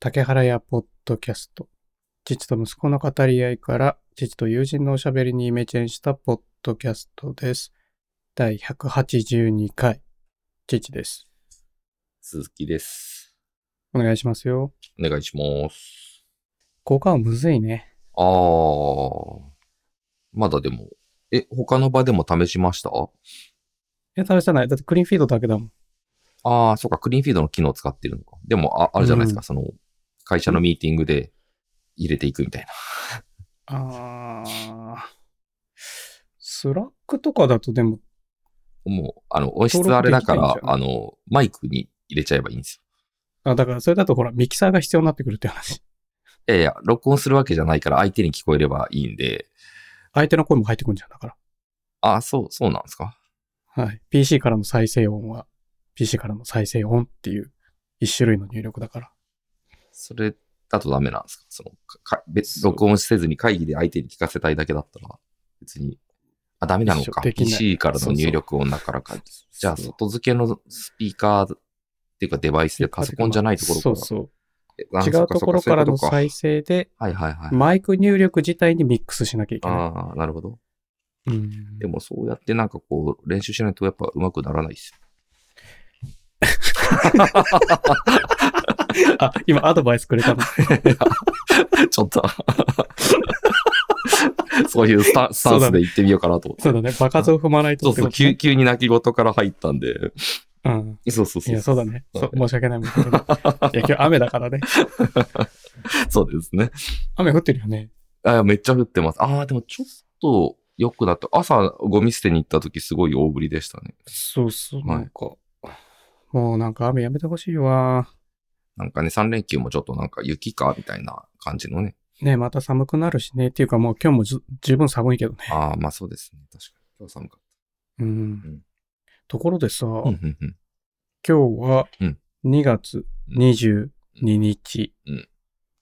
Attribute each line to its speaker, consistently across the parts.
Speaker 1: 竹原屋ポッドキャスト。父と息子の語り合いから、父と友人のおしゃべりにイメチェンしたポッドキャストです。第182回、父です。
Speaker 2: 鈴木です。
Speaker 1: お願いしますよ。
Speaker 2: お願いします。
Speaker 1: 効果はむずいね。
Speaker 2: あー。まだでも、え、他の場でも試しました
Speaker 1: いや、試さない。だってクリーンフィードだけだもん。
Speaker 2: あー、そうか、クリーンフィードの機能使ってるのか。でも、あ、あるじゃないですか、
Speaker 1: う
Speaker 2: その、会社のミーティングで入れていくみたいな。
Speaker 1: あー。スラックとかだとでも、
Speaker 2: もう、あの、音質
Speaker 1: 登
Speaker 2: あ
Speaker 1: 録で
Speaker 2: れだ
Speaker 1: きな
Speaker 2: か
Speaker 1: いんじゃない
Speaker 2: ら、あの、マイクに入れちゃえばいいんです
Speaker 1: あだからそれだとほら、ミキサーが必要になってくるって話。
Speaker 2: よ。いやいや、録音するわけじゃないから、相手に聞こえればいいんで、
Speaker 1: 相手の声も入ってくるんじゃんだか
Speaker 2: あー、そう、そうなんですか。
Speaker 1: ら。はい。PC からの再生音は、PC からの再生音っていう一種類の入力だから。
Speaker 2: それだとダメなんですかその、かか別、録音せずに会議で相手に聞かせたいだけだったら、別に、あ、ダメなのか。
Speaker 1: できない
Speaker 2: PC から
Speaker 1: そ
Speaker 2: の
Speaker 1: うそう
Speaker 2: 入力音だからか。じゃあ、
Speaker 1: そう
Speaker 2: 外付けのスピーカーっていうかデバイスでパソコンじゃないところから。
Speaker 1: そうそう。
Speaker 2: えあ
Speaker 1: 違
Speaker 2: そうっか
Speaker 1: ところからの
Speaker 2: そうい
Speaker 1: 再
Speaker 2: う
Speaker 1: 生で、
Speaker 2: とかはいはいはい。
Speaker 1: マイク入力自体にミックスしなきゃいけない。
Speaker 2: ああ、なるほど。
Speaker 1: うん
Speaker 2: でもそうやってなんかこう、練習しないとやっぱ上手くならないですよ。
Speaker 1: あ、今アドバイスくれ たの。
Speaker 2: ちょっと。 そういうスタスタンスで行ってみようかなと思って。
Speaker 1: そうだね。場数を踏まないと
Speaker 2: そう
Speaker 1: って
Speaker 2: そ
Speaker 1: こ
Speaker 2: う、
Speaker 1: と
Speaker 2: 急急に泣き言から入ったんで。
Speaker 1: うん。
Speaker 2: そうそ
Speaker 1: い
Speaker 2: うそう
Speaker 1: や、。そうだね。
Speaker 2: そ
Speaker 1: そうう申し訳ない。本当にいや、今日雨だからね。
Speaker 2: そうですね。
Speaker 1: 雨降ってるよね。
Speaker 2: あめっちゃ降ってます。ああ、でもちょっと良くなった。朝ゴミ捨てに行った時すごい大降りでしたね。
Speaker 1: そうそう、
Speaker 2: はい
Speaker 1: なんか。もうなんか雨やめてほしいわ。
Speaker 2: なんかね、3連休もちょっとなんか雪かみたいな感じのね。
Speaker 1: ねまた寒くなるしね。っていうかもう今日もじゅ十分寒いけどね。
Speaker 2: ああ、まあそうですね。確かに。今日寒かっ
Speaker 1: うん。
Speaker 2: ん
Speaker 1: ところでさ、
Speaker 2: た。うん、うん、うん。
Speaker 1: 今日は
Speaker 2: うん
Speaker 1: 2月22日、
Speaker 2: うん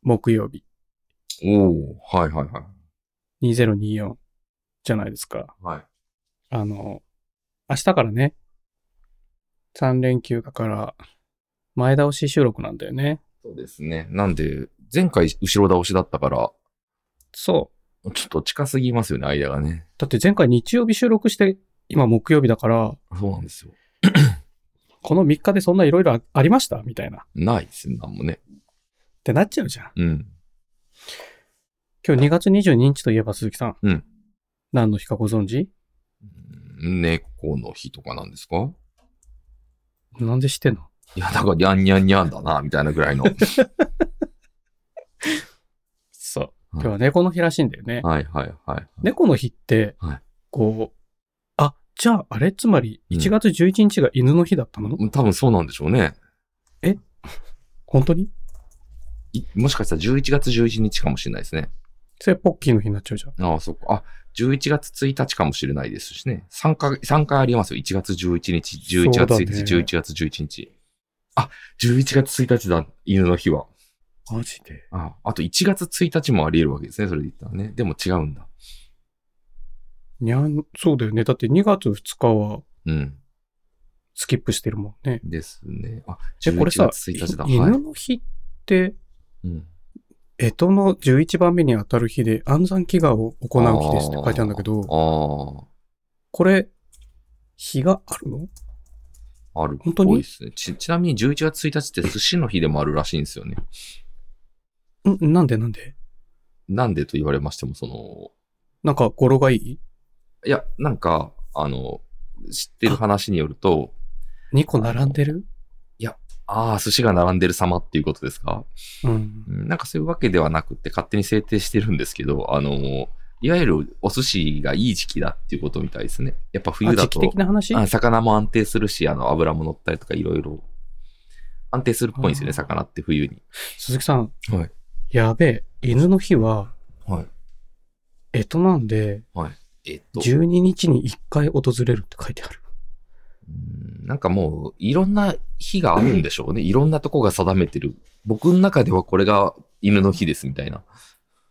Speaker 1: 木曜日。
Speaker 2: おおはいはいはい。
Speaker 1: 2024じゃないですか。
Speaker 2: はい。
Speaker 1: あの、明日からね、3連休だから、前倒し収録なんだよね。
Speaker 2: そうですね。なんで、前回後ろ倒しだったから、
Speaker 1: そう。
Speaker 2: ちょっと近すぎますよね、間がね。
Speaker 1: だって前回日曜日収録して、今木曜日だから、
Speaker 2: そうなんですよ。
Speaker 1: この3日でそんないろいろあありましたみたいな。っ
Speaker 2: ないですね、なんもね。
Speaker 1: てなっちゃうじゃん。
Speaker 2: うん。
Speaker 1: 今日2月22日といえば鈴木さん。
Speaker 2: うん
Speaker 1: 何の日かご存知
Speaker 2: 猫の日とかなんですか
Speaker 1: なんでしてんの
Speaker 2: いや、だから、にゃんにゃんにゃんだな、みたいなぐらいの。
Speaker 1: そう。今日は猫の日らしいんだよね。
Speaker 2: はいはいはい。
Speaker 1: 猫の日って、
Speaker 2: はい
Speaker 1: こう、あ、じゃああれ、つまり
Speaker 2: うん
Speaker 1: 1月11日が犬の日だったの、
Speaker 2: 多分そうなんでしょうね。
Speaker 1: 本当に
Speaker 2: いもしかしたら11月11日かもしれないですね。
Speaker 1: それポッキーの日になっちゃうじゃん。
Speaker 2: ああ、そっか。あ、11月1日かもしれないですしね。3回、三回ありますよ。1月11日、11
Speaker 1: そう
Speaker 2: 月
Speaker 1: だね
Speaker 2: 1日、11月11日。あ、11月1日だ、犬の日は。
Speaker 1: マジで
Speaker 2: ああと1月1日もあり得るわけですね。それで言ったらね。でも違うんだ。
Speaker 1: にゃん、そうだよね。だって2月2日は
Speaker 2: うん。
Speaker 1: スキップしてるもんね。
Speaker 2: ですね。あ、
Speaker 1: え、これ
Speaker 2: 11
Speaker 1: さ、
Speaker 2: 月1日だ。
Speaker 1: い
Speaker 2: はい
Speaker 1: 犬。の日って、
Speaker 2: うん。
Speaker 1: 干支の11番目に当たる日で安産祈願を行う日ですって書いてあるんだけど、
Speaker 2: あ
Speaker 1: これ、日があるの
Speaker 2: あ、ある
Speaker 1: 本
Speaker 2: っ
Speaker 1: 当に
Speaker 2: ぽいですね。ち、ちなみに11月1日って寿司の日でもあるらしいんですよね。
Speaker 1: ん、なんでなんで
Speaker 2: なんでと言われましても、その、
Speaker 1: なんか語呂がいい
Speaker 2: いや、なんか、あの、知ってる話によると、
Speaker 1: ?2 個並んでる
Speaker 2: ああ、寿司が並んでる様っていうことですか
Speaker 1: うん。
Speaker 2: うんなんかそういうわけではなくって勝手に制定してるんですけど、あの、いわゆるお寿司がいい時期だっていうことみたいですね。やっぱ冬
Speaker 1: あ
Speaker 2: だ
Speaker 1: 時期
Speaker 2: と
Speaker 1: 的、な話
Speaker 2: あ魚も安定するし、あの、油も乗ったりとかいろいろ安定するっぽいんですよ
Speaker 1: あ
Speaker 2: ね、
Speaker 1: ー
Speaker 2: 魚って冬に。
Speaker 1: 鈴木さん。
Speaker 2: はい
Speaker 1: やべえ、犬の日は、
Speaker 2: はい。
Speaker 1: えとなんで、
Speaker 2: えっと、
Speaker 1: 12日に1回訪れるって書いてある。
Speaker 2: うんなんかもう、いろんな日があるんでしょうね。いろんなとこが定めてる。僕の中ではこれが犬の日ですみたいな。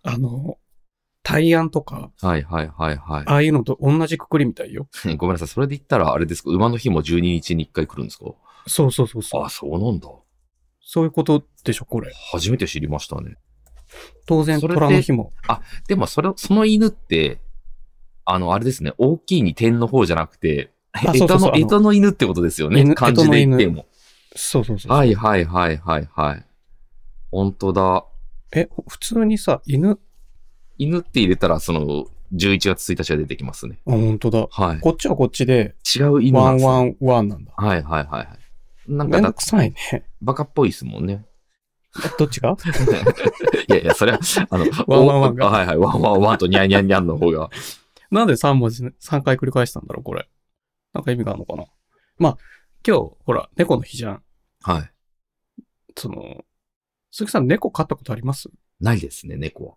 Speaker 1: あの、対案とか、
Speaker 2: はいはいはいはい。
Speaker 1: ああいうのと同じくくりみたいよ。
Speaker 2: ごめんなさい。それで言ったら、あれですか、馬の日も12日に1回来るんですか
Speaker 1: そうそうそうそう。
Speaker 2: あ、そうなんだ。
Speaker 1: そういうことでしょ、これ。
Speaker 2: 初めて知りましたね。
Speaker 1: 当然、
Speaker 2: それで
Speaker 1: 虎の日も。
Speaker 2: でも、それ、その犬って、あの、あれですね、大きいに点の方じゃなくて、
Speaker 1: あ
Speaker 2: え
Speaker 1: そうそうそう
Speaker 2: との、
Speaker 1: あの
Speaker 2: えとの犬ってことですよ
Speaker 1: 犬
Speaker 2: ね。漢字で言って
Speaker 1: 干支
Speaker 2: も。
Speaker 1: そうそうそう。
Speaker 2: はいはいはいはいはい。本当だ。
Speaker 1: え、普通にさ、犬、
Speaker 2: 犬って入れたら、その、11月1日は出てきますね。
Speaker 1: あ、本当だ。
Speaker 2: はい。
Speaker 1: こっちはこっちで、
Speaker 2: 違う犬
Speaker 1: ワ
Speaker 2: なん
Speaker 1: ン
Speaker 2: ですね
Speaker 1: ワンワンなんだ。
Speaker 2: はいはいはいはい。なん
Speaker 1: め
Speaker 2: か
Speaker 1: ん
Speaker 2: だ
Speaker 1: ど、くさいね。
Speaker 2: バカっぽいですもんね。
Speaker 1: どっちが
Speaker 2: いやいや、それは、あの、
Speaker 1: ワンワンワンが
Speaker 2: おはいはい、ワンワンワンとニャンニャンニャンの方が。
Speaker 1: なんで3文字、3回繰り返したんだろう、これ。なんか意味があるのかな。まあ、今日、ほら、猫の日じゃん。
Speaker 2: はい。
Speaker 1: その、鈴木さん、猫飼ったことあります
Speaker 2: ないですね、猫は。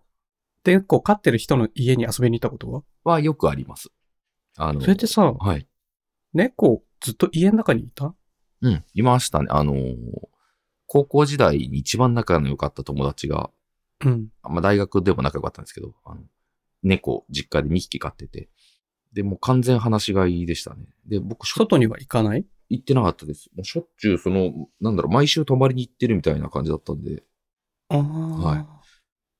Speaker 1: で猫飼ってる人の家に遊びに行ったことは
Speaker 2: はよくあります。あの、
Speaker 1: それってさ、
Speaker 2: はい。
Speaker 1: 猫ずっと家の中にいた
Speaker 2: うん、いましたね。あのー高校時代に一番仲の良かった友達が、
Speaker 1: うん。
Speaker 2: まあ、大学でも仲良かったんですけど、あの猫、実家で2匹飼ってて、で、もう完全放し飼いでしたね。で、僕、しょ
Speaker 1: 外には行かない
Speaker 2: 行ってなかったです。もうしょっちゅう、その、なんだろう、毎週泊まりに行ってるみたいな感じだったんで、
Speaker 1: ああ、
Speaker 2: は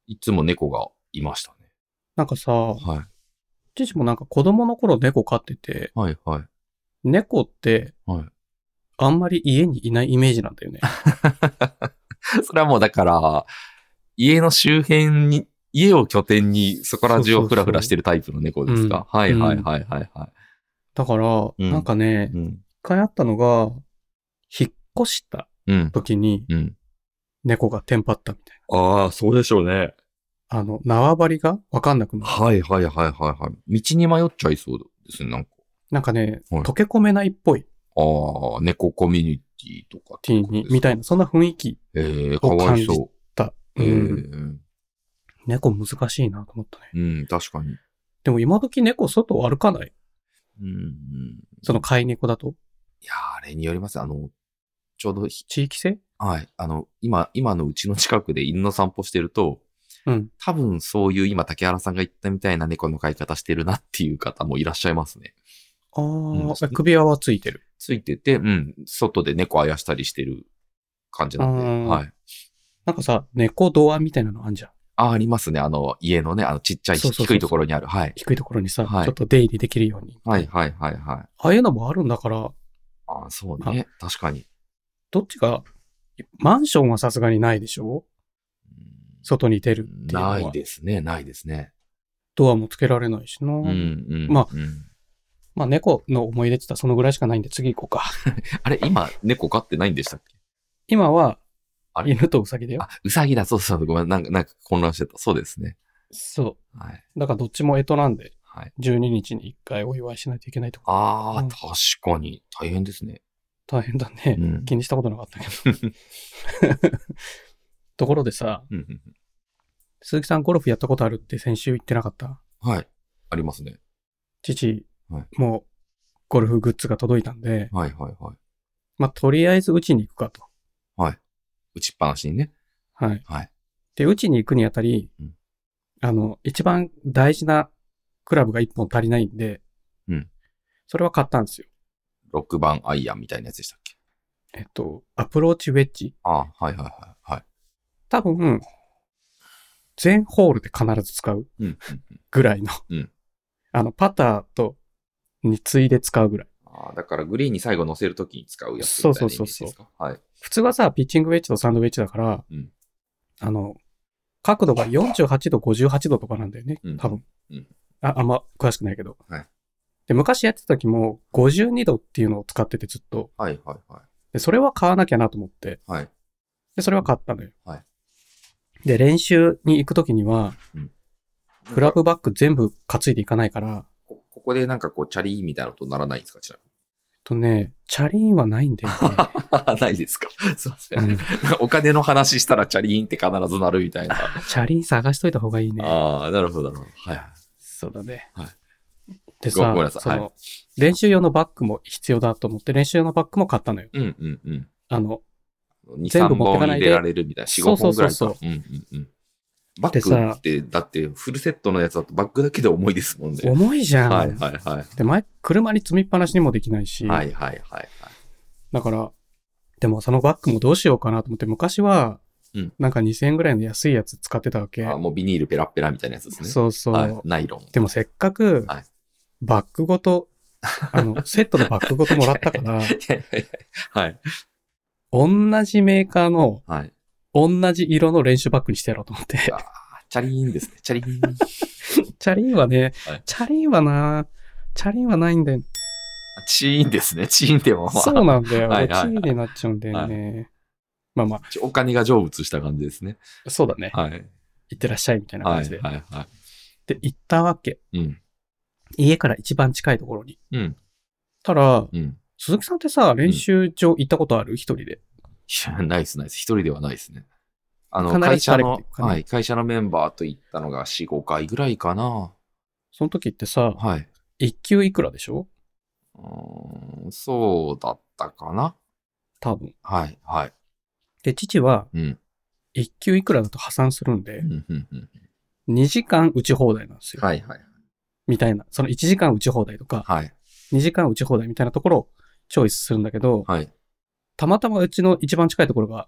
Speaker 2: いいつも猫がいましたね。
Speaker 1: なんかさ、
Speaker 2: はい。
Speaker 1: 父もなんか子供の頃猫飼ってて、
Speaker 2: はい、はい。
Speaker 1: 猫って、
Speaker 2: はい
Speaker 1: あんまり家にいないイメージなんだよ ね。
Speaker 2: それはもうだから、家の周辺に、家を拠点にそこら
Speaker 1: そう
Speaker 2: 中
Speaker 1: そうそ
Speaker 2: を
Speaker 1: う
Speaker 2: ふらふらしてるタイプの猫ですか。はい
Speaker 1: うん
Speaker 2: はいはいはいは
Speaker 1: だから、
Speaker 2: ん
Speaker 1: なんかね
Speaker 2: い。、うん。
Speaker 1: 一回あったのが、引っ越した
Speaker 2: うん。
Speaker 1: 時に
Speaker 2: うん。
Speaker 1: 猫がテンパったみたい
Speaker 2: ああ、そうでしょうね。
Speaker 1: な。あの、縄張りがわかんなくなる。
Speaker 2: はいはいはいはいはい。道に迷っちゃいそうですね、なんか。
Speaker 1: なんかね、
Speaker 2: はい
Speaker 1: 溶け込めないっぽい
Speaker 2: ああ、猫コミュニティとかって
Speaker 1: ティー
Speaker 2: ことで
Speaker 1: に
Speaker 2: す、か
Speaker 1: みたいな、そんな雰囲気
Speaker 2: えー、かわいそ
Speaker 1: だ。う
Speaker 2: う。え
Speaker 1: ん。
Speaker 2: ー、
Speaker 1: 猫難しいなと思ったね。
Speaker 2: うん、確かに。
Speaker 1: でも今時猫外を歩かない
Speaker 2: うんうん。
Speaker 1: その飼い猫だと
Speaker 2: いやーあれによります。あの、ちょうどひ、
Speaker 1: 地域性
Speaker 2: はい。あの、今、今のうちの近くで犬の散歩してると、
Speaker 1: うん。
Speaker 2: 多分そういう今竹原さんが言ったみたいな猫の飼い方してるなっていう方もいらっしゃいますね。
Speaker 1: ああ、
Speaker 2: ん
Speaker 1: え首輪はついてる。
Speaker 2: ついてて、うん、外で猫あやしたりしてる感じなん
Speaker 1: う
Speaker 2: で。
Speaker 1: ん
Speaker 2: はい。
Speaker 1: なんかさ、猫ドアみたいなのあんじゃん。
Speaker 2: あ、ありますね。あの、家のね、あの、ちっちゃい
Speaker 1: そうそうそう
Speaker 2: 低いところにある。はい。
Speaker 1: 低いところにさ、
Speaker 2: はい
Speaker 1: ちょっと出入りできるように。
Speaker 2: はい、はい、はい、はい。
Speaker 1: ああいうのもあるんだから、
Speaker 2: あそうね。確かに。
Speaker 1: どっちが、マンションはさすがにないでしょ外に出るっていうの
Speaker 2: な
Speaker 1: は。
Speaker 2: いですね。ないですね。
Speaker 1: ドアもつけられないしな。
Speaker 2: うん、うん。
Speaker 1: まあ
Speaker 2: うん
Speaker 1: まあ猫の思い出って言ったらそのぐらいしかないんで次行こうか。
Speaker 2: あれ、今、猫飼ってないんでしたっけ
Speaker 1: 今は
Speaker 2: あ、れ
Speaker 1: 犬とウサギだよ
Speaker 2: あ。、うさぎだ。そうそう。ごめん。なんか、なんか混乱してた。そうですね。
Speaker 1: そ
Speaker 2: はい。
Speaker 1: う。だからどっちも干支なんで、
Speaker 2: はい。
Speaker 1: 12日に1回お祝いしないといけないとか、
Speaker 2: ああ、
Speaker 1: うん
Speaker 2: 確かに。大変ですね。
Speaker 1: 大変だね。
Speaker 2: うん
Speaker 1: 気にしたことなかったけど。 ところでさ、
Speaker 2: うんうん
Speaker 1: 鈴木さんゴルフやったことあるって先週言ってなかった
Speaker 2: うんはい。ありますね。
Speaker 1: 父、
Speaker 2: はい
Speaker 1: もうゴルフグッズが届いたんで、
Speaker 2: はいはいはい。
Speaker 1: まあとりあえず打ちに行くかと。
Speaker 2: 打ちっぱなしにね。
Speaker 1: はい。
Speaker 2: はい。
Speaker 1: で、打ちに行くにあたり、
Speaker 2: うん
Speaker 1: あの、一番大事なクラブが1本足りないんで、
Speaker 2: うん
Speaker 1: それは買ったんですよ。
Speaker 2: 6番アイアンみたいなやつでしたっけ
Speaker 1: えっと、アプローチウェッジ。
Speaker 2: ああ、はいはいはい。はい。
Speaker 1: 多分、全ホールで必ず使う
Speaker 2: うん。
Speaker 1: ぐらいの。
Speaker 2: うん
Speaker 1: あの、パターと、に次いで使うぐらい。
Speaker 2: ああ、だからグリーンに最後乗せるときに使うやつ
Speaker 1: そう
Speaker 2: みた
Speaker 1: そ
Speaker 2: いうなイ
Speaker 1: そう
Speaker 2: メージ
Speaker 1: そう
Speaker 2: ですかはい。
Speaker 1: 普通はさ、ピッチングウェッジとサンドウェッジだから、
Speaker 2: うん
Speaker 1: あの、角度が48度、58度とかなんだよね
Speaker 2: う、ん
Speaker 1: 多分。
Speaker 2: うん
Speaker 1: ああんま詳しくないけど。
Speaker 2: はい
Speaker 1: で昔やってた時も、52度っていうのを使っててずっと。
Speaker 2: はいはいはい。
Speaker 1: で、それは買わなきゃなと思って。
Speaker 2: はい。
Speaker 1: で、それは買ったのよ。
Speaker 2: はい
Speaker 1: で、練習に行く時には、クラブバッグ全部担いでいかないから、
Speaker 2: こ。ここでなんかこう、チャリーみたいなことならないんですかちな
Speaker 1: とね、チャリーンはないんだよね。
Speaker 2: みに。ない ですかすいませ
Speaker 1: うん
Speaker 2: ん。お金の話したらチャリーンって必ずなるみたいな。
Speaker 1: チャリン探しといた方がいい ね。
Speaker 2: ああ、なるほどなるほど。はいはい。
Speaker 1: そうだね。
Speaker 2: はい
Speaker 1: で
Speaker 2: ご
Speaker 1: さ
Speaker 2: ごめんなさい
Speaker 1: その、
Speaker 2: は
Speaker 1: 練習用のバッグも必要だと思って、練習用のバッグも買ったのよ。
Speaker 2: うんうんうん。
Speaker 1: あの、
Speaker 2: 2、
Speaker 1: 全部
Speaker 2: 3
Speaker 1: 持って
Speaker 2: 本
Speaker 1: かな
Speaker 2: 入
Speaker 1: いで
Speaker 2: れられるみたいな、4、
Speaker 1: そう
Speaker 2: 5
Speaker 1: そう
Speaker 2: 本ぐ
Speaker 1: そ
Speaker 2: ら
Speaker 1: うそう
Speaker 2: いか。うんうんうん。バ
Speaker 1: でさ
Speaker 2: ッグって、だってフルセットのやつだとバッグだけで重いですもんね。
Speaker 1: 重いじゃん。
Speaker 2: はいはいはい。
Speaker 1: で、前、車に積みっぱなしにもできないし、
Speaker 2: はいはいはいはい。
Speaker 1: だから、でもそのバッグもどうしようかなと思って、昔は
Speaker 2: うん、
Speaker 1: なんか2000円ぐらいの安いやつ使ってたわけ。
Speaker 2: あもうビニールペラッペラみたいなやつですね。
Speaker 1: そうそう。
Speaker 2: はい、ナイロン。
Speaker 1: でもせっかく
Speaker 2: はい、
Speaker 1: バッグご と、あの、セットのバッグごともらったから、
Speaker 2: はい。
Speaker 1: 同じメーカーの、
Speaker 2: はい。
Speaker 1: 同じ色の練習バッグにしてやろうと思って。
Speaker 2: うわーチャリーンですね。チャリーン。
Speaker 1: チャリンはね、
Speaker 2: はい
Speaker 1: チャリンはな、チャリンはないん だよ。
Speaker 2: チーンですね。チーンでもまあ、
Speaker 1: そうなんだよ。
Speaker 2: はい
Speaker 1: チ
Speaker 2: はいはい
Speaker 1: ーになっちゃうんだよね。まあま
Speaker 2: お金が成仏した感じですね。
Speaker 1: あ、そうだね。
Speaker 2: はい。
Speaker 1: 行ってらっしゃいみたいな
Speaker 2: は
Speaker 1: 感
Speaker 2: い。
Speaker 1: じで。
Speaker 2: はい。は
Speaker 1: で、行ったわけ。
Speaker 2: い。うん。
Speaker 1: 家から一番近いところに。
Speaker 2: うん。
Speaker 1: たら、
Speaker 2: うん。
Speaker 1: 鈴木さんってさ、練習場行ったことある一人で。
Speaker 2: いや、 ないです、ないです。一人ではないですね。あの、
Speaker 1: 必ず
Speaker 2: 会社の
Speaker 1: 誰かという、かね
Speaker 2: はい、会社のメンバーと行ったのが4、5回ぐらいかな。
Speaker 1: その時ってさ、
Speaker 2: はい。
Speaker 1: 一級いくらでしょ
Speaker 2: うーん、そうだったかな。
Speaker 1: 多分。
Speaker 2: はい、はい。
Speaker 1: で、父は、
Speaker 2: うん。
Speaker 1: 一級いくらだと破産するん
Speaker 2: う
Speaker 1: で、
Speaker 2: んうんうん
Speaker 1: 2時間打ち放題なんですよ。
Speaker 2: はい、はい。
Speaker 1: みたいな。その1時間打ち放題とか、
Speaker 2: はい、
Speaker 1: 2時間打ち放題みたいなところをチョイスするんだけど、
Speaker 2: はい。
Speaker 1: たまたまうちの一番近いところが、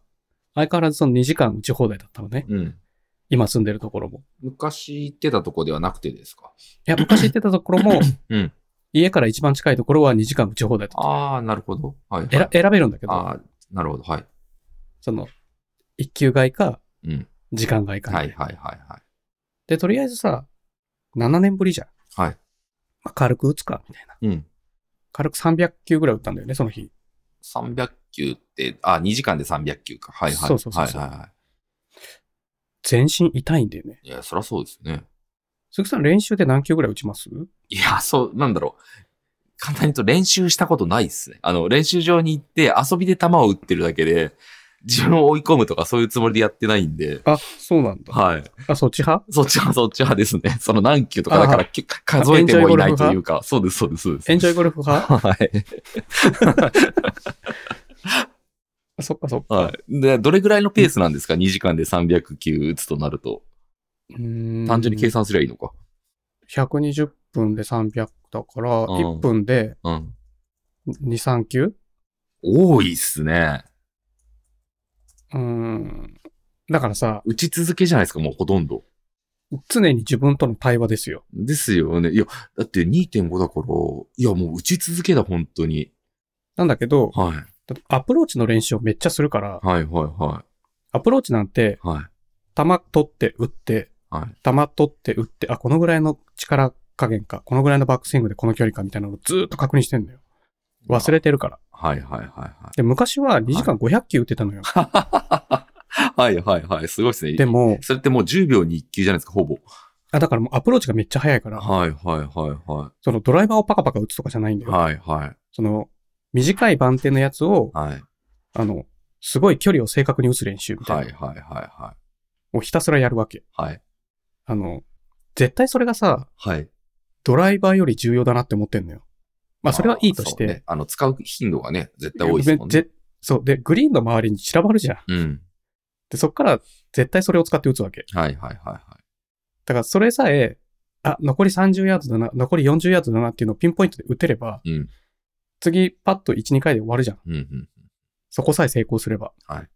Speaker 1: 相変わらずその2時間打ち放題だったのね。
Speaker 2: うん。
Speaker 1: 今住んでるところも。
Speaker 2: 昔行ってたとこではなくてですか。
Speaker 1: いや、昔行ってたところも、
Speaker 2: うん
Speaker 1: 家から一番近いところは2時間打ち放題だった。
Speaker 2: ああ、なるほど。はい、はい。
Speaker 1: えら選べるんだけど、
Speaker 2: ああ、なるほど。はい。
Speaker 1: その、一級外か、
Speaker 2: うん。
Speaker 1: 時間外か、
Speaker 2: はい、はい、はい、はい。
Speaker 1: で、とりあえずさ、7年ぶりじゃん。
Speaker 2: はい。
Speaker 1: まあ、軽く打つか、みたいな。
Speaker 2: うん。
Speaker 1: 軽く300球ぐらい打ったんだよね、その日。
Speaker 2: 300球って、あ、2時間で300球か。はい、はい。
Speaker 1: そうそうそうそう
Speaker 2: はい、はい、は
Speaker 1: 全身痛いんだよね。
Speaker 2: い。いや、そりゃそうですね。
Speaker 1: 鈴木さん、練習で何球ぐらい打ちます
Speaker 2: いや、そう、なんだろう。簡単に言うと練習したことないっすね。あの、練習場に行って遊びで球を打ってるだけで、自分を追い込むとかそういうつもりでやってないんで、
Speaker 1: あ、そうなんだ。
Speaker 2: はい。
Speaker 1: あ、そっち派
Speaker 2: そっちはそっちはですね。その何球とか
Speaker 1: あは
Speaker 2: だからき数えてもいないというか、そうです、そうです、そうです。
Speaker 1: エンジョイゴルフ派
Speaker 2: はい。
Speaker 1: あそっかそっか。
Speaker 2: はい。で、どれぐらいのペースなんですか ?2 時間で300球打つとなると。単
Speaker 1: 単
Speaker 2: 純に計算すりゃいいのか。
Speaker 1: 120分で300だから、
Speaker 2: うん
Speaker 1: 1分で
Speaker 2: うん。
Speaker 1: 2、3球
Speaker 2: 多いっすね。
Speaker 1: うーん。だからさ、
Speaker 2: 打ち続けじゃないですか、もうほとんど。
Speaker 1: 常に自分との対話ですよ。
Speaker 2: ですよね。いや、だって2.5だから、いや、もう打ち続けだ、本当に。
Speaker 1: なんだけど、
Speaker 2: はい。
Speaker 1: だってアプローチの練習をめっちゃするから、
Speaker 2: はい、はい、は
Speaker 1: アプローチなんて、
Speaker 2: い。はい。
Speaker 1: 球取って打って、
Speaker 2: はい。
Speaker 1: 球取って打って、あ、このぐらいの力加減か、このぐらいのバックスイングでこの距離かみたいなのをずーっと確認してんだよ。忘れてるから。
Speaker 2: はい、はい、はい、は
Speaker 1: で、昔は2時間500球打ってたのよ。
Speaker 2: い。はい、はい、はい。すごいですね。
Speaker 1: でも、
Speaker 2: それってもう10秒に1球じゃないですか、ほぼ。
Speaker 1: あ、だからもうアプローチがめっちゃ速いから、
Speaker 2: はい、はい、はい、は
Speaker 1: そのドライバーをパカパカ打つとかじゃないんだ
Speaker 2: い。
Speaker 1: よ。
Speaker 2: はい、はい。
Speaker 1: その、短い番手のやつを、
Speaker 2: はい、
Speaker 1: あの、すごい距離を正確に打つ練習みたいな
Speaker 2: はい、はい、はい、は
Speaker 1: をひたすらやるわけ。
Speaker 2: い。はい。
Speaker 1: あの、絶対それがさ、
Speaker 2: はい。
Speaker 1: ドライバーより重要だなって思ってんのよ。まあ、それはいいとし
Speaker 2: そうね
Speaker 1: て。
Speaker 2: あの、使う頻度がね、絶対多いですもんね。
Speaker 1: ぜそう。で、グリーンの周りに散らばるじゃん。
Speaker 2: うん。
Speaker 1: で、そっから絶対それを使って打つわけ。
Speaker 2: はい、はい、はい、は
Speaker 1: だからそれさえ、あ、残り30ヤードだな、残り40ヤードだなっていうのをピンポイントで打てれば、
Speaker 2: い。うん。
Speaker 1: 次パッと1、2回で終わるじゃん。
Speaker 2: うん、うん。
Speaker 1: そこさえ成功すれば。
Speaker 2: はい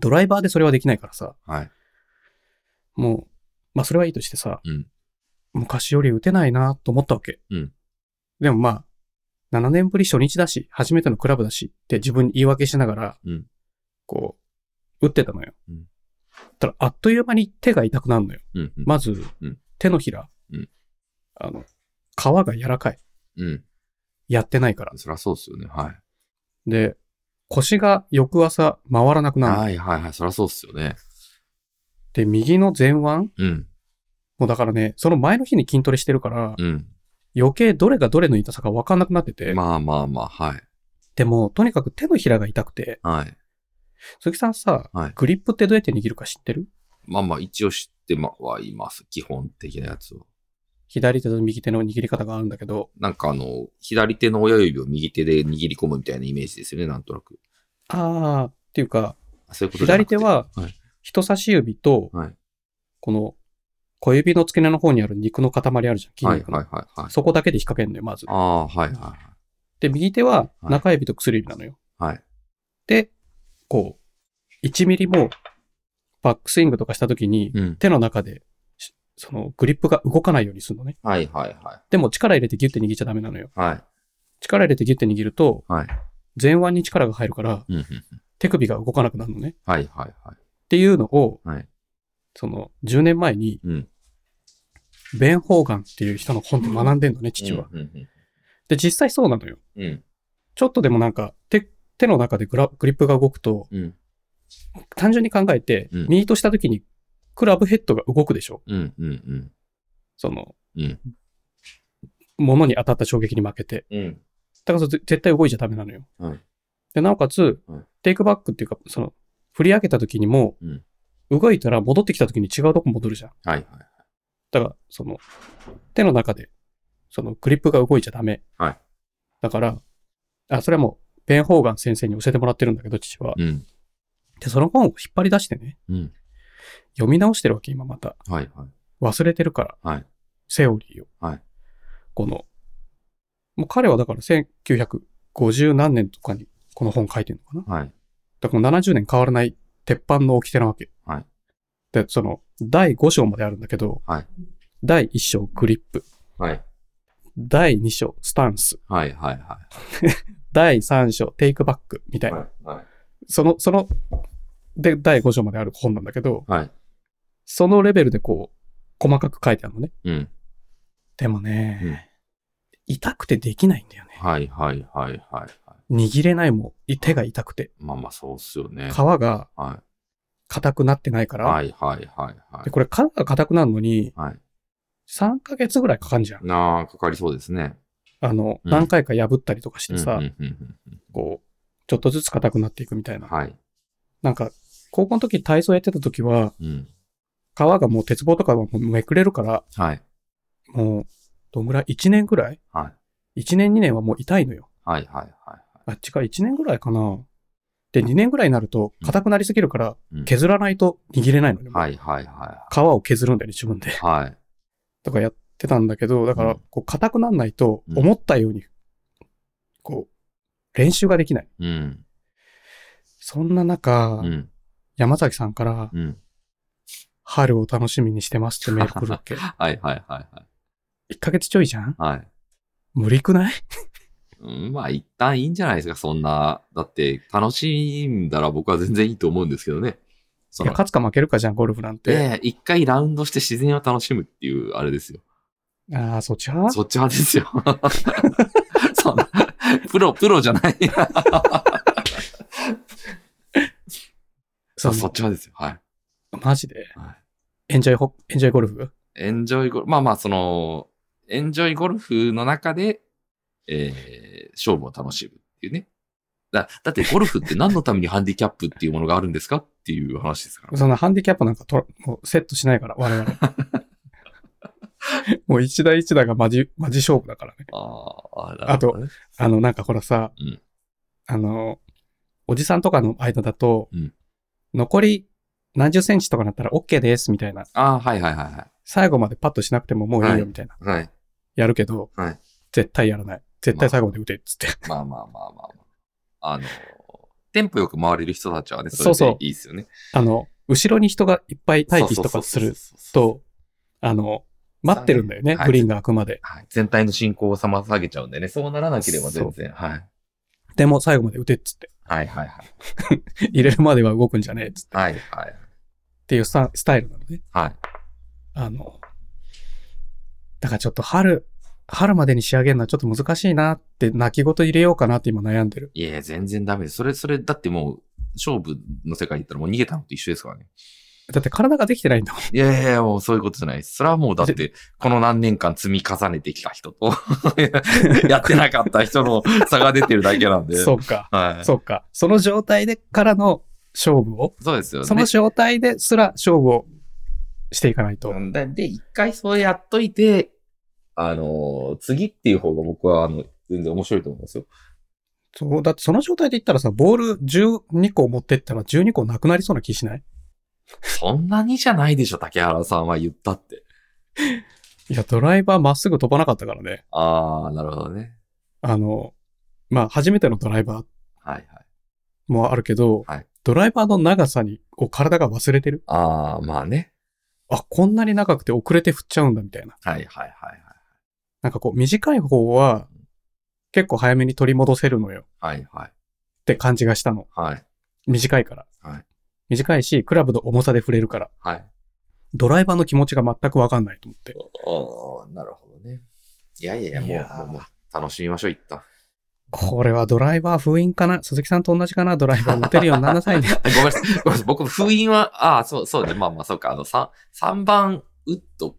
Speaker 1: ドライバーでそれはできないからさ、
Speaker 2: はい。
Speaker 1: もう、まあそれはいいとしてさ、
Speaker 2: うん
Speaker 1: 昔より打てないなと思ったわけ。
Speaker 2: うん
Speaker 1: でもまあ、7年ぶり初日だし、初めてのクラブだしって自分に言い訳しながら、
Speaker 2: うん
Speaker 1: こう、打ってたのよ。
Speaker 2: うん
Speaker 1: たら、あっという間に手が痛くなるのよ。
Speaker 2: うん、うん。
Speaker 1: まず、
Speaker 2: うん
Speaker 1: 手のひら、
Speaker 2: うん
Speaker 1: あの、皮が柔らかい。
Speaker 2: うん。
Speaker 1: やってないから。
Speaker 2: そりゃそうですよね。はい。
Speaker 1: で、腰が翌朝回らなくなる。
Speaker 2: はい、はい、はい。そりゃそうっすよね。
Speaker 1: で、右の前腕
Speaker 2: うん、
Speaker 1: もうだからね、その前の日に筋トレしてるから、
Speaker 2: うん。
Speaker 1: 余計どれがどれの痛さか分かんなくなってて、
Speaker 2: まあまあまあ、はい。
Speaker 1: でも、とにかく手のひらが痛くて、
Speaker 2: はい。
Speaker 1: 鈴木さんさ、
Speaker 2: はい
Speaker 1: グリップってどうやって握るか知ってる
Speaker 2: まあまあ、一応知ってはいます。基本的なやつを。
Speaker 1: 左手と右手の握り方があるんだけど、
Speaker 2: なんかあの、左手の親指を右手で握り込むみたいなイメージですよね、なんとなく。
Speaker 1: あー、っていうか、
Speaker 2: あそういうことじゃな
Speaker 1: 左
Speaker 2: くて
Speaker 1: 手、は
Speaker 2: はい
Speaker 1: 人差し指と、
Speaker 2: はい
Speaker 1: この小指の付け根の方にある肉の塊あるじゃん、筋
Speaker 2: はい
Speaker 1: 肉の。
Speaker 2: はいはいはい。
Speaker 1: そこだけで引っ掛けんのよ、まず
Speaker 2: あ。あ、はいはい
Speaker 1: で、右手は
Speaker 2: はい
Speaker 1: 中指と薬指なのよ。
Speaker 2: はい。
Speaker 1: で、こう、1ミリもバックスイングとかした時に、
Speaker 2: うん。
Speaker 1: 手の中でし、そのグリップが動かないようにするのね。
Speaker 2: はいはいは
Speaker 1: でも力入れてギュッて握っちゃダメなのよ。
Speaker 2: い。はい。
Speaker 1: 力入れてギュッて握ると、
Speaker 2: はい。
Speaker 1: 前腕に力が入るから、
Speaker 2: うんうん。
Speaker 1: 手首が動かなくなるのね。
Speaker 2: はいはいは
Speaker 1: っ
Speaker 2: い。
Speaker 1: ていうのを、
Speaker 2: はい
Speaker 1: その、10年前に、
Speaker 2: うん
Speaker 1: ベン・ホーガンっていう人の本で学んでんのね、父は。
Speaker 2: うんうん
Speaker 1: で、実際そうなのよ。
Speaker 2: うん。うん。
Speaker 1: ちょっとでもなんか、手、手の中でグラグリップが動くと、
Speaker 2: うん。
Speaker 1: 単純に考えて、
Speaker 2: うん
Speaker 1: ミートした時に、クラブヘッドが動くでしょ
Speaker 2: うんうん
Speaker 1: その、
Speaker 2: うん
Speaker 1: 物に当たった衝撃に負けて。
Speaker 2: うん。うん。
Speaker 1: だからそれ絶対動いちゃダメなのよ。
Speaker 2: はい
Speaker 1: で、なおかつ、
Speaker 2: はい
Speaker 1: テイクバックっていうか、その、振り上げた時にも、
Speaker 2: うん
Speaker 1: 動いたら戻ってきた時に違うとこ戻るじゃん。
Speaker 2: はいはい。
Speaker 1: だから、その、手の中で、その、グリップが動いちゃダメ。
Speaker 2: はい
Speaker 1: だから、あ、それはもう、ベン・ホーガン先生に教えてもらってるんだけど、父は。
Speaker 2: うん。
Speaker 1: で、その本を引っ張り出してね、
Speaker 2: うん。
Speaker 1: 読み直してるわけ、今また。
Speaker 2: はいはい。
Speaker 1: 忘れてるから。
Speaker 2: はい
Speaker 1: セオリーを。
Speaker 2: はい
Speaker 1: この、もう彼はだから1950何年とかにこの本書いてるのかな
Speaker 2: はい。
Speaker 1: だからこの70年変わらない鉄板の掟なわけ。
Speaker 2: はい
Speaker 1: で、その、第5章まであるんだけど、
Speaker 2: はい
Speaker 1: 第1章グリップ、
Speaker 2: はい。
Speaker 1: 第2章スタンス、
Speaker 2: はいはいは
Speaker 1: 第3章テイクバックみたい
Speaker 2: い。
Speaker 1: な、
Speaker 2: はいはい。
Speaker 1: その、その、で、第5章まである本なんだけど、
Speaker 2: はい。
Speaker 1: そのレベルでこう、細かく書いてあるのね。
Speaker 2: うん。
Speaker 1: でもね、痛くてできないんだよね。
Speaker 2: はいはいはいはいはい。
Speaker 1: 握れないもん。手が痛くて。
Speaker 2: まあまあそうっすよね
Speaker 1: 皮。が
Speaker 2: は
Speaker 1: 硬くなってないか
Speaker 2: い。
Speaker 1: ら。
Speaker 2: はいはいはいは
Speaker 1: で、これ皮が硬くなるのに、
Speaker 2: い。はい。
Speaker 1: 3ヶ月ぐらいかかんじゃん。
Speaker 2: なあ、かかりそうですね。
Speaker 1: あの、
Speaker 2: うん
Speaker 1: 何回か破ったりとかして
Speaker 2: うんうん
Speaker 1: さ、
Speaker 2: うんうん
Speaker 1: こう、ちょっとずつ硬くなっていくみたいな。
Speaker 2: はい。
Speaker 1: なんか、高校の時体操やってた時は、
Speaker 2: うん。
Speaker 1: 皮がもう鉄棒とかはもうめくれるから、
Speaker 2: はい。
Speaker 1: もう、どんぐらい ?1 年ぐらい
Speaker 2: はい。
Speaker 1: ?1 年2年はもう痛いのよ。
Speaker 2: はいはいは
Speaker 1: あ、違う、1年ぐらいかな。で、2年ぐらいになると、硬くなりすぎるから
Speaker 2: うん、
Speaker 1: 削らないと握れないのよ。
Speaker 2: い。はいはいは
Speaker 1: 皮を削るんだよね、自分で。
Speaker 2: い。はい。
Speaker 1: とかやってたんだけど、だか
Speaker 2: う
Speaker 1: ら
Speaker 2: ん、
Speaker 1: こう、硬くなんないと、
Speaker 2: うん
Speaker 1: 思ったように、こう、練習ができない。
Speaker 2: うん。
Speaker 1: そんな中、
Speaker 2: うん。
Speaker 1: 山崎さんから、
Speaker 2: うん。
Speaker 1: 春を楽しみにしてます ってメール来るわけ。
Speaker 2: はいはいはいはい。
Speaker 1: 1ヶ月ちょいじゃん
Speaker 2: はい。
Speaker 1: 無理くない
Speaker 2: うん、まあ一旦いいんじゃないですか、そんな。だって、楽しんだら僕は全然いいと思うんですけどね。そ
Speaker 1: いや、
Speaker 2: の、
Speaker 1: 勝つか負けるかじゃん、ゴルフなんて。
Speaker 2: で、一回ラウンドして自然を楽しむっていう、あれです よ。
Speaker 1: ああ、そっち派
Speaker 2: そっち派ですよ。 そんな、プロ、プロじゃない。
Speaker 1: そ
Speaker 2: そ、
Speaker 1: うう
Speaker 2: そっち派ですよ。はい。
Speaker 1: マジで。
Speaker 2: は
Speaker 1: エンジョイホ、エンジョイゴルフ
Speaker 2: エンジョイゴルフ、まあまあ、その、エンジョイゴルフの中で、えー、勝負を楽しむっていうね。だだってゴルフって何のためにハンディキャップっていうものがあるんですかっていう話で すから。
Speaker 1: そんなハンディキャップなんかとらもうセットしないから、我 々。もう一打一打がマジ、マジ勝負だからね。
Speaker 2: ああ、なるほどね。
Speaker 1: あの、なんかほらさ、
Speaker 2: うん
Speaker 1: あの、おじさんとかの間だと、
Speaker 2: うん
Speaker 1: 残り何十センチとかなったら OK ですみたいな、
Speaker 2: ああ、はいはいは
Speaker 1: 最後までパッとしなくてももういい
Speaker 2: はい
Speaker 1: よみたいな、
Speaker 2: いはい。はい。
Speaker 1: やるけど、
Speaker 2: はい
Speaker 1: 絶対やらない。絶対最後まで打てっつって。
Speaker 2: まあまあまあまあまあ。あの、テンポよく回れる人たちはね、そ
Speaker 1: そ
Speaker 2: れ
Speaker 1: うそう
Speaker 2: でいいですよね。
Speaker 1: あの、後ろに人がいっぱい待機とかする
Speaker 2: そうそうそうそう。
Speaker 1: と、あの、待ってるんだよね、
Speaker 2: はい
Speaker 1: グリーンが開くまで。
Speaker 2: はい、全体の進行を妨げちゃうんでね、そうならなければ全然。はい。
Speaker 1: でも最後まで打てっ つって。
Speaker 2: はいはいはい。
Speaker 1: 入れるまでは動くんじゃねえっつって。
Speaker 2: はいはい。
Speaker 1: っていうスタスタイルなのね。
Speaker 2: はい。
Speaker 1: あの、だからちょっと春、春までに仕上げるのはちょっと難しいなって、泣き言入れようかなって今悩んでる。
Speaker 2: いや、全然ダメです。それ、それ、だってもう、勝負の世界に行ったらもう逃げたのと一緒ですからね。
Speaker 1: だって体ができてないんだもん。
Speaker 2: いやいやいや、もうそういうことじゃないです。それはもう だって、この何年間積み重ねてきた人と、 やってなかった人の差が出てるだけなん で。
Speaker 1: そうか。
Speaker 2: はい。
Speaker 1: そうか。その状態でからの勝負を、
Speaker 2: そうですよね。
Speaker 1: その状態ですら勝負をしていかないと
Speaker 2: う。んで、で一回そうやっといて、あのー次っていう方が僕は、あの、全然面白いと思うんですよ。
Speaker 1: そう、だってその状態で言ったらさ、ボール12個持ってったら12個なくなりそうな気しない
Speaker 2: そんなにじゃないでしょ、竹原さんは言ったって。
Speaker 1: いや、ドライバーまっすぐ飛ばなかったからね。
Speaker 2: ああ、なるほどね。
Speaker 1: あの、まあ、初めてのドライバー
Speaker 2: はいはい。
Speaker 1: もあるけど、
Speaker 2: はい
Speaker 1: ドライバーの長さに、を体が忘れてる。
Speaker 2: ああ、まあね。
Speaker 1: あ、こんなに長くて遅れて振っちゃうんだみたいな。
Speaker 2: はいはいはい
Speaker 1: なんかこう、短い方は、結構早めに取り戻せるのよ
Speaker 2: はい。はいはい。
Speaker 1: って感じがしたの。
Speaker 2: はい。
Speaker 1: 短いから。
Speaker 2: はい
Speaker 1: 短いし、クラブの重さで振れるから、
Speaker 2: はい。
Speaker 1: ドライバーの気持ちが全くわかんないと思って。
Speaker 2: ああ、なるほどね。いやいやい
Speaker 1: い
Speaker 2: や、
Speaker 1: や
Speaker 2: もう、もうもう、楽しみましょう、一旦。
Speaker 1: これはドライバー封印かな鈴木さんと同じかなドライバー持てるようにならなさい ね。
Speaker 2: ごめんなさい。ごめんなさい。僕、封印は、ああ、そう、そうね。まあまあ、そうか。あの、3、三番ウッド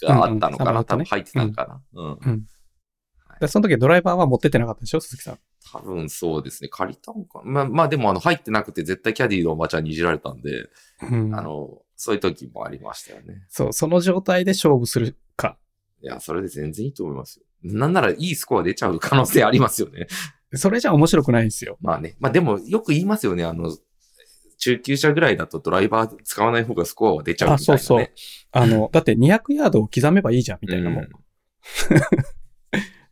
Speaker 2: があったのか
Speaker 1: うん
Speaker 2: な、
Speaker 1: うん
Speaker 2: 多分入ってたのかな、うん。
Speaker 1: でその時ドライバーは持ってってなかったでしょ鈴木さん。
Speaker 2: 多分そうですね。借りたのかなまあ、まあでも、あの、入ってなくて、絶対キャディのおばちゃんにいじられたんで、
Speaker 1: うん
Speaker 2: あの、そういう時もありましたよね。
Speaker 1: そう、その状態で勝負するか。
Speaker 2: いや、それで全然いいと思いますよ。なんならいいスコア出ちゃう可能性ありますよね。
Speaker 1: それじゃ面白くないんですよ。
Speaker 2: まあね。まあでも、よく言いますよね。あの、中級者ぐらいだとドライバー使わない方がスコアは出ちゃうみたいな、ね。
Speaker 1: あそうそうあの、だって200ヤードを刻めばいいじゃんみたいなもん。
Speaker 2: うん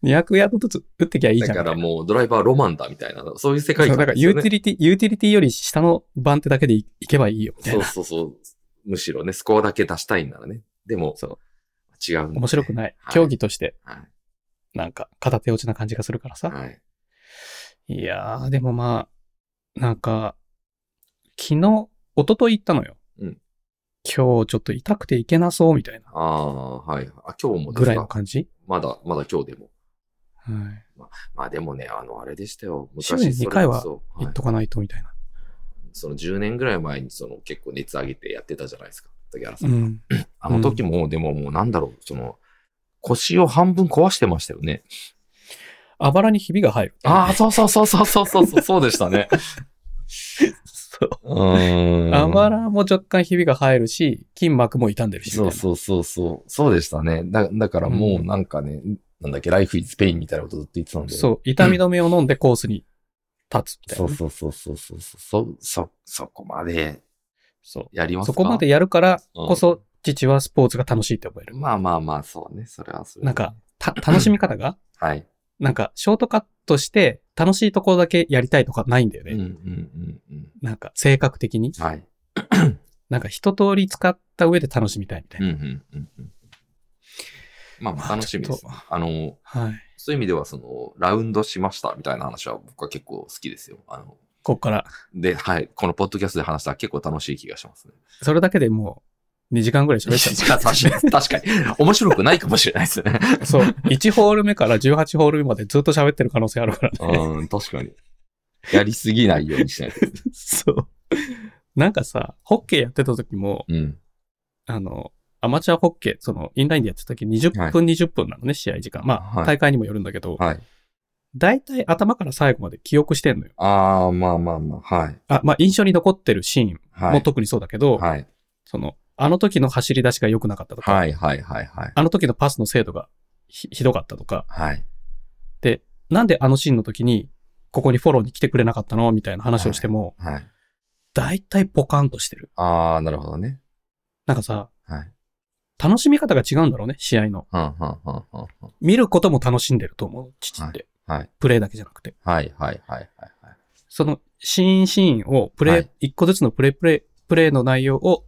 Speaker 1: 200ヤードずつ打ってきゃいいじゃんみた
Speaker 2: だ
Speaker 1: いな。
Speaker 2: からもうドライバーロマンだみたいな、そういう世界
Speaker 1: そう、
Speaker 2: 観
Speaker 1: だから
Speaker 2: です
Speaker 1: ユ
Speaker 2: よ
Speaker 1: ーティ
Speaker 2: ね。
Speaker 1: リティ、ユーティリティより下の番手だけでいいけばいいよ、みたい
Speaker 2: そう
Speaker 1: な。
Speaker 2: そうそう。むしろね、スコアだけ出したいんならね。でも、
Speaker 1: そう
Speaker 2: 違うんだね、
Speaker 1: 面白くない
Speaker 2: は。い
Speaker 1: 競技として、
Speaker 2: はい。
Speaker 1: なんか、片手落ちな感じがするからさ。
Speaker 2: はい。
Speaker 1: いやー、でもまあ、なんか、昨日、一昨日行ったのよ。
Speaker 2: うん
Speaker 1: 今日ちょっと痛くて行けなそう、みたいな
Speaker 2: ああ、はい。あ、今日もで
Speaker 1: ぐら
Speaker 2: す
Speaker 1: いの
Speaker 2: か
Speaker 1: 感じ。
Speaker 2: まだ、まだ今日でも。
Speaker 1: はい。
Speaker 2: まあでもね、あの、あれでしたよ。
Speaker 1: 週に二回は
Speaker 2: それ
Speaker 1: 行
Speaker 2: こ
Speaker 1: っ
Speaker 2: そ
Speaker 1: とかないと、みたいな。
Speaker 2: はいその10年ぐらい前に、その結構熱上げてやってたじゃないですか。竹原さ。
Speaker 1: うんん。
Speaker 2: あの時も、でももうなんだろう、その、腰を半分壊してましたよね。
Speaker 1: あばらにひびが入る。
Speaker 2: ああ、そうそうそうそうそうそうそう、そうでしたね。
Speaker 1: そう。
Speaker 2: うーん。
Speaker 1: あばらも若干ひびが入るし、筋膜も傷んでるし、みたい
Speaker 2: そう
Speaker 1: な。
Speaker 2: そうそうそう。そうでしたね。だだからも
Speaker 1: う
Speaker 2: うなんかね、なんだっけ、ライフイズペインみたいなことずっと言ってたんで。。
Speaker 1: そうう。痛み止めを飲んでコースに立つ、みたい
Speaker 2: そ
Speaker 1: な
Speaker 2: う
Speaker 1: ね。
Speaker 2: そうそうそうそうそう。そ、そこまで
Speaker 1: そう。
Speaker 2: やりますか
Speaker 1: そこまでやるからこそ、父はスポーツが楽しいって思える。
Speaker 2: まあまあまあ、そうね。それはそれ。
Speaker 1: なんか、、た、楽しみ方が、
Speaker 2: はい。
Speaker 1: なんか、ショートカットして、楽しいところだけやりたいとかないんだよね。
Speaker 2: うんうんうんうん。
Speaker 1: なんか、性格的に。
Speaker 2: はい。
Speaker 1: なんか、一通り使った上で楽しみたいみたい
Speaker 2: うん
Speaker 1: な。
Speaker 2: うんうんうん。まあまあ、楽しみです。
Speaker 1: まあ
Speaker 2: あの、
Speaker 1: はい。
Speaker 2: そういう意味では、その、ラウンドしましたみたいな話は僕は結構好きですよ。あの、
Speaker 1: こっから、
Speaker 2: で、はい。このポッドキャストで話したら結構楽しい気がしますね。
Speaker 1: それだけでもう、2時間ぐらい喋っ ちゃ
Speaker 2: 確かに、確かに。面白くないかもしれないですね。
Speaker 1: う。そう。1ホール目から18ホール目までずっと喋ってる可能性あるから。
Speaker 2: うん、確かに。やりすぎないようにしないと。
Speaker 1: そう。なんかさ、ホッケーやってた時も、
Speaker 2: うん。
Speaker 1: あの、アマチュアホッケー、その、インラインでやってた時
Speaker 2: はい
Speaker 1: 20分20分なのね、試合時間。ま
Speaker 2: は
Speaker 1: あ、
Speaker 2: い
Speaker 1: 大会にもよるんだけど、
Speaker 2: はい。
Speaker 1: 大体頭から最後まで記憶してんのよ。
Speaker 2: ああ、まあまあまあ、はい。
Speaker 1: あ、まあ、印象に残ってるシーン
Speaker 2: は
Speaker 1: も
Speaker 2: い。
Speaker 1: 特にそうだけど、
Speaker 2: はい。
Speaker 1: その、あの時の走り出しが良くなかったとか、
Speaker 2: はい、はい、はい、はい。
Speaker 1: あの時のパスの精度がひひどかったとか、
Speaker 2: はい。
Speaker 1: なんであのシーンの時に、ここにフォローに来てくれなかったのみたいな話をしても、
Speaker 2: はい。
Speaker 1: 大体ポカンとしてる。
Speaker 2: ああ、なるほどね。
Speaker 1: なんかさ、
Speaker 2: はい。
Speaker 1: 楽しみ方が違うんだろうね、試合の。
Speaker 2: うん、うん、うん、うんうん。
Speaker 1: 見ることも楽しんでると思う、父って。
Speaker 2: はいはい
Speaker 1: プレイだけじゃなくて。
Speaker 2: はい、はい、はい、はい。はい
Speaker 1: そのシーンシーンを、プレイ、
Speaker 2: はい
Speaker 1: 一個ずつのプレイプレイ、プレイの内容を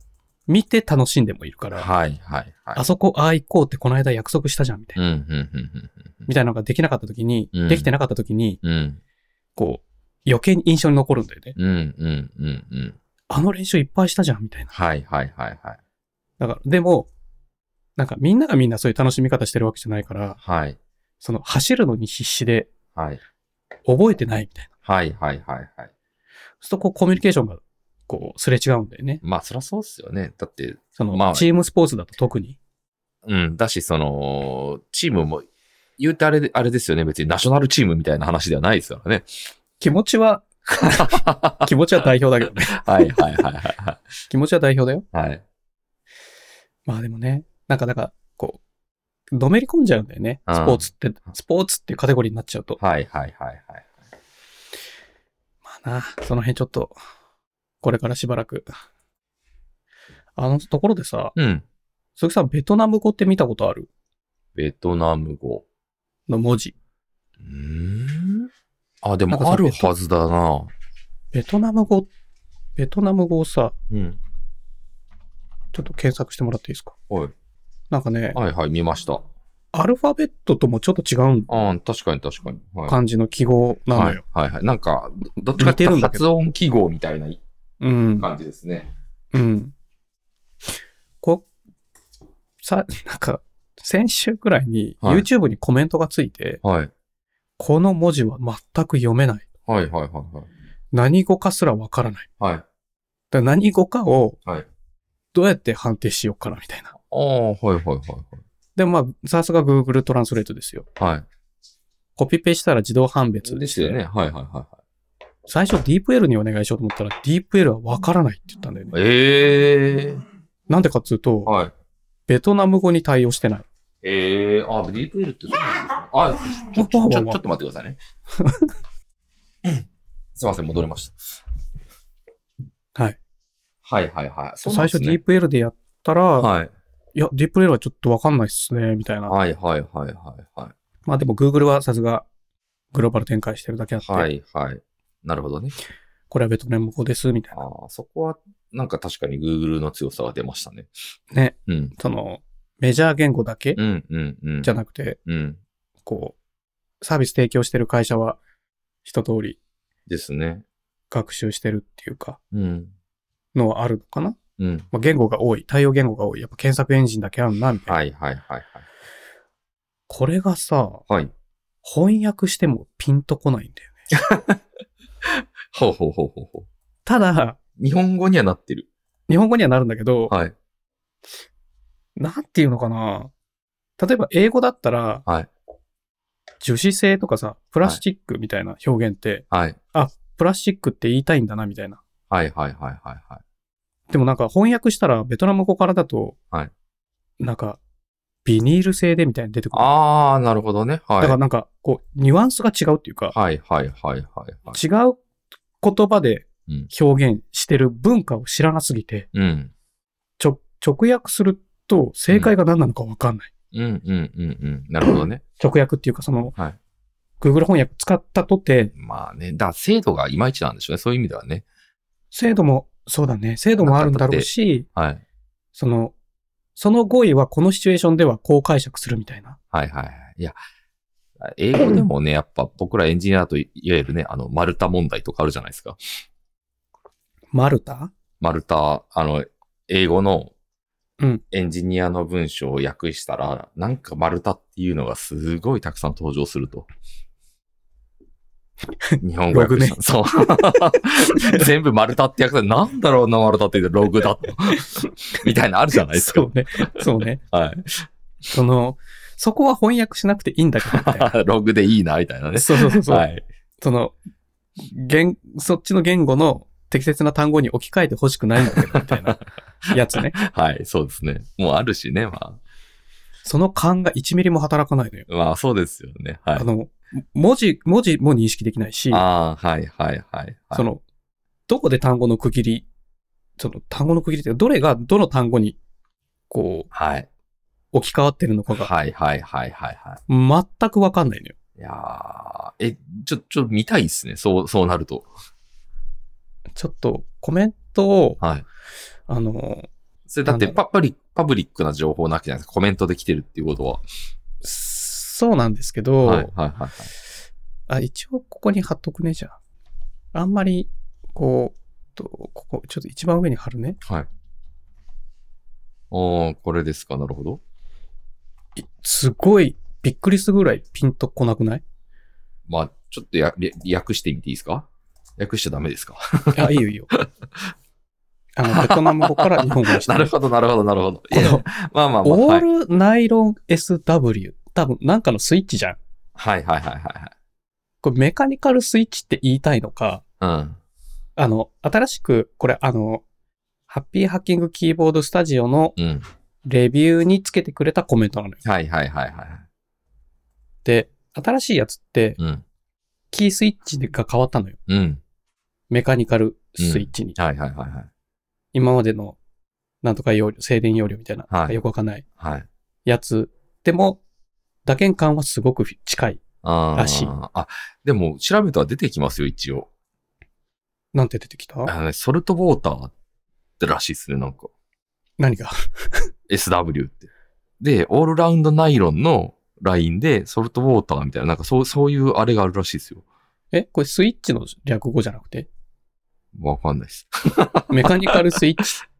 Speaker 1: 見て楽しんでもいるから、
Speaker 2: はい、はい、は
Speaker 1: あ
Speaker 2: い。
Speaker 1: そこ、ああ行こうってこの間約束したじゃん、みたいな。
Speaker 2: うん、うん、うん、
Speaker 1: みたいなのができなかった時に、
Speaker 2: うん
Speaker 1: できてなかった時に、
Speaker 2: うん。うん、
Speaker 1: こう、余計に印象に残るんだよね。
Speaker 2: うん、うん、うん、うん。
Speaker 1: あの練習いっぱいしたじゃん、みたいな。
Speaker 2: はい、はい、はい、はい。
Speaker 1: だから、でも、なんかみんながみんなそういう楽しみ方してるわけじゃないから、
Speaker 2: はい、
Speaker 1: その走るのに必死で
Speaker 2: はい。
Speaker 1: 覚えてないみたいな。
Speaker 2: はい、はい、はい、はい。
Speaker 1: そうするとこうコミュニケーションがこうすれ違うんだよね。
Speaker 2: まあ、そりゃそうっすよね。だって、
Speaker 1: その、
Speaker 2: まあ
Speaker 1: チームスポーツだと特に。
Speaker 2: うん、だし、その、チームも、言うてあれで、あれですよね。別にナショナルチームみたいな話ではないですからね。
Speaker 1: 気持ち は、気持ちは代表だけどね。
Speaker 2: はいはいはいは
Speaker 1: 気持ちは代表だよ。
Speaker 2: い。はい。
Speaker 1: まあでもね、なんかだから、こう、のめり込んじゃうんだよね。
Speaker 2: うん
Speaker 1: スポーツって、スポーツっていうカテゴリーになっちゃうと。
Speaker 2: はいはいはいはい。
Speaker 1: まあな、その辺ちょっと、これからしばらく。あのところでさ、
Speaker 2: うん。
Speaker 1: 鈴木さん、ベトナム語って見たことある
Speaker 2: ベトナム語。
Speaker 1: の文字。
Speaker 2: うーん。あ、で
Speaker 1: なんか
Speaker 2: も
Speaker 1: さ
Speaker 2: あるはずだな。
Speaker 1: ベトナム語っベトナム語をさ、
Speaker 2: うん。
Speaker 1: ちょっと検索してもらっていいですか
Speaker 2: はい。
Speaker 1: なんかね、
Speaker 2: はいはい、見ました。
Speaker 1: アルファベットともちょっと違う
Speaker 2: ああ、確かに確かに。はい。
Speaker 1: 感じの記号なのよ。
Speaker 2: はい、はいはい。なんか、どっちかっていうと
Speaker 1: 似てるんだけ
Speaker 2: 発音記号みたいな
Speaker 1: うん。
Speaker 2: 感じですね。
Speaker 1: うん。こさ、なんか、先週くらいに
Speaker 2: はい
Speaker 1: YouTube にコメントがついて、
Speaker 2: はい。
Speaker 1: この文字は全く読めない。
Speaker 2: はいはいはい
Speaker 1: 何語かすらわからない。
Speaker 2: はい。はい。
Speaker 1: だから何語かを
Speaker 2: はい。
Speaker 1: どうやって判定しようかなみたいな。
Speaker 2: ああ、はいはいはい
Speaker 1: でもまあ、さすが Google トランスレートですよ。
Speaker 2: はい。は
Speaker 1: コピペしたら自動判別
Speaker 2: い。ですよね。。はいはいは
Speaker 1: 最初 DeepL にお願いしようと思ったら DeepL はわからないって言ったんだよね。
Speaker 2: いはい。ええ
Speaker 1: なんでかっつうと、
Speaker 2: はい。
Speaker 1: ベトナム語に対応してない。
Speaker 2: ええあ、ディープエルってそうなんですね。あ、ちょ、ちょ、ちょちょっと待ってくださいね。 すいません、戻りました。
Speaker 1: はい。
Speaker 2: はいはいはい。そうなん
Speaker 1: 最
Speaker 2: です
Speaker 1: 初
Speaker 2: ね
Speaker 1: DeepL でやったら、
Speaker 2: はい。
Speaker 1: いや、DeepL はちょっとわかんないっすね、みたいな。
Speaker 2: はいはいはいはいはい。
Speaker 1: まあでも Google はさすがグローバル展開してるだけあって、
Speaker 2: はいはい。なるほどね。
Speaker 1: これはベトナム語です、みたいな。
Speaker 2: ああ、そこは、なんか確かに Google の強さは出ましたね。
Speaker 1: ね。
Speaker 2: うん。
Speaker 1: その、メジャー言語だけ
Speaker 2: うんうんうん。
Speaker 1: じゃなくて、
Speaker 2: うん。
Speaker 1: こう、サービス提供してる会社は一通り
Speaker 2: ですね。
Speaker 1: 学習してるっていうか、
Speaker 2: うん。
Speaker 1: のはあるのかな、
Speaker 2: うん。
Speaker 1: まあ、言語が多い、対応言語が多い、やっぱ検索エンジンだけあるな、みたいな。
Speaker 2: はいはいはい
Speaker 1: これがさ、
Speaker 2: はい。はい。
Speaker 1: 翻訳してもピンとこないんだよね。
Speaker 2: ほうほうほうほうほ
Speaker 1: ただ、
Speaker 2: う。日本語にはなってる。
Speaker 1: 日本語にはなるんだけど、
Speaker 2: はい。
Speaker 1: なんていうのかな例えば英語だったら、
Speaker 2: はい
Speaker 1: 樹脂製とかさ、プラスチックみたいな表現って、
Speaker 2: はい。
Speaker 1: プラスチックって言いたいんだな、みたいな。
Speaker 2: はいはいはいはいはい。
Speaker 1: でもなんか翻訳したら、ベトナム語からだと、
Speaker 2: はい
Speaker 1: なんか、ビニール製でみたいに出てくる。
Speaker 2: ああ、なるほどね。は
Speaker 1: だ
Speaker 2: い。
Speaker 1: からなんか、こう、ニュアンスが違うっていうか、
Speaker 2: はいはいはいはいはい。
Speaker 1: 違う言葉で
Speaker 2: うん
Speaker 1: 表現してる文化を知らなすぎて、
Speaker 2: うん。
Speaker 1: ちょ直訳すると正解が何なのかわかんない。
Speaker 2: うんうんうんうん。なるほどね。
Speaker 1: 直訳っていうか、その、
Speaker 2: はい
Speaker 1: Google 翻訳使ったとて、
Speaker 2: まあね。だから精度がいまいちなんでしょうね。そういう意味ではね。
Speaker 1: 精度も、そうだね、精度もあるんだろうし、
Speaker 2: はい。
Speaker 1: その、その語彙はこのシチュエーションではこう解釈するみたいな。
Speaker 2: はいはいはい。いや、英語でもね、やっぱ僕らエンジニアだといわゆるね、あの、丸太問題とかあるじゃないですか。
Speaker 1: マルタ
Speaker 2: 丸太、あの、英語の
Speaker 1: うん
Speaker 2: エンジニアの文章を訳したら、なんか丸太っていうのがすごいたくさん登場す ると。日本語訳し た。そう。全部丸太って訳されなんだろうな、丸太って言うとログだと。みたいなのあるじゃないです
Speaker 1: そ
Speaker 2: か
Speaker 1: う。ね。そうね。
Speaker 2: はい。
Speaker 1: その、そこは翻訳しなくていいんだけど、みたいな
Speaker 2: ログでいいな、みたいなね。
Speaker 1: そうそうそうそう、
Speaker 2: はい。
Speaker 1: その、言、そっちの言語の適切な単語に置き換えてほしくないんだけど、みたいな やつね。
Speaker 2: はい、そうですね。もうあるしね、ま
Speaker 1: その勘が1ミリも働かないのよ。
Speaker 2: あ。まあ、そうですよね。はい
Speaker 1: あ。の、文字、文字も認識できないし、
Speaker 2: ああー、はい、はい、はい。はい
Speaker 1: そ、の、どこで単語の区切り、その単語の区切りってどれがどの単語に、こ
Speaker 2: はい。
Speaker 1: う、置き換わってるのかが、
Speaker 2: はい、はい、はい、はい、はい。
Speaker 1: 全くわかんないのよ。
Speaker 2: いやーえ、ちょ、ちょ、見たいっすね。そう、そうなると。
Speaker 1: ちょっと、コメントを、
Speaker 2: はい。
Speaker 1: あの、
Speaker 2: それだって
Speaker 1: なん
Speaker 2: パパリ、パブリックな情報なわけじゃないですか。コメントで来てるっていうことは。
Speaker 1: そうなんですけど、
Speaker 2: はい、はい、はい。
Speaker 1: あ、一応ここに貼っとくね、じゃあ。あんまり、こう、とここ、ちょっと一番上に貼るね。
Speaker 2: はい。おー、これですか。なるほど。
Speaker 1: いすごい、びっくりするぐらいピンとこなく ない
Speaker 2: まあ、ちょっとや、り訳してみていいですか訳しちゃダメですか
Speaker 1: あ、いいよいいよ。あの、ベトナム語から日本語にして
Speaker 2: なるほど、なるほど、なるほど。い
Speaker 1: こ
Speaker 2: や
Speaker 1: の、
Speaker 2: まあまあまあ。
Speaker 1: オ
Speaker 2: はい
Speaker 1: ールナイロン SW。多分、なんかのスイッチじゃん。
Speaker 2: はい、はい、はい、はい
Speaker 1: これメカニカルスイッチって言いたいのか、
Speaker 2: はい。うん。
Speaker 1: あの、新しく、これあの、ハッピーハッキングキーボードスタジオの
Speaker 2: うん。
Speaker 1: レビューにつけてくれたコメントなのよ。
Speaker 2: はいはいはいはい。
Speaker 1: で、新しいやつって、
Speaker 2: うん。
Speaker 1: キースイッチが変わったのよ。
Speaker 2: うん。
Speaker 1: メカニカルスイッチに。
Speaker 2: はいはいはいはい。
Speaker 1: 今までの、なんとか容量、静電容量みたいな、
Speaker 2: はい
Speaker 1: よくわかんない
Speaker 2: はい。
Speaker 1: やつ。でも、打鍵感はすごく近い。
Speaker 2: あー
Speaker 1: らしい
Speaker 2: あ、でも調べたら出てきますよ、一応。
Speaker 1: なんて出てき
Speaker 2: あ
Speaker 1: た
Speaker 2: のねソルトウォーターってらしいですね、なんか。
Speaker 1: 何が
Speaker 2: SW って。で、オールラウンドナイロンのラインで、ソルトウォーターみたいな、なんかそう、そういうあれがあるらしいですよ。
Speaker 1: えこれスイッチの略語じゃなくて
Speaker 2: わかんないです。
Speaker 1: メカニカルスイッチっ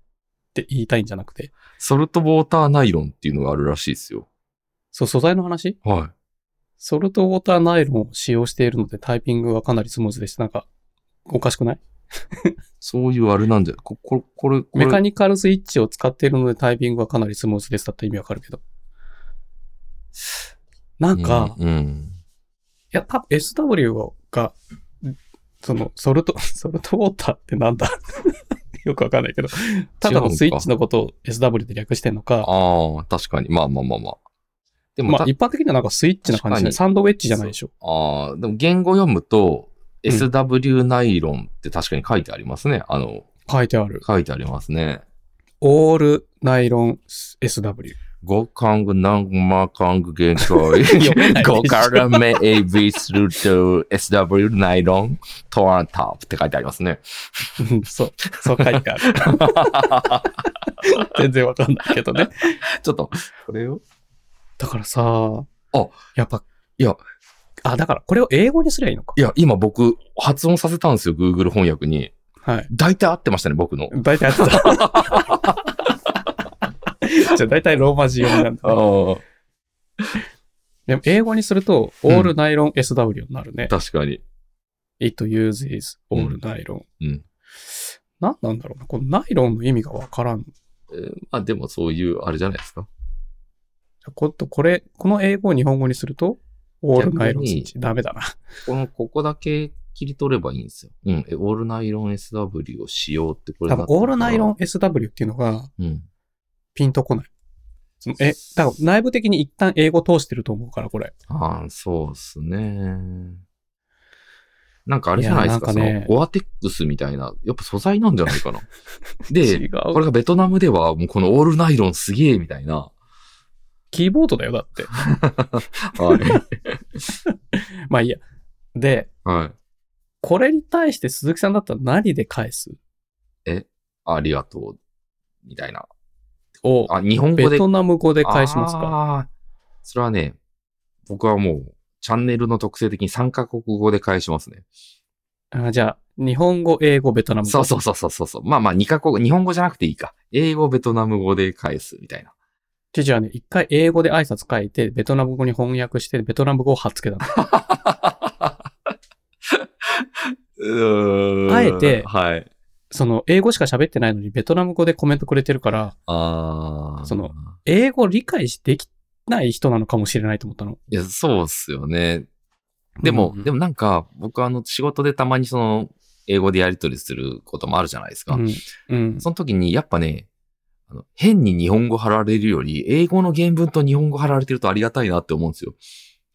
Speaker 1: て言いたいんじゃなくて
Speaker 2: ソルトウォーターナイロンっていうのがあるらしいですよ。
Speaker 1: そう、素材の話
Speaker 2: は
Speaker 1: ソルトウォーターナイロンを使用しているのでタイピングはかなりスムーズでした。なんか、おかしくない
Speaker 2: い。そういうあれなんじゃ、こ、これ、これ、こ
Speaker 1: メカ
Speaker 2: れ
Speaker 1: ニカルスイッチを使っているのでタイピングはかなりスムーズですだって意味わかるけど。なんか、い
Speaker 2: うん。うん
Speaker 1: や、多分 SW が、その、ソルト、 ソルトウォーターってなんだ よくわかんないけど、ただのスイッチのことを SW で略してんのか、
Speaker 2: ああ、確かに。まあまあまあまあ。でも、
Speaker 1: まあ
Speaker 2: た
Speaker 1: 一般的にはなんかスイッチな感じ
Speaker 2: 確
Speaker 1: で、
Speaker 2: かに
Speaker 1: サンドウェッジじゃないでしょ。
Speaker 2: ああ、でも言語読むと、
Speaker 1: うん
Speaker 2: SW ナイロンって確かに書いてありますね。あの、
Speaker 1: 書いてある。
Speaker 2: 書いてありますね。
Speaker 1: オールナイロン SW。
Speaker 2: 五感が何万感 が限界。
Speaker 1: めないでしょ
Speaker 2: 五感が目 AB すると SW ナイロントアンタップって書いてありますね。
Speaker 1: うんそう、そう書いてある。 全然わかんないけどね。
Speaker 2: ちょっと、これを
Speaker 1: だからさ、
Speaker 2: あ
Speaker 1: やっぱ、
Speaker 2: いや、
Speaker 1: あ、だからこれを英語にすりゃいいのか。
Speaker 2: いや、今僕、発音させたんですよ、Google 翻訳に。
Speaker 1: はい。
Speaker 2: 大体合ってましたね、僕の。
Speaker 1: 大体合っ てた。じゃあ大体ローマ字読みなんだ。
Speaker 2: あ
Speaker 1: でも英語にすると、
Speaker 2: うん
Speaker 1: all nylon SW になるね
Speaker 2: あ、。確かに。
Speaker 1: it uses
Speaker 2: う
Speaker 1: all
Speaker 2: ん
Speaker 1: nylon。
Speaker 2: うん。
Speaker 1: なんなんだろうな。このナイロンの意味がわからん。
Speaker 2: えーまあでもそういう、あれじゃないですか。
Speaker 1: こと、これ、この英語を日本語にすると、all
Speaker 2: 逆に
Speaker 1: nylon スイッチ。ダメだな。
Speaker 2: この、ここだけ切り取ればいいんですよ。うん。え、オールナイロン SW をしようって、これ
Speaker 1: 多
Speaker 2: だ
Speaker 1: 分
Speaker 2: ったら
Speaker 1: all nylon SW っていうのが、
Speaker 2: うん。
Speaker 1: ピンとこない。そのえ、だから内部的に一旦英語通してると思うから、これ。
Speaker 2: ああ、そうっすね。なんかあれじゃないですか、
Speaker 1: いやなんかね
Speaker 2: そのゴアテックスみたいな、やっぱ素材なんじゃない かな。
Speaker 1: 違
Speaker 2: で、
Speaker 1: う
Speaker 2: これがベトナムではもうこのオールナイロンすげえみたいな。
Speaker 1: キーボードだよ、だって。
Speaker 2: はい。
Speaker 1: まあいいや。で、
Speaker 2: はい。
Speaker 1: これに対して鈴木さんだったら何で返す
Speaker 2: ありがとう。みたいな。
Speaker 1: を、
Speaker 2: あ、日本語
Speaker 1: ベ
Speaker 2: で。
Speaker 1: トナム語で返しますか
Speaker 2: あーそれはね、僕はもう、チャンネルの特性的に3カ国語で返しますね。
Speaker 1: あーじゃあ、日本語、英語、ベトナム語。
Speaker 2: そうそうそうそうそうそう。まあまあ、2カ国、日本語じゃなくていいか。英語、ベトナム語で返すみたいな。
Speaker 1: 父はね、一回英語で挨拶書いて、ベトナム語に翻訳して、ベトナム語を貼っつけたの。あ
Speaker 2: あ
Speaker 1: えて
Speaker 2: はい。
Speaker 1: その、英語しか喋ってないのに、ベトナム語でコメントくれてるから、
Speaker 2: ああ。
Speaker 1: その。英語理解できない人なのかもしれないと思ったの。
Speaker 2: いや、そうっすよね。でも、で
Speaker 1: も、
Speaker 2: もなんか、僕あの、仕事でたまにその、英語でやり取りすることもあるじゃないですか。
Speaker 1: うん。うん。
Speaker 2: その時に、やっぱね、あの変に日本語貼られるより、英語の原文と日本語貼られてるとありがたいなって思うんですよ。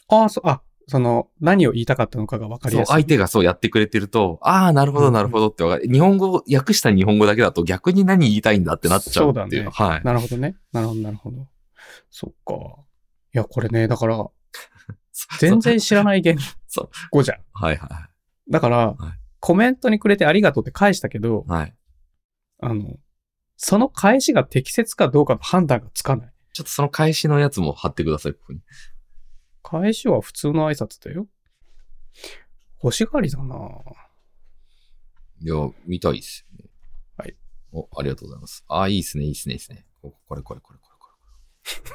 Speaker 1: ああ、そう、あ、その、何を言いたかったのかが分かり
Speaker 2: そう
Speaker 1: や、すい。
Speaker 2: 相手がそうやってくれてると、ああ、なるほ
Speaker 1: うんう
Speaker 2: ど、
Speaker 1: ん
Speaker 2: なるほどってわかる。日本語、訳した日本語だけだと逆に何言いたいんだってなっちゃうってい
Speaker 1: そ
Speaker 2: う。
Speaker 1: うだね
Speaker 2: はい。
Speaker 1: なるほどね。なるほど、なるほど。そっか。いや、これね、だ から、全然知らない言
Speaker 2: そう
Speaker 1: 語じゃん。
Speaker 2: はいは
Speaker 1: だから、コメントにくれてありがとうって返したけど
Speaker 2: い。、はい。
Speaker 1: あの、その返しが適切かどうかの判断がつかない。
Speaker 2: ちょっとその返しのやつも貼ってください、ここに。
Speaker 1: 返しは普通の挨拶だよ。欲しがりだなぁ
Speaker 2: いや、見たいっすよね。
Speaker 1: はい。
Speaker 2: お、ありがとうございます。ああ、いいっすね、いいっすね、いいっすね。ここれ、これ、これ、こ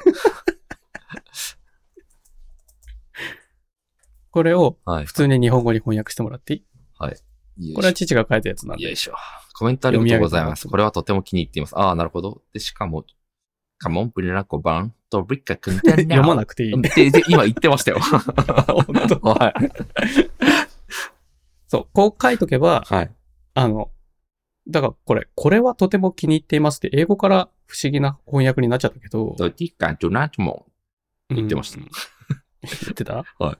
Speaker 2: れ、こ
Speaker 1: これを
Speaker 2: れ。はい。
Speaker 1: 普通に日本語に翻訳してもらっていい
Speaker 2: よいしょ
Speaker 1: これは父が書いたやつなん
Speaker 2: よい
Speaker 1: で。
Speaker 2: しょ。コメントありがとうございます。これはとても気に入っています。ああ、なるほど。で、しかも、カモンプリラコバンとブリッカ君だ
Speaker 1: 読まなくていい。
Speaker 2: でで今言ってましたよ。
Speaker 1: 本 当
Speaker 2: はい。
Speaker 1: そう、こう書いとけば、
Speaker 2: はい。
Speaker 1: あの、だからこれ、これはとても気に入っていますって、英語から不思議な翻訳になっちゃったけど。
Speaker 2: ドティカンジョナチモ
Speaker 1: 言
Speaker 2: ってました
Speaker 1: 言ってた
Speaker 2: はい。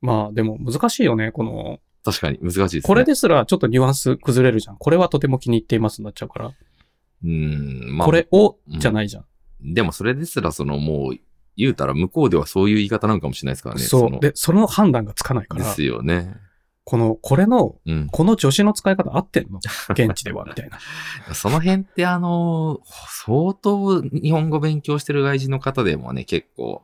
Speaker 1: まあでも難しいよね、この、
Speaker 2: ン。確かに、難しいですね。
Speaker 1: これ。ですらちょっとニュアンス崩れるじゃん。これはとても気に入っていますになっちゃうから。
Speaker 2: うーん、まあ。
Speaker 1: これを
Speaker 2: うん
Speaker 1: じゃないじゃん。
Speaker 2: でもそれですら、その、もう、言うたら向こうではそういう言い方なのかもしれないですからね。
Speaker 1: そ
Speaker 2: の
Speaker 1: う。で、その判断がつかないか
Speaker 2: で
Speaker 1: ら
Speaker 2: す、よね。
Speaker 1: この、これの、
Speaker 2: うん。
Speaker 1: この助詞の使い方合ってんの現地では、みたいな。
Speaker 2: その辺ってあの、相当日本語勉強してる外人の方でもね、結構、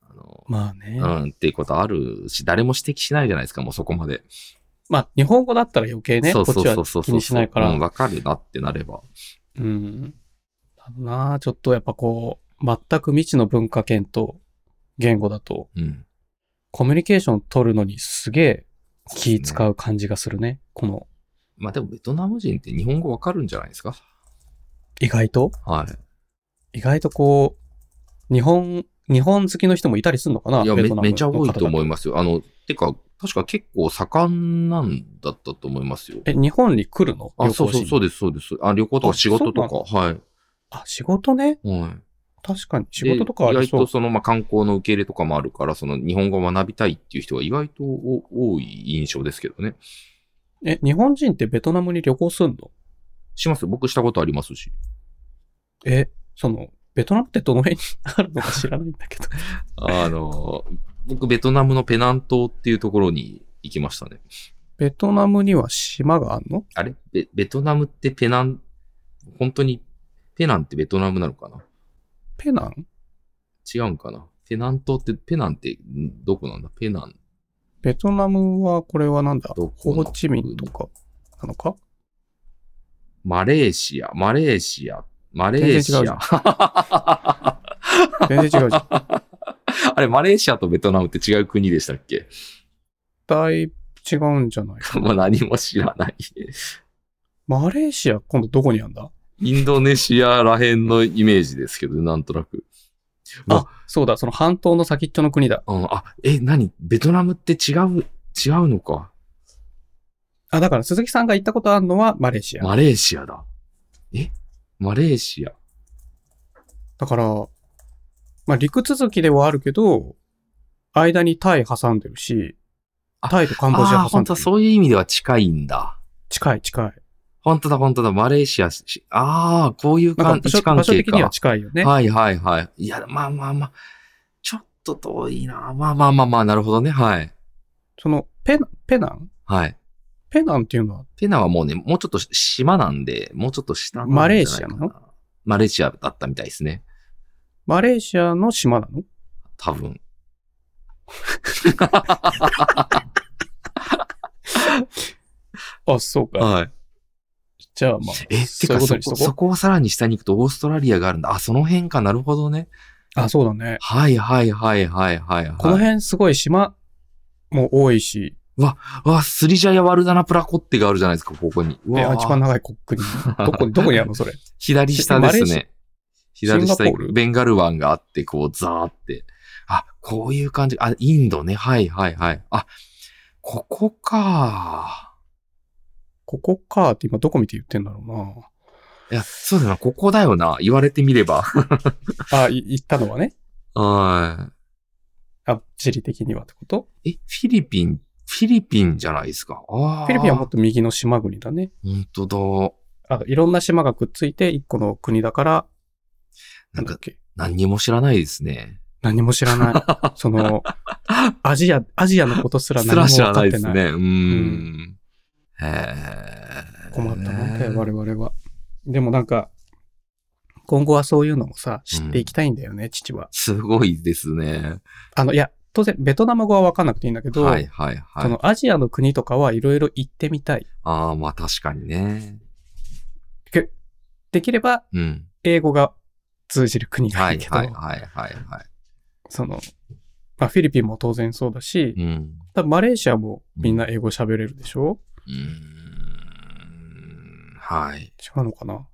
Speaker 2: あの、
Speaker 1: まあね。
Speaker 2: うんっていうことあるし、誰も指摘しないじゃないですか、もうそこまで。
Speaker 1: まあ、日本語だったら余計ね、こ
Speaker 2: そ
Speaker 1: っ
Speaker 2: うそう
Speaker 1: ち
Speaker 2: そう
Speaker 1: は
Speaker 2: そう
Speaker 1: 気にしないから
Speaker 2: うん、。わかるなってなれば。
Speaker 1: うん。だなあちょっとやっぱこう、全く未知の文化圏と言語だと、
Speaker 2: うん。
Speaker 1: コミュニケーション取るのにすげえ気使う感じがするね。この、
Speaker 2: まあでもベトナム人って日本語わかるんじゃないですか
Speaker 1: 意外と
Speaker 2: はい。
Speaker 1: 意外とこう、日本、日本好きの人もいたりするのかない
Speaker 2: や
Speaker 1: ベ
Speaker 2: め、
Speaker 1: トナム
Speaker 2: めちゃ多いと
Speaker 1: う。
Speaker 2: 思いますよ。あの、てか、確か結構盛んなんだったと思いますよ。
Speaker 1: え、日本に来るの
Speaker 2: あ、そうそう、そう
Speaker 1: う。
Speaker 2: です、そうです。あ、旅行と
Speaker 1: あ
Speaker 2: か仕事と
Speaker 1: そ
Speaker 2: か、はい。
Speaker 1: あ、仕事ね。
Speaker 2: はい。
Speaker 1: 確かに。仕
Speaker 2: で
Speaker 1: 事とかあり
Speaker 2: 意外
Speaker 1: そう
Speaker 2: と。その、まあ、観光の受け入れとかもあるから、その、日本語を学びたいっていう人が意外とお多い印象ですけどね。
Speaker 1: え、日本人ってベトナムに旅行すんの
Speaker 2: しますよ僕したことありますし。
Speaker 1: え、その、ベトナムってどの辺にあるのか知らないんだけど。
Speaker 2: あの、僕、ベトナムのペナン島っていうところに行きましたね。
Speaker 1: ベトナムには島があんの
Speaker 2: あれベベトナムってペナン、本当に、ペナンってベトナムなのかな
Speaker 1: ペナン
Speaker 2: 違うんかなペナン島って、ペナンってんどこなんだペナン。
Speaker 1: ベトナムは、これはなんだ
Speaker 2: ど
Speaker 1: ホ
Speaker 2: こ
Speaker 1: ーチミンとかなの か
Speaker 2: マレーシア、マレーシア、マレーシ
Speaker 1: 全然違
Speaker 2: ア
Speaker 1: う。全然違うじゃん。
Speaker 2: あれ、マレーシアとベトナムって違う国でしたっ け
Speaker 1: だいぶ違うんじゃない
Speaker 2: もう何も知らない。
Speaker 1: マレーシア、今度どこにあんだ
Speaker 2: インドネシアらへんのイメージですけど、なんとなく。うわ
Speaker 1: あ、そうだ、その半島の先っちょの国だ。
Speaker 2: うん、あ、え、何ベトナムって違う、違うのか。
Speaker 1: あ、だから鈴木さんが行ったことあるのはマレーシア。
Speaker 2: マレーシアだ。えマレーシア。
Speaker 1: だから、まあ陸続きではあるけど、間にタイ挟んでるし、
Speaker 2: あ
Speaker 1: タイとカンボジ
Speaker 2: あ
Speaker 1: ア
Speaker 2: あー、
Speaker 1: 挟ん
Speaker 2: 本
Speaker 1: で
Speaker 2: 当
Speaker 1: る
Speaker 2: だ、。そういう意味では近いんだ。
Speaker 1: 近い近い。
Speaker 2: 本当だ、本当だ、マレーシアし、ああ、こういう
Speaker 1: な
Speaker 2: か
Speaker 1: ん
Speaker 2: ん
Speaker 1: か場
Speaker 2: 位
Speaker 1: 所
Speaker 2: 置関
Speaker 1: 場所
Speaker 2: 係
Speaker 1: 的には
Speaker 2: か。
Speaker 1: 近いよね。
Speaker 2: はいはいはい。いや、まあまあまあ、ちょっと遠いな。まあまあまあまあ、なるほどね。はい。
Speaker 1: そのペナ、ペナン
Speaker 2: はい。
Speaker 1: ペナンっていうのは
Speaker 2: ペナはもうね、もうちょっと島なんで、もうちょっと下なんじゃ
Speaker 1: マ
Speaker 2: な
Speaker 1: レ
Speaker 2: い
Speaker 1: ー
Speaker 2: か
Speaker 1: シア
Speaker 2: な
Speaker 1: なの
Speaker 2: マレーシアだったみたいですね。
Speaker 1: マレーシアの島なの
Speaker 2: 多分。
Speaker 1: あ、そうか。
Speaker 2: はい。
Speaker 1: じゃあまあ、
Speaker 2: え、て
Speaker 1: そうい
Speaker 2: か
Speaker 1: うこと
Speaker 2: そ
Speaker 1: にし
Speaker 2: こ、
Speaker 1: とこ
Speaker 2: そこをさらに下に行くとオーストラリアがあるんだ。あ、その辺か、なるほどね。
Speaker 1: う。あ、そうだね。
Speaker 2: はいはいはいはいはい、はい。
Speaker 1: この辺すごい島も多いし、
Speaker 2: わ、スリジャヤワルダナプラコッテがあるじゃないですか、ここに。う
Speaker 1: で
Speaker 2: わ
Speaker 1: 一番長い国 国。どこ、どこにあるのそれ。
Speaker 2: 左下で
Speaker 1: マ
Speaker 2: す
Speaker 1: レー
Speaker 2: ね。左
Speaker 1: シン
Speaker 2: 下
Speaker 1: ガ
Speaker 2: に
Speaker 1: ポール
Speaker 2: ベンガル湾があって、こう、ザーって。あ、こういう感じ。あ、インドね。はいはいはい。あ、ここか。
Speaker 1: ここかって今どこ見て言ってんだろう
Speaker 2: いや、そうだな、ここだよな。言われてみれば。
Speaker 1: な。あ、い行ったのはね。
Speaker 2: は
Speaker 1: あ、地理的にはってこと
Speaker 2: い。え、フィリピン、フィリピンじゃないですか。ああ。
Speaker 1: フィリピンはもっと右の島国だね。
Speaker 2: 本当
Speaker 1: あと、いろんな島がくっついて一個の国だから、な
Speaker 2: だ。なんん
Speaker 1: だっ
Speaker 2: か、
Speaker 1: け。
Speaker 2: 何にも知らないですね。
Speaker 1: 何も知ら ない。その、アジア、アジアのことすら
Speaker 2: す
Speaker 1: 何も
Speaker 2: ら知
Speaker 1: 分
Speaker 2: ら
Speaker 1: か
Speaker 2: な
Speaker 1: っ
Speaker 2: い
Speaker 1: て
Speaker 2: です
Speaker 1: ない。
Speaker 2: ね。うー
Speaker 1: ん
Speaker 2: ん。へえ。
Speaker 1: 困ったもんだよ、
Speaker 2: ね
Speaker 1: 我々は。でもなんか、今後はそういうのもさ、知っていきたいんだよね、父は。
Speaker 2: すごいですね。
Speaker 1: あの、いや、当然、ベトナム語は分かんなくていいんだけど、
Speaker 2: はいはい
Speaker 1: そ
Speaker 2: はい。
Speaker 1: のアジアの国とかはいろいろ行ってみたい。
Speaker 2: ああ、まあ確かにね。
Speaker 1: できれば、
Speaker 2: うん。
Speaker 1: 英語が通じる国が
Speaker 2: はい
Speaker 1: い
Speaker 2: い
Speaker 1: けど、
Speaker 2: はいはいはいは
Speaker 1: その、まあ、フィリピンも当然そうだし、
Speaker 2: い。うん。
Speaker 1: 多分マレーシアもみんな英語喋れるでしょ、
Speaker 2: うーん。はい。
Speaker 1: 違うのかな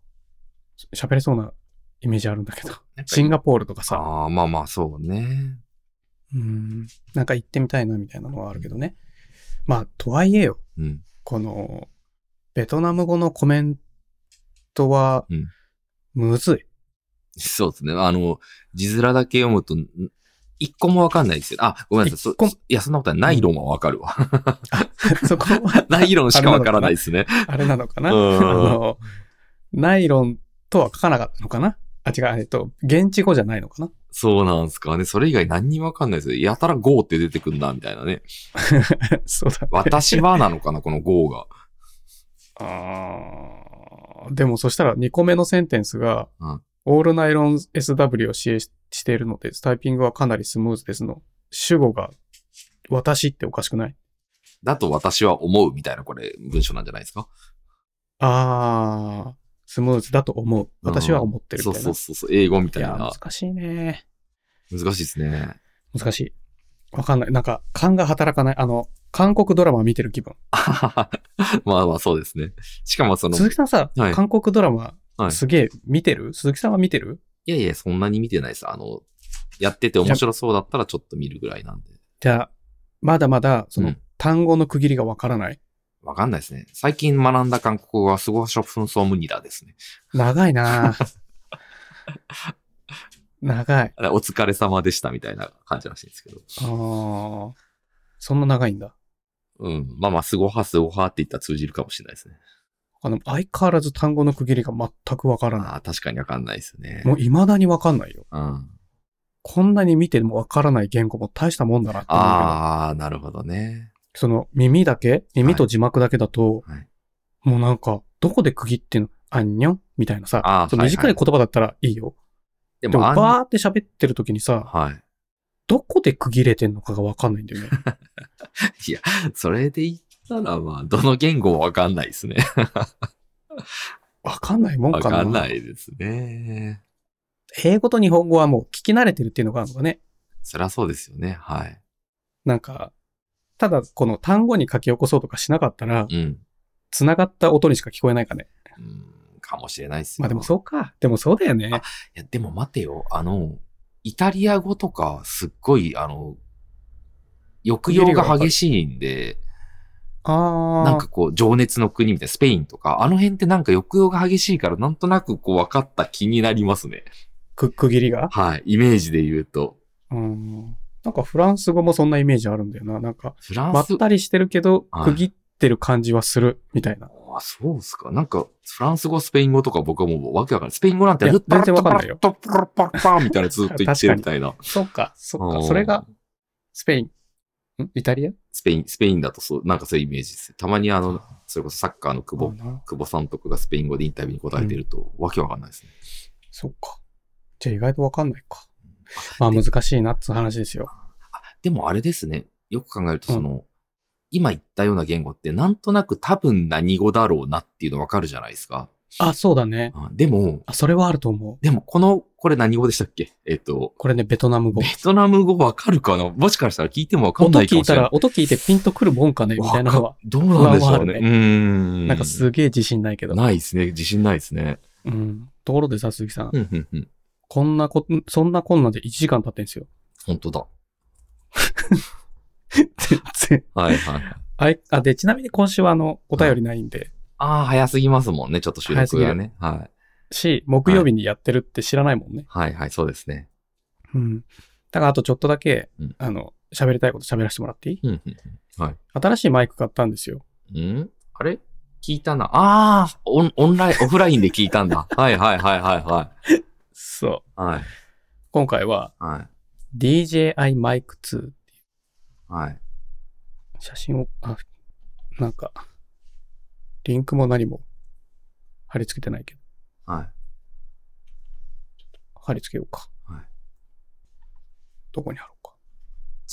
Speaker 1: 喋れそうなイメージあるんだけど。
Speaker 2: なんか
Speaker 1: シンガポールとかさ、
Speaker 2: ああ、まあまあそうね。
Speaker 1: うん、なんか行ってみたいなみたいなのはあるけどね。まあ、とはいえよ、
Speaker 2: うん。
Speaker 1: この、ベトナム語のコメントは
Speaker 2: うん、
Speaker 1: むずい。
Speaker 2: そうですね。あの、字面だけ読むと、ん一個もわかんないですよ。あ、ごめんなさい。
Speaker 1: 一個も
Speaker 2: そいや、そんなことない。ナイロンはわかるわ。
Speaker 1: そこは、
Speaker 2: ナイロンしかわからないですね。
Speaker 1: あれなのかな
Speaker 2: うん
Speaker 1: あの、ナイロンとは書かなかったのかなあ、違う、えっと、現地語じゃないのかな
Speaker 2: そうなんすかね。それ以外何にもわかんないですよ。やたら GO って出てくんな、みたいなね。
Speaker 1: そうだね。
Speaker 2: 私はなのかな、この GO が。
Speaker 1: あーでもそしたら2個目のセンテンスが、
Speaker 2: うん
Speaker 1: オールナイロン SW を支援ししているので、タイピングはかなりスムーズですの。主語が、私っておかしくない
Speaker 2: だと私は思う、みたいな、これ、文章なんじゃないですか。
Speaker 1: あー、スムーズだと思う。私は思ってる
Speaker 2: そ
Speaker 1: み
Speaker 2: う
Speaker 1: たい
Speaker 2: そ
Speaker 1: な。
Speaker 2: うそうそう、英語みたい
Speaker 1: いや
Speaker 2: な。
Speaker 1: ー、難しいね。
Speaker 2: 難しいです ね。
Speaker 1: 難しい。わかんない。なんか、勘が働かない。あの、韓国ドラマ見てる気分。
Speaker 2: まあまあ、そうですね。しかもその、
Speaker 1: 鈴木さんさ、
Speaker 2: はい
Speaker 1: 韓国ドラマ、
Speaker 2: はい
Speaker 1: すげえ見てる鈴木さんは見てる
Speaker 2: いやいや、そんなに見てないです。あの、やってて面白そうだったらちょっと見るぐらいなんで。
Speaker 1: じゃあ、まだまだ、そうの
Speaker 2: ん、
Speaker 1: 単語の区切りがわからない。
Speaker 2: わかんないですね。最近学んだ韓国語はスゴショフンソムニラですね。
Speaker 1: 長いな ぁ長い。
Speaker 2: あお疲れ様でしたみたいな感じらしいんですけど。
Speaker 1: あーそんな長いんだ。
Speaker 2: うん。まあまあ、スゴハスゴハって言ったら通じるかもしれないですね。
Speaker 1: あの相変わらず単語の区切りが全くわからな
Speaker 2: ああ、確かにわかんないですね。
Speaker 1: い。もう未だにわかんないよ。
Speaker 2: うん。あ
Speaker 1: こんなに見てもわからない言語も大したもんだなって思うけど
Speaker 2: あー、なるほどね。
Speaker 1: その耳だけ、耳と字幕だけだと、
Speaker 2: はい
Speaker 1: もうなんか、どこで区切ってんのあんにょんみたいなさ
Speaker 2: あ、ー
Speaker 1: その
Speaker 2: はい
Speaker 1: 短い言葉だったらいいよ。
Speaker 2: で
Speaker 1: でも、
Speaker 2: も、あん
Speaker 1: バーって喋ってる時にさ、
Speaker 2: はい。
Speaker 1: どこで区切れてんのかがわかんないんだよね。
Speaker 2: それで言ったら、まあ、どの言語もわかんないですね。
Speaker 1: わかんないもん
Speaker 2: わ
Speaker 1: かな。
Speaker 2: かんないですね。
Speaker 1: 英語と日本語はもう聞き慣れてるっていうのがあるのかね。
Speaker 2: そりゃそうですよね。はい。
Speaker 1: なんか、ただこの単語に書き起こそうとかしなかったら、
Speaker 2: うん。
Speaker 1: 繋がった音にしか聞こえないかね。
Speaker 2: うん、かもしれないですよ。
Speaker 1: まあでもそうか。でもそうだよね
Speaker 2: あ。いや、でも待てよ。あの、イタリア語とか、すっごい、あの、抑揚が激しいんで、
Speaker 1: ああ。
Speaker 2: なんかこう、情熱の国みたいな、スペインとか、あの辺ってなんか抑揚が激しいから、なんとなくこう、分かった気になりますね。
Speaker 1: く、区切りが
Speaker 2: はい。イメージで言うと。
Speaker 1: うん。なんかフランス語もそんなイメージあるんだよな。なんか、
Speaker 2: フラ
Speaker 1: ま
Speaker 2: ン
Speaker 1: っ
Speaker 2: ス、
Speaker 1: たりしてるけど、
Speaker 2: はい
Speaker 1: 区切ってる感じはする、みたいな。
Speaker 2: あ、そうっすか。なんか、フランス語、スペイン語とか僕はもうわけわかんない。スペイン語なんて、
Speaker 1: いや
Speaker 2: ルッタラッ
Speaker 1: 全然わかん
Speaker 2: パ
Speaker 1: ない
Speaker 2: ラ
Speaker 1: よ
Speaker 2: ッタパラッパラッパーみたいなずっと言ってるみたいな。
Speaker 1: そっか、そっ
Speaker 2: う
Speaker 1: か。
Speaker 2: ん
Speaker 1: それが、、スペイン。んイタリア
Speaker 2: スペイン、スペインだとそう、なんかそういうイメージです。たまにあの、それこそサッカーの久保
Speaker 1: あな
Speaker 2: 久保さんとかがスペイン語でインタビューに答えてると、わけわかんないですね。
Speaker 1: そっか。じゃあ意外とわかんないか。まあ難しいなって話ですよ。
Speaker 2: でもあれですね、よく考えると、
Speaker 1: うん
Speaker 2: その、今言ったような言語って、なんとなく多分何語だろうなっていうのわかるじゃないですか。
Speaker 1: あ、そうだね。
Speaker 2: あでも、
Speaker 1: あ、それはあると思う。
Speaker 2: でもこの、これ何語でしたっけえっ、と、
Speaker 1: これね、ベトナム語
Speaker 2: ベ。トナム語わかるかなもしかしたら聞いてもわかん
Speaker 1: 音
Speaker 2: ないか
Speaker 1: 聞い
Speaker 2: もしたれない
Speaker 1: ら、。音聞いてピンとくるもんかねみたいなのは。
Speaker 2: どうなんでしょう
Speaker 1: 不安は
Speaker 2: ね。
Speaker 1: あるね
Speaker 2: うーん。
Speaker 1: なんかすげえ自信ないけど。
Speaker 2: ないですね。自信ないですね。
Speaker 1: うん。ところでさ、鈴木さん。
Speaker 2: うん、うん、うん。
Speaker 1: こんなこ、そんなこんなで1時間経ってんですよ。
Speaker 2: 本当だ。
Speaker 1: 全然。
Speaker 2: はい、はい。
Speaker 1: あい、あ、で、ちなみに今週はあの、お便りないんで、
Speaker 2: ああ、早すぎますもんね。ちょっと収録がね。はい。
Speaker 1: し、木曜日にやってるって知らないもんね。
Speaker 2: はい、はい、そうですね。
Speaker 1: うん。だからあとちょっとだけ、
Speaker 2: うん
Speaker 1: あの、喋りたいこと喋らせてもらっていい
Speaker 2: うん、うん。はい。
Speaker 1: 新しいマイク買ったんですよ。
Speaker 2: んあれ聞いたな。ああ、オン、オンライン、オフラインで聞いたん だ。はいはいはいはいは
Speaker 1: そう。
Speaker 2: い。はい。
Speaker 1: 今回は
Speaker 2: はい。
Speaker 1: DJI マイク2。
Speaker 2: はい。
Speaker 1: 写真を、あ、なんか、リンクも何も貼り付けてないけど、
Speaker 2: はい。
Speaker 1: 貼り付けようか。
Speaker 2: はい
Speaker 1: どこに貼ろうか。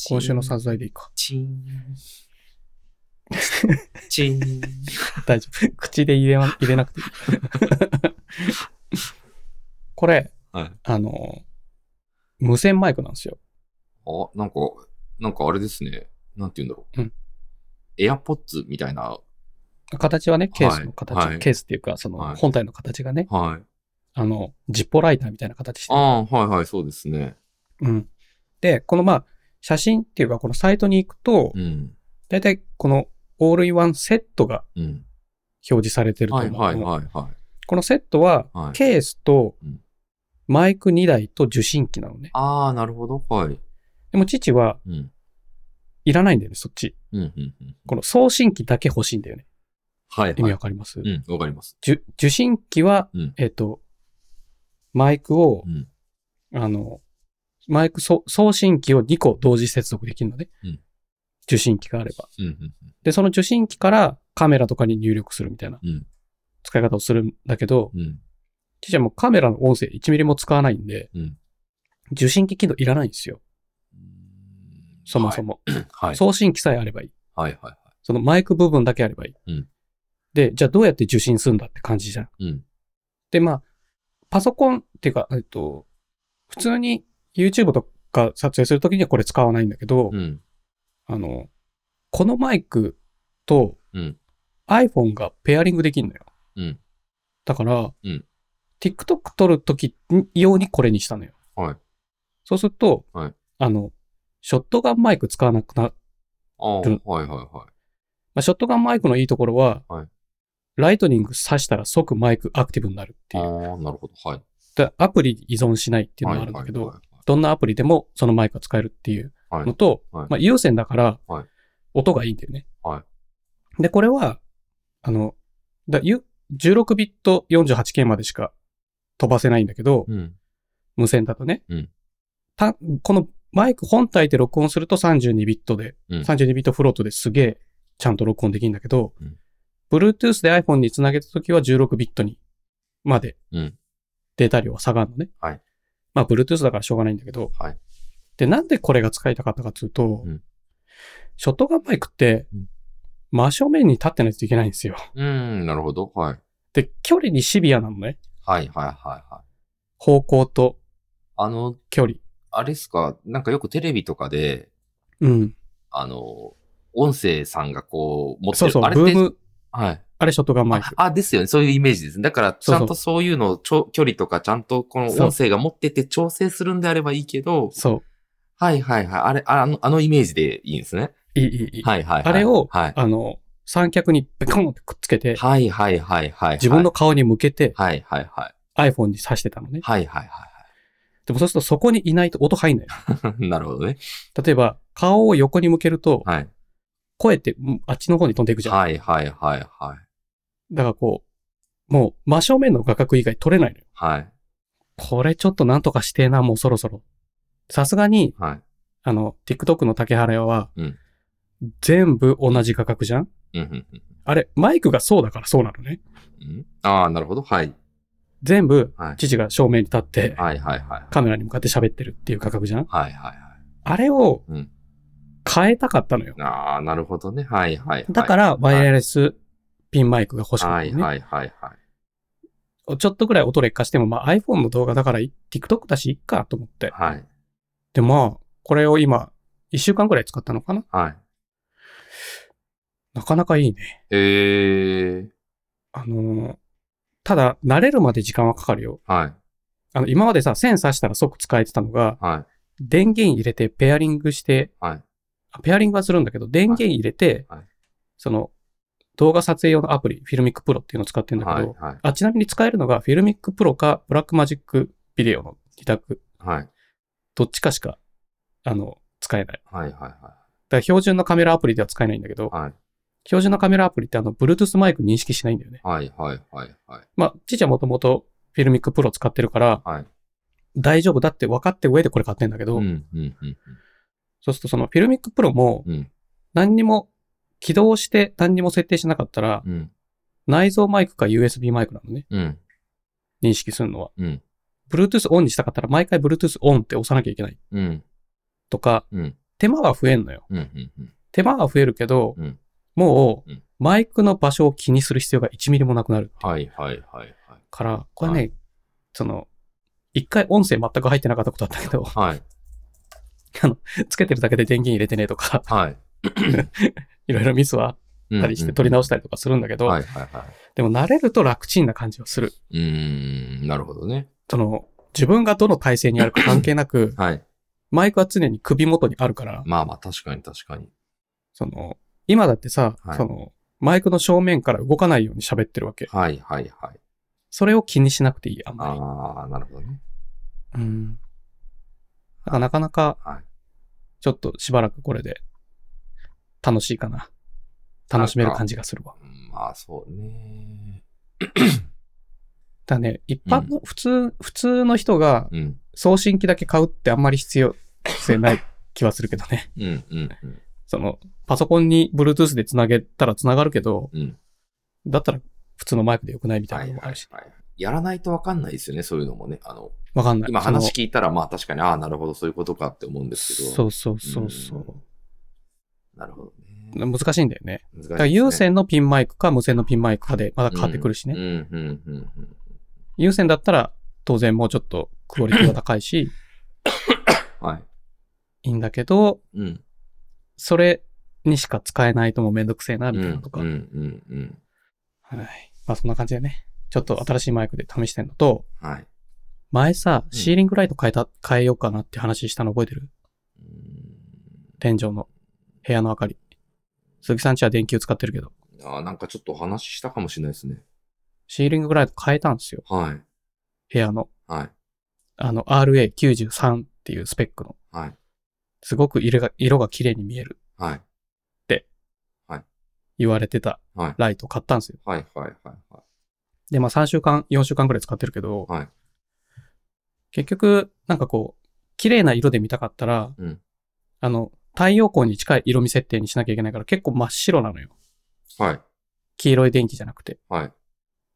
Speaker 1: 今週の散財でいい か。
Speaker 2: チン。チン。チン。
Speaker 1: 大丈夫。口で入れわ入れな くていい。これ、
Speaker 2: はい。
Speaker 1: あの、無線マイクなんですよ。
Speaker 2: あ、なんか、なんかあれですね。なんて言うんだろう。
Speaker 1: うん。
Speaker 2: エアポッツみたいな。
Speaker 1: 形はね、ケースの形、
Speaker 2: はいはい
Speaker 1: ケースっていうか、その
Speaker 2: はい
Speaker 1: 本体の形がね、
Speaker 2: はい。
Speaker 1: あの、ジッポライターみたいな形して
Speaker 2: あ
Speaker 1: る
Speaker 2: あ、はいはい、そうですね。
Speaker 1: うん。で、このまあ、写真っていうか、このサイトに行くと
Speaker 2: う、ん。
Speaker 1: だいたいこのオールインワンセットが
Speaker 2: うん。
Speaker 1: 表示されてると
Speaker 2: は
Speaker 1: 思。
Speaker 2: いうはいはいは
Speaker 1: このセットは、
Speaker 2: はい
Speaker 1: ケースと
Speaker 2: うん
Speaker 1: マイク2台と受信機なのね
Speaker 2: い。。ああ、なるほど。はい。
Speaker 1: でも父は
Speaker 2: うん。
Speaker 1: いらないんだよね、そっち。
Speaker 2: うん、うん、うん。
Speaker 1: この送信機だけ欲しいんだよね。
Speaker 2: はい
Speaker 1: 意味
Speaker 2: はい。
Speaker 1: わかります、
Speaker 2: うん、わかります。
Speaker 1: 受受信機は、
Speaker 2: うん
Speaker 1: えっ、と、マイクを
Speaker 2: う、ん。
Speaker 1: あの、マイクそ送信機を2個同時接続できるので、
Speaker 2: うん
Speaker 1: 受信機があれば。
Speaker 2: うん。うん。
Speaker 1: で、その受信機からカメラとかに入力するみたいな
Speaker 2: うん
Speaker 1: 使い方をするんだけど、
Speaker 2: うん。
Speaker 1: 父はもうカメラの音声1ミリも使わないんで、
Speaker 2: うん
Speaker 1: 受信機機能いらないんですよ。そもそも。
Speaker 2: はい。
Speaker 1: 送信機さえあればいい。
Speaker 2: はい。は
Speaker 1: そのマイク部分だけあればいい。
Speaker 2: うん
Speaker 1: で、じゃあどうやって受信するんだって感じじゃん。
Speaker 2: い。うん。
Speaker 1: で、まあ、パソコンっていうか、えっと、普通に YouTube とか撮影するときにはこれ使わないんだけど、
Speaker 2: うん。
Speaker 1: あの、このマイクと
Speaker 2: うん
Speaker 1: iPhone がペアリングできるのよ。
Speaker 2: うん
Speaker 1: だから、
Speaker 2: うん
Speaker 1: TikTok 撮るとき用にこれにしたのよ。
Speaker 2: はい
Speaker 1: そうすると、
Speaker 2: はい
Speaker 1: あの、ショットガンマイク使わなくな
Speaker 2: ああ、はいはいは
Speaker 1: まあ、ショットガンマイクのいいところは、
Speaker 2: はい
Speaker 1: ライトニング挿したら即マイクアクティブになるって
Speaker 2: い。
Speaker 1: いう。
Speaker 2: ああ、なるほど。はい。っ
Speaker 1: だアプリに依存しないって
Speaker 2: て
Speaker 1: いうのがあるんだけど、
Speaker 2: はい
Speaker 1: どんなアプリでもそのマイクが使えるっていう
Speaker 2: はい
Speaker 1: のと、
Speaker 2: はい
Speaker 1: まあ、有線だから
Speaker 2: はい、
Speaker 1: 音がいいんだよね。
Speaker 2: は
Speaker 1: で、これは、あの、だゆ16ビット 48K までしか飛ばせないんだけど、
Speaker 2: うん。
Speaker 1: 無線だとね、
Speaker 2: うん
Speaker 1: たこのマイク本体で録音すると32ビットで、
Speaker 2: うん
Speaker 1: 32ビットフロートですげえちゃんと録音できるんだけど、
Speaker 2: うん
Speaker 1: Bluetooth で iPhone につなげたときは16ビットにまで
Speaker 2: うん
Speaker 1: データ量は下がるのね。
Speaker 2: はい
Speaker 1: まあ Bluetooth だからしょうがないんだけど、
Speaker 2: はい
Speaker 1: で、なんでこれが使いたかったかっていうと、
Speaker 2: うん
Speaker 1: ショットガンマイクって
Speaker 2: うん
Speaker 1: 真正面に立ってないといけないんですよ。
Speaker 2: うん、なるほど。はい。
Speaker 1: で、距離にシビアなのね。
Speaker 2: はいはいはいはい。
Speaker 1: 方向と
Speaker 2: あの、
Speaker 1: 距離。
Speaker 2: あれっすか、なんかよくテレビとかで、
Speaker 1: うん。
Speaker 2: あの、音声さんがこう、持って
Speaker 1: そ
Speaker 2: る。
Speaker 1: うそう、
Speaker 2: あれ
Speaker 1: ブ
Speaker 2: って
Speaker 1: ーム、
Speaker 2: はい。
Speaker 1: あれショットガンマイク。
Speaker 2: あ、ですよね。そういうイメージです。だから、ち
Speaker 1: そうそう
Speaker 2: ゃんとそういうのをちょ、距離とか、ちゃんとこの音声が持ってて調整するんであればいいけど、
Speaker 1: そ
Speaker 2: はいはいはい。あれ、ああの、あのイメージでいいんですね。
Speaker 1: う。いい、いい、いい。
Speaker 2: はいはいはい。
Speaker 1: あれを、
Speaker 2: はい。
Speaker 1: あの、三脚にベコンってくっつけて、
Speaker 2: はいはいはいはい。
Speaker 1: 自分の。顔に向けて
Speaker 2: はいはいはい。
Speaker 1: iPhone に挿してたのね。
Speaker 2: はいはいは
Speaker 1: でもそうするとそこにいないと音入んないの。
Speaker 2: い はい。なるほどね。
Speaker 1: 例えば、顔を横に向けると、
Speaker 2: はい。
Speaker 1: 声ってうんあっちの方に飛んでいくじゃん。
Speaker 2: はいはいはいはい。
Speaker 1: だからこう、もう真正面の画角以外取れないのよ。
Speaker 2: はい。
Speaker 1: これちょっとなんとかしてえな、もうそろそろ。さすがに、
Speaker 2: はい。
Speaker 1: あの、TikTok の竹原屋は、
Speaker 2: うん
Speaker 1: 全部同じ画角じゃん
Speaker 2: うんうんうん
Speaker 1: あれ、マイクがそうだからそうなのね。
Speaker 2: うん。ああ、なるほど。はい。
Speaker 1: 全部、
Speaker 2: はい。
Speaker 1: 父が正面に立って、
Speaker 2: はいはいはい。
Speaker 1: カメラに向かって喋ってるっていう画角じゃん
Speaker 2: はいはいはい。
Speaker 1: あれを
Speaker 2: うん
Speaker 1: 変えたかったのよ。
Speaker 2: ああ、なるほどね。はいはいはい。
Speaker 1: だから、ワイヤレスピンマイクが欲しかっ
Speaker 2: は
Speaker 1: た
Speaker 2: い
Speaker 1: のね。
Speaker 2: はいはいはい。
Speaker 1: ちょっとぐらい音劣化しても、まあ iPhone の動画だからい TikTok だし、いっかと思って。
Speaker 2: はい。
Speaker 1: で、まあ、これを今、一週間ぐらい使ったのかな
Speaker 2: はい。
Speaker 1: なかなかいいね。
Speaker 2: ええ
Speaker 1: あのーただ、慣れるまで時間はかかるよ。
Speaker 2: はい。
Speaker 1: あの、今までさ、線挿したら即使えてたのが、
Speaker 2: はい。
Speaker 1: 電源入れて、ペアリングして、
Speaker 2: はい。
Speaker 1: あペアリングはするんだけど、電源入れて、
Speaker 2: はいはい
Speaker 1: その、動画撮影用のアプリ、フィルミックプロっていうのを使ってるんだけど、
Speaker 2: はい。はい。
Speaker 1: あ、ちなみに使えるのが、フィルミックプロか、ブラックマジックビデオの自宅、
Speaker 2: はい。
Speaker 1: どっちかしか、あの、使えない。だか
Speaker 2: はい。は
Speaker 1: ら標準のカメラアプリでは使えないんだけど、
Speaker 2: い。はい。
Speaker 1: 標準のカメラアプリってあの、Bluetooth マイク認識しないんだよね。
Speaker 2: はい。はい。はい。はい。
Speaker 1: まあ、父はもともとフィルミックプロ使ってるから、
Speaker 2: はい。
Speaker 1: 大丈夫だって分かって上でこれ買ってんだけど、
Speaker 2: うん。うん。うん。
Speaker 1: そうするとそのフィルミックプロも
Speaker 2: うん。
Speaker 1: 何にも起動して何にも設定しなかったら、
Speaker 2: うん。
Speaker 1: 内蔵マイクか USB マイクなのね。
Speaker 2: うん。
Speaker 1: 認識するのは。
Speaker 2: うん。
Speaker 1: Bluetooth オンにしたかったら毎回 Bluetooth オンって押さなきゃいけない
Speaker 2: うん。
Speaker 1: とか、
Speaker 2: うん。
Speaker 1: 手間は増えんのよ。
Speaker 2: うん。うん。うん。
Speaker 1: 手間は増えるけど、
Speaker 2: うん
Speaker 1: もう
Speaker 2: うん、
Speaker 1: マイクの場所を気にする必要が1ミリもなくなる
Speaker 2: はい。はい。はい。はい。
Speaker 1: から、これね、
Speaker 2: は
Speaker 1: その、一回音声全く入ってなかったことあったけど、
Speaker 2: はい。
Speaker 1: つけてるだけで電源入れてねとか、
Speaker 2: はい。
Speaker 1: いろいろミスはあったりして取り直したりとかするんだけど、
Speaker 2: はい。はい。は
Speaker 1: でも慣れると楽ちんな感じはする。
Speaker 2: い。うーん。なるほどね。、
Speaker 1: その、自分がどの体勢にあるか関係なく
Speaker 2: はい。
Speaker 1: マイクは常に首元にあるから、
Speaker 2: まあまあ、確かに確かに。
Speaker 1: その、今だってさ、
Speaker 2: はい
Speaker 1: その、マイクの正面から動かないように喋ってるわけ。
Speaker 2: はい。はい。はい。
Speaker 1: それを気にしなくていい、あんまり。
Speaker 2: ああ、なるほどね。
Speaker 1: うん。だからなかなか、
Speaker 2: はい。
Speaker 1: ちょっとしばらくこれで、楽しいかな。楽しめる感じがするわ。
Speaker 2: うんまあ、そうね。
Speaker 1: だね、一般の、普通、普通の人が
Speaker 2: うん。
Speaker 1: 送信機だけ買うってあんまり必要性ない気はするけどね。
Speaker 2: うん。うん。うん
Speaker 1: その、パソコンに Bluetooth で繋げたら繋がるけど、
Speaker 2: うん。
Speaker 1: だったら普通のマイクでよくないみた
Speaker 2: はいい
Speaker 1: な
Speaker 2: は
Speaker 1: の
Speaker 2: い
Speaker 1: もあ
Speaker 2: は
Speaker 1: る
Speaker 2: い
Speaker 1: し。。
Speaker 2: やらないとわかんないですよね、そういうのもね。あの、
Speaker 1: わかんない。
Speaker 2: 今
Speaker 1: その
Speaker 2: 話聞いたら、まあ確かに、ああ、なるほど、そういうことかって思うんですけど。
Speaker 1: そうそうそうそう。
Speaker 2: なるほどね。
Speaker 1: 難しいんだよね。
Speaker 2: 難しいですね
Speaker 1: だから有線のピンマイクか無線のピンマイクかでまだ変わってくるしね。
Speaker 2: うん、うん、うん、うん。
Speaker 1: 有線だったら当然もうちょっとクオリティが高いし、
Speaker 2: はい
Speaker 1: いんだけど、
Speaker 2: い。うん。
Speaker 1: それにしか使えないともめんどくせえな、
Speaker 2: うん、
Speaker 1: み
Speaker 2: う
Speaker 1: たいなんと、か。
Speaker 2: うん、うん。
Speaker 1: はい。まあそんな感じでね。ちょっと新しいマイクで試してんのと、
Speaker 2: はい。
Speaker 1: 前さ、
Speaker 2: うん
Speaker 1: シーリングライト変えた、変えようかなって話したの覚えてる
Speaker 2: う
Speaker 1: 天井の部屋の明かり。鈴木さんちは電球使ってるけど、
Speaker 2: ーんああ、なんかちょっとお話ししたかもしれないですね。
Speaker 1: シーリングライト変えたんですよ。
Speaker 2: はい。
Speaker 1: 部屋の。
Speaker 2: はい。
Speaker 1: あの RA93 っていうスペックの。
Speaker 2: はい。
Speaker 1: すごく色が、色が綺麗に見える
Speaker 2: はい。
Speaker 1: 言われてた
Speaker 2: はい
Speaker 1: ライト買ったんですよ。
Speaker 2: はい。はい。はい。は
Speaker 1: で、まあ3週間、4週間くらい使ってるけど、
Speaker 2: はい
Speaker 1: 結局、なんかこう、綺麗な色で見たかったら、
Speaker 2: うん
Speaker 1: あの、太陽光に近い色味設定にしなきゃいけないから結構真っ白なのよ。
Speaker 2: い。はい。
Speaker 1: 黄色い電気じゃなくて、
Speaker 2: はい。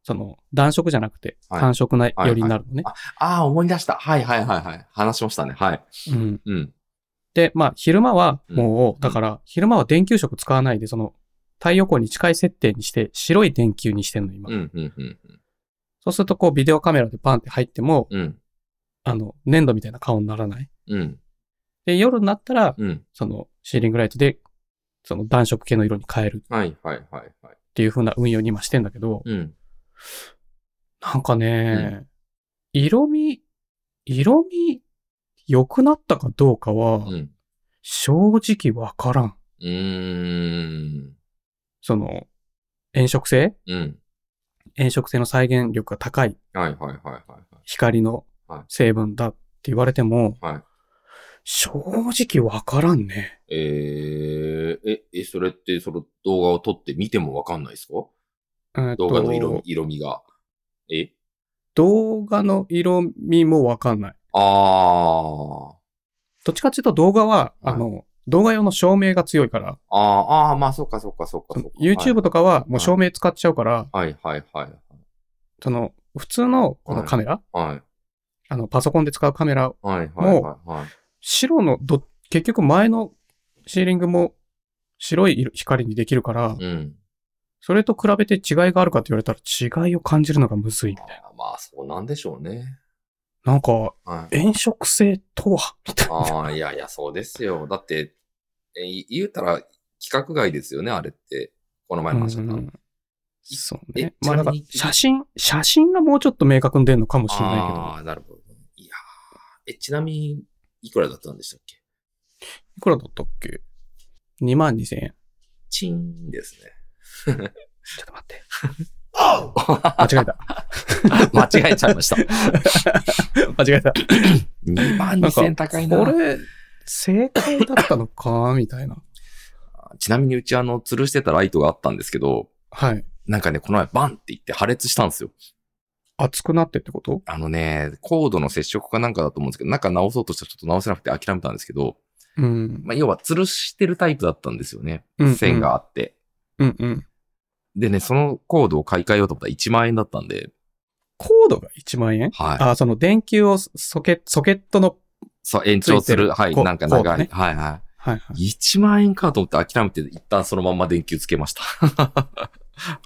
Speaker 1: その、暖色じゃなくて、
Speaker 2: はい
Speaker 1: 単色なよりになるのね。
Speaker 2: ああ、思い出した。はい。はい。はい。はい。話しましたね。はい。
Speaker 1: うん。
Speaker 2: うん。
Speaker 1: で、まあ、昼間は、もう、
Speaker 2: うん
Speaker 1: だから、昼間は電球色使わないで、その、太陽光に近い設定にして、白い電球にしてんの、今。
Speaker 2: うん。うん。うん。
Speaker 1: そうすると、こう、ビデオカメラでパンって入っても、
Speaker 2: うん。
Speaker 1: あの、粘土みたいな顔にならない。
Speaker 2: うん。
Speaker 1: で、夜になったら、
Speaker 2: うん。
Speaker 1: その、シーリングライトで、その、暖色系の色に変えるっ
Speaker 2: はい。はい。はい。はい。
Speaker 1: ていう風な運用に今してんだけど、
Speaker 2: うん。
Speaker 1: なんかね、色味、色味、良くなったかどうかは、
Speaker 2: うん。
Speaker 1: 正直わからん。
Speaker 2: うーん。
Speaker 1: その、炎色性
Speaker 2: うん。
Speaker 1: 炎色性の再現力が高い
Speaker 2: はい。はい。はい。はい。
Speaker 1: 光の
Speaker 2: はい
Speaker 1: 成分だって言われても、
Speaker 2: はい。
Speaker 1: 正直わからんね。
Speaker 2: えー、え、え、それって、その動画を撮って見てもわかんないですか
Speaker 1: えーっと
Speaker 2: 動画の色味、色味が。え
Speaker 1: 動画の色味もわかんない。
Speaker 2: あー。
Speaker 1: どっちかっていうと動画は、
Speaker 2: はい
Speaker 1: あの、動画用の照明が強いから、
Speaker 2: あー、あーまあ、そっかそっかそっかそっか。
Speaker 1: YouTube とかはもう照明使っちゃうから、
Speaker 2: はいはいはい
Speaker 1: その、普通のこのカメラ、
Speaker 2: はい。
Speaker 1: あの、パソコンで使うカメラ、
Speaker 2: はいはいはいはい。
Speaker 1: 白のど、結局前のシーリングも白い色光にできるから、
Speaker 2: うん。
Speaker 1: それと比べて違いがあるかって言われたら違いを感じるのがむずいみたい
Speaker 2: あーまあ、そうなんでしょうね。
Speaker 1: な。なんか、
Speaker 2: はい。
Speaker 1: 炎色性とはみたいな。
Speaker 2: ああ、いやいや、そうですよ。だって、えー言うたら、規格外ですよね、あれって。この前の話だった
Speaker 1: う
Speaker 2: の
Speaker 1: んそう
Speaker 2: え
Speaker 1: ね。まあだから
Speaker 2: ちなみに
Speaker 1: 写真、写真がもうちょっと明確に出るのかもしれないけど。
Speaker 2: ああ、なるほど。いやーえ、ちなみに、いくらだったんでしたっけ
Speaker 1: いくらだったっけ ?2 万2000円。
Speaker 2: チンです ね。
Speaker 1: ちょっと待って。
Speaker 2: 間
Speaker 1: 間違えた。
Speaker 2: 違えちゃいま した。
Speaker 1: 間違えた。
Speaker 2: 2万2000円高いな。
Speaker 1: これ、正解だったの かみたいな。
Speaker 2: ちなみにうちあの、吊るしてたライトがあったんですけど、
Speaker 1: はい。
Speaker 2: なんかね、この前バンって言って破裂したんですよ。
Speaker 1: 熱くなってってこと
Speaker 2: あのね、コードの接触かなんかだと思うんですけど、なんか直そうとしたらちょっと直せなくて諦めたんですけど、
Speaker 1: うん。
Speaker 2: まあ、要は吊るしてるタイプだったんですよね
Speaker 1: うんう。ん
Speaker 2: 線があって。
Speaker 1: うんうん。
Speaker 2: でね、そのコードを買い替えようと思ったら1万円だったんで、
Speaker 1: コードが1万円
Speaker 2: はい。
Speaker 1: あ、その電球をソケ、ソケットの、
Speaker 2: そう、延長す
Speaker 1: ついて
Speaker 2: る、
Speaker 1: る
Speaker 2: はい、
Speaker 1: コ
Speaker 2: なんか長い、
Speaker 1: コードね
Speaker 2: はいは
Speaker 1: はいはい。
Speaker 2: い。1万円かと思って諦めて一旦そのまま電球つけました。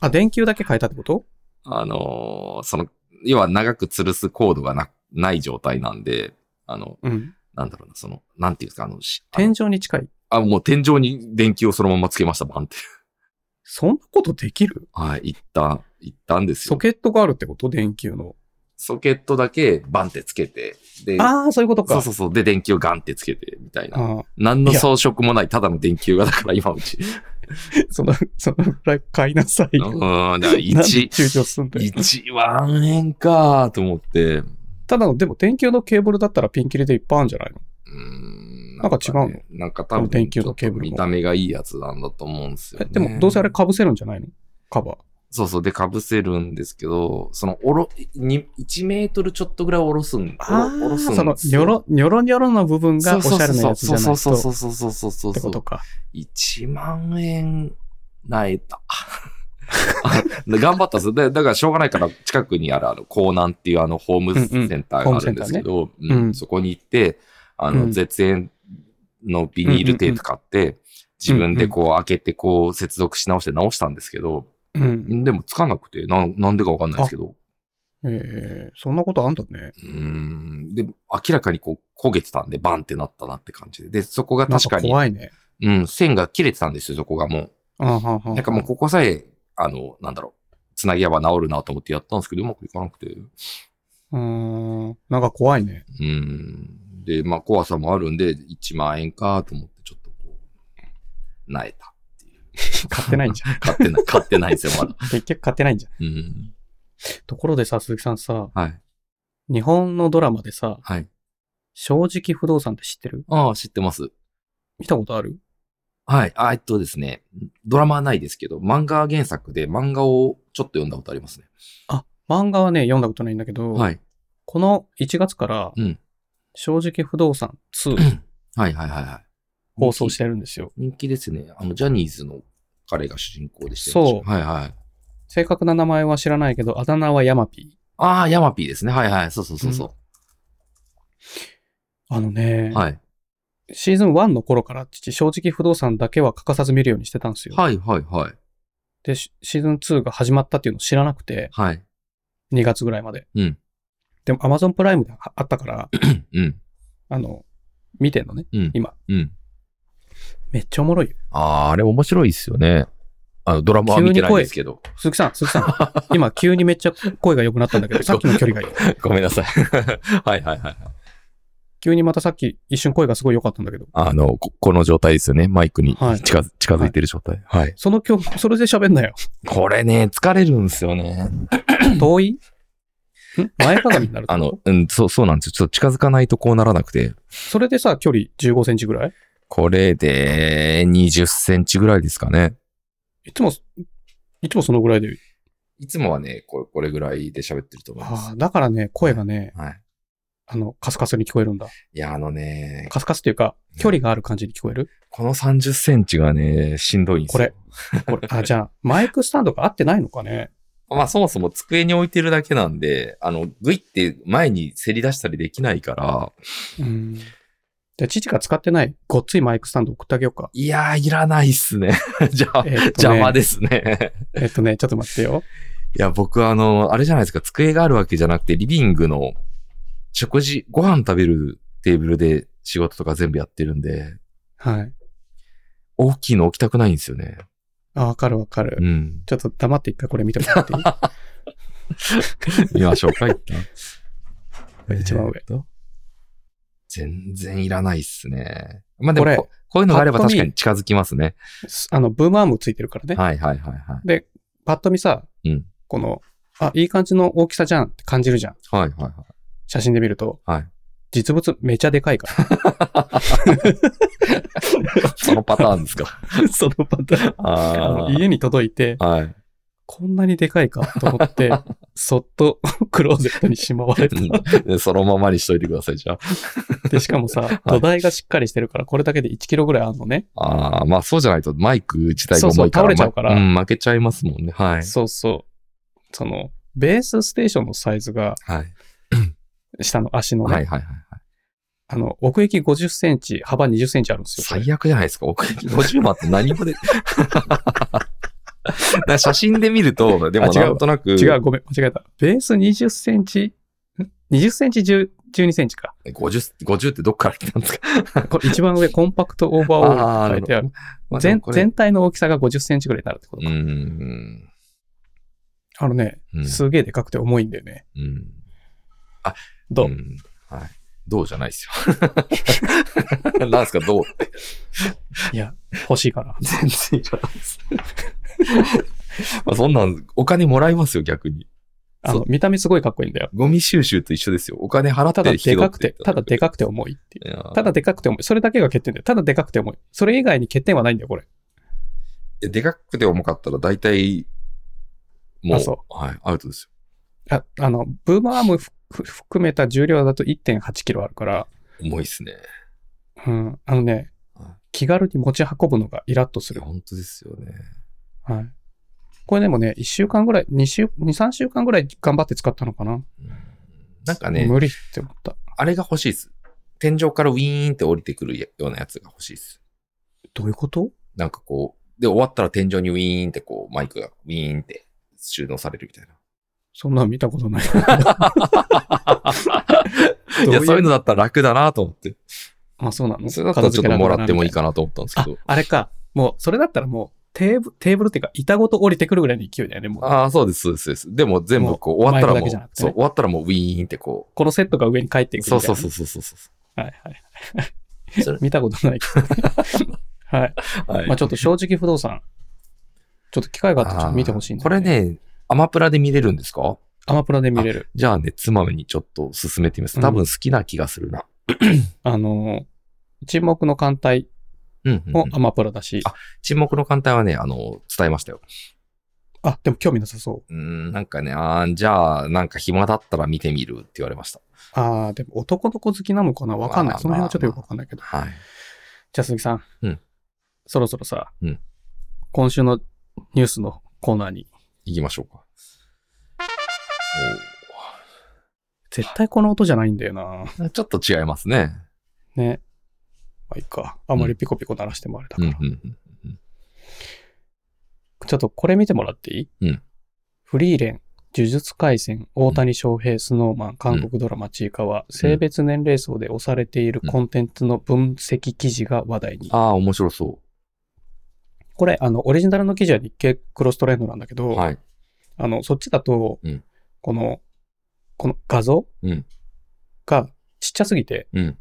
Speaker 1: あ、電球だけ変えたってこと
Speaker 2: あのーその、要は長く吊るすコードがな、ない状態なんで、あの、
Speaker 1: うん。
Speaker 2: なんだろうな、その、なんていうんですか、あの、しあ
Speaker 1: 天
Speaker 2: の
Speaker 1: 井に近い。
Speaker 2: あ、もう天井に電球をそのままつけました、バンって。
Speaker 1: そんなことできる
Speaker 2: はい、一旦、一旦ですよ。
Speaker 1: ソケットがあるってこと電球の。
Speaker 2: ソケットだけバンってつけて、で、
Speaker 1: ああ、そういうことか。
Speaker 2: そうそうそう、で、電球ガンってつけて、みたいな。
Speaker 1: あ
Speaker 2: 何の装飾もない、ただの電球が、だから今うち。
Speaker 1: ー その、そのぐらい買いなさいうよ。
Speaker 2: ーん、だ
Speaker 1: なん
Speaker 2: から
Speaker 1: で
Speaker 2: 1、
Speaker 1: 躊躇すんだよ。
Speaker 2: 1万円かと思って。う
Speaker 1: ただの、でも電球のケーブルだったらピンキリでいっぱいあるんじゃないの
Speaker 2: ーん
Speaker 1: なんか違うの
Speaker 2: ねなんか多
Speaker 1: こ
Speaker 2: 分、
Speaker 1: の電球のケーブルも
Speaker 2: 見た目がいいやつなんだと思うんですよ、
Speaker 1: え
Speaker 2: ね。
Speaker 1: でも、どうせあれ被せるんじゃないのカバー。
Speaker 2: そうそう、で、被せるんですけど、その、おろ、に1メートルちょっとぐらい下ろすん、おろ下ろすんです
Speaker 1: その、ニョロ、ニョロニョロの部分がおしゃれなやつじゃないと
Speaker 2: そうそ
Speaker 1: っ
Speaker 2: うそうそうそうそうそう
Speaker 1: て
Speaker 2: そ
Speaker 1: こ
Speaker 2: う
Speaker 1: と。か。
Speaker 2: 1万円、な えた。あ頑張ったんですでだからしょうがないから近くにあるあの港南っていうあのホームセンターがあるんですけど、
Speaker 1: ンターね
Speaker 2: うん
Speaker 1: うん
Speaker 2: そこに行って、あ
Speaker 1: う
Speaker 2: の、
Speaker 1: ん
Speaker 2: 絶縁のビニールテープ買って、自分でこう開けてこう接続し直して直したんですけど、
Speaker 1: うん。
Speaker 2: でもつかなくて、ななんでかわかんないですけど、
Speaker 1: ええそんなことあんだね。
Speaker 2: うーん、で、明らかにこう焦げてたんで、バンってなったなって感じで、で、そこが
Speaker 1: なん
Speaker 2: 確
Speaker 1: か
Speaker 2: かに、
Speaker 1: 怖いね。
Speaker 2: うん、線が切れてたんですよ、そこがもう。
Speaker 1: あはは
Speaker 2: なんかもうここさえ、あの、なんだろう、つなぎれば治るなと思ってやったんですけど、うまくいかなくて。う
Speaker 1: うーん。なんか怖いね。
Speaker 2: ーん。で、まあ、怖さもあるんで、1万円かと思って、ちょっとこう、なえた。
Speaker 1: 買ってないんじゃん。
Speaker 2: 買ってない、買ってないんですよ、まだ。
Speaker 1: 結局買ってないんじゃん。
Speaker 2: うん。
Speaker 1: ところでさ、鈴木さんさ、
Speaker 2: はい。
Speaker 1: 日本のドラマでさ、
Speaker 2: はい。
Speaker 1: 正直不動産って知ってる
Speaker 2: ああ、知ってます。
Speaker 1: 見たことある
Speaker 2: はい。あ、えっとですね、ドラマはないですけど、漫画原作で漫画をちょっと読んだことありますね。
Speaker 1: 漫画はね、読んだことないんだけど、
Speaker 2: はい。
Speaker 1: この1月から、
Speaker 2: うん
Speaker 1: 正直不動産2
Speaker 2: はいはいはいはい。
Speaker 1: 放送してるんですよ。
Speaker 2: 人気ですね。あの、ジャニーズの彼が主人公でして
Speaker 1: そう
Speaker 2: はいはい。
Speaker 1: 正確な名前は知らないけど、あだ名はヤマピ
Speaker 2: ああ、ヤマピーですね。はいはい。そうそうそうそ
Speaker 1: ー。あのね
Speaker 2: う。、はい。
Speaker 1: シーズン1の頃から父、正直不動産だけは欠かさず見るようにしてたんですよ。
Speaker 2: はいはいはい。
Speaker 1: で、シシーズン2が始まったっていうのを知らなくて、
Speaker 2: はい。
Speaker 1: 2月ぐらいまで。
Speaker 2: うん。
Speaker 1: でも Amazon プライムでああった から、
Speaker 2: うん。
Speaker 1: あの、見てんのね。
Speaker 2: うん。
Speaker 1: 今。
Speaker 2: うん。
Speaker 1: めっちゃおもろいよ。
Speaker 2: ああ、あれ面白いっすよね。あの、ドラマは見てないですけど。
Speaker 1: 鈴木さん、鈴木さん。今急にめっちゃ声が良くなったんだけ ど、さっきの距離がいい。
Speaker 2: ごめんなさい。 はいはいはい。
Speaker 1: 急にまたさっき一瞬声がすごい良かったんだけど、
Speaker 2: あの、ここの状態ですよね。マイクに
Speaker 1: はい
Speaker 2: 近,、近づいてる状態。はい。
Speaker 1: その今日、それで喋んなよ。
Speaker 2: これね、疲れるんですよね。
Speaker 1: 遠いん前かがみになるって
Speaker 2: あ
Speaker 1: こと
Speaker 2: の、うん、そう、そうなんですよ。ちょっと近づかないとこうならなくて。
Speaker 1: それでさ、距離15センチぐらい
Speaker 2: これで、20センチぐらいですかね。
Speaker 1: いつも、いつもそのぐらいで。
Speaker 2: いつもはね、これ、これぐらいで喋ってると思いま
Speaker 1: あ
Speaker 2: す
Speaker 1: あ、。だからね、声がね、
Speaker 2: はい。
Speaker 1: あの、カスカスに聞こえるんだ。
Speaker 2: いや、あのね、
Speaker 1: カスカスっていうか、距離がある感じに聞こえる
Speaker 2: この30センチがね、しんどいんです
Speaker 1: こ
Speaker 2: よ。
Speaker 1: れ。これ。あ、じゃあ、マイクスタンドが合ってないのかね。
Speaker 2: まあそもそも机に置いてるだけなんで、あの、グイって前にせり出したりできないから、
Speaker 1: うん。じゃあ、父が使ってないごっついマイクスタンド送ってあげようか。
Speaker 2: いやー、いらないっすね。 じゃあ、
Speaker 1: えっとね
Speaker 2: 邪魔ですね。
Speaker 1: えっとね、ちょっと待ってよ。
Speaker 2: いや、僕あの、あれじゃないですか、机があるわけじゃなくて、リビングの食事、ご飯食べるテーブルで仕事とか全部やってるんで、
Speaker 1: はい。
Speaker 2: 大きいの置きたくないんですよね。
Speaker 1: あ、わかるわかる。
Speaker 2: うん。
Speaker 1: ちょっと黙って一回これ見てもらってい い
Speaker 2: 見まし ょうか、一旦
Speaker 1: 一番上
Speaker 2: えーっと全然いらないっすね。まあで
Speaker 1: こ
Speaker 2: も
Speaker 1: れ
Speaker 2: こ、こういうのがあれば
Speaker 1: パッと
Speaker 2: 確
Speaker 1: 見
Speaker 2: かに近づきますね。
Speaker 1: あの、ブームアームついてるからね。
Speaker 2: はいはいはいはい。
Speaker 1: パッと見さ、
Speaker 2: うん
Speaker 1: この、あ、いい感じの大きさじゃんって感じるじゃん。
Speaker 2: はいはいはい。
Speaker 1: 写真で見ると。
Speaker 2: はい
Speaker 1: 実物めちゃでかいから。
Speaker 2: そのパターンですか。
Speaker 1: そのパターン。 あ
Speaker 2: あ
Speaker 1: の家に届いて、
Speaker 2: あ。はい。
Speaker 1: こんなにでかいかと思 って、そっと クローゼットにしまわれて。
Speaker 2: うんそのままにしといてください、じゃ
Speaker 1: で、しかもさ、土台がしっかりしてるから、これだけで1キロぐらいあるのね。
Speaker 2: あ。ああ、まあそうじゃないとマイク自体が重いか
Speaker 1: そう
Speaker 2: ら。
Speaker 1: そう倒れちゃうから
Speaker 2: まうん、負けちゃいますもんね。はい。
Speaker 1: そうそう。その、ベースステーションのサイズが、
Speaker 2: はい。
Speaker 1: 下の足のね、
Speaker 2: はいはいはいはい。
Speaker 1: あの、奥行き50センチ、幅20センチあるんですよ。これ
Speaker 2: 最悪じゃないですか。奥行き50万って 何もで。だ から写真で見ると、でも
Speaker 1: あ違う
Speaker 2: なんとなく、
Speaker 1: 違う、ごめん、間違えた。ベース20センチ、ん ?20 センチ10 12センチか。
Speaker 2: 50、50ってどっから来たんで すか
Speaker 1: これ一番 上、コンパクトオーバーオールって書いてある。全全体の大きさが50センチぐらいになるってこと
Speaker 2: う
Speaker 1: か。
Speaker 2: ん。
Speaker 1: あのね、
Speaker 2: うん
Speaker 1: すげえでかくて重いんだよね。
Speaker 2: うん。
Speaker 1: どう、
Speaker 2: んはい。どうじゃないです よ。なんですか、どう
Speaker 1: いや、欲しいから。
Speaker 2: 全然いらないです。まあそんなん、お金もらいますよ、逆に。
Speaker 1: あ
Speaker 2: そ
Speaker 1: の、見た目すごいかっこいいんだよ。
Speaker 2: ゴミ収集と一緒ですよ。お金払って
Speaker 1: ただでかくて、ただで
Speaker 2: か
Speaker 1: かくて重いっていう。た
Speaker 2: た
Speaker 1: だでかくて重い。それだけが欠点だよ。ただでかくて重い。それ以外に欠点はないんだよ、これ。
Speaker 2: でかくて重かったら大体、も
Speaker 1: あ
Speaker 2: う、
Speaker 1: そ
Speaker 2: はい、アウトですよ。
Speaker 1: ああの、ブームアームふふ含めた重量だと1.8キロあるから、
Speaker 2: 重いっすね。
Speaker 1: うん、あのね
Speaker 2: はい、
Speaker 1: 気軽に持ち運ぶのがイラッとす
Speaker 2: いや
Speaker 1: る。
Speaker 2: 本当ですよね。
Speaker 1: はい。これでもね、1週間ぐらい、2週、2、3週間ぐらい頑張って使ったのかな。
Speaker 2: うんなんかね、
Speaker 1: 無理って思った。
Speaker 2: あれが欲しいです。天井からウィーンって降りてくるようなやつが欲しいです。
Speaker 1: どういうこと
Speaker 2: なんかこう、で、終わったら天井にウィーンってこう、マイクがウィーンって収納されるみたいな。
Speaker 1: そんなの見たことない。
Speaker 2: い
Speaker 1: どうい
Speaker 2: や、
Speaker 1: う
Speaker 2: そういうのだったら楽だなと思って。
Speaker 1: あ、そうなの
Speaker 2: それだったらちょっともらってもいいかなと思ったんですけ
Speaker 1: あ
Speaker 2: ど。、
Speaker 1: あれか。もう、それだったらもう、テーブル、テーブルっていうか、板ごと降りてくるぐらいの勢いだよね、もう。
Speaker 2: ああ、そうです、そうですそうです。でも全部こう、終わったらも
Speaker 1: マイクだけ
Speaker 2: う、
Speaker 1: じゃなくてね
Speaker 2: そう、終わったらもうウィーンってこ
Speaker 1: このセットが上に帰って
Speaker 2: う。
Speaker 1: くるみ
Speaker 2: そう
Speaker 1: たい
Speaker 2: そ
Speaker 1: な。
Speaker 2: うそうそうそうそ
Speaker 1: はいはい。
Speaker 2: う。それ
Speaker 1: 見たことないけど。 はい。
Speaker 2: はい
Speaker 1: まあちょっと正直不動産。ちょっと機会があったらちょっと見てほしいんだ
Speaker 2: こ
Speaker 1: よ
Speaker 2: れ。ね、アマプラで見れるんですか
Speaker 1: アマプラで見れる。
Speaker 2: じゃあね、つまみにちょっと進めてみます。多分好きな気がするな。
Speaker 1: あのー、沈黙の艦隊
Speaker 2: うん、うんうん
Speaker 1: もアマプラだし、
Speaker 2: あ沈黙の艦隊はね、あの、伝えましたよ。
Speaker 1: あ、でも興味なさそう
Speaker 2: ーん、なんかね、あーじゃあ、なんか暇だったら見てみるって言われました。
Speaker 1: う。ああ、でも男の子好きなのかなわかんない。
Speaker 2: まあ
Speaker 1: その辺はちょっとよくわかんないけど。
Speaker 2: はい。
Speaker 1: じゃあ鈴木さん。
Speaker 2: うん
Speaker 1: そろそろさ、
Speaker 2: うん
Speaker 1: 今週のニュースのコーナーに、
Speaker 2: 行きましょうか。
Speaker 1: 絶対この音じゃないんだよな。
Speaker 2: おーちょっと違いますね。
Speaker 1: ね。まあいいか。あんまりピコピコ鳴らしてもあれだ
Speaker 2: う
Speaker 1: か
Speaker 2: ん
Speaker 1: ら。
Speaker 2: うんうん
Speaker 1: ちょっとこれ見てもらっていい
Speaker 2: うん
Speaker 1: フリーレン、呪術廻戦、大谷翔平、スノーマン、韓国ドラマちいかわ、性別年齢層で押されているコンテンツの分析記事が話題に。
Speaker 2: ああ、面白そ
Speaker 1: これ、あの、オリジナルの記事は日経クロストレンドなんだけど、
Speaker 2: う。はい。
Speaker 1: あの、そっちだと、
Speaker 2: うん
Speaker 1: この、この画像
Speaker 2: うん
Speaker 1: がちっちゃすぎ て、
Speaker 2: うん。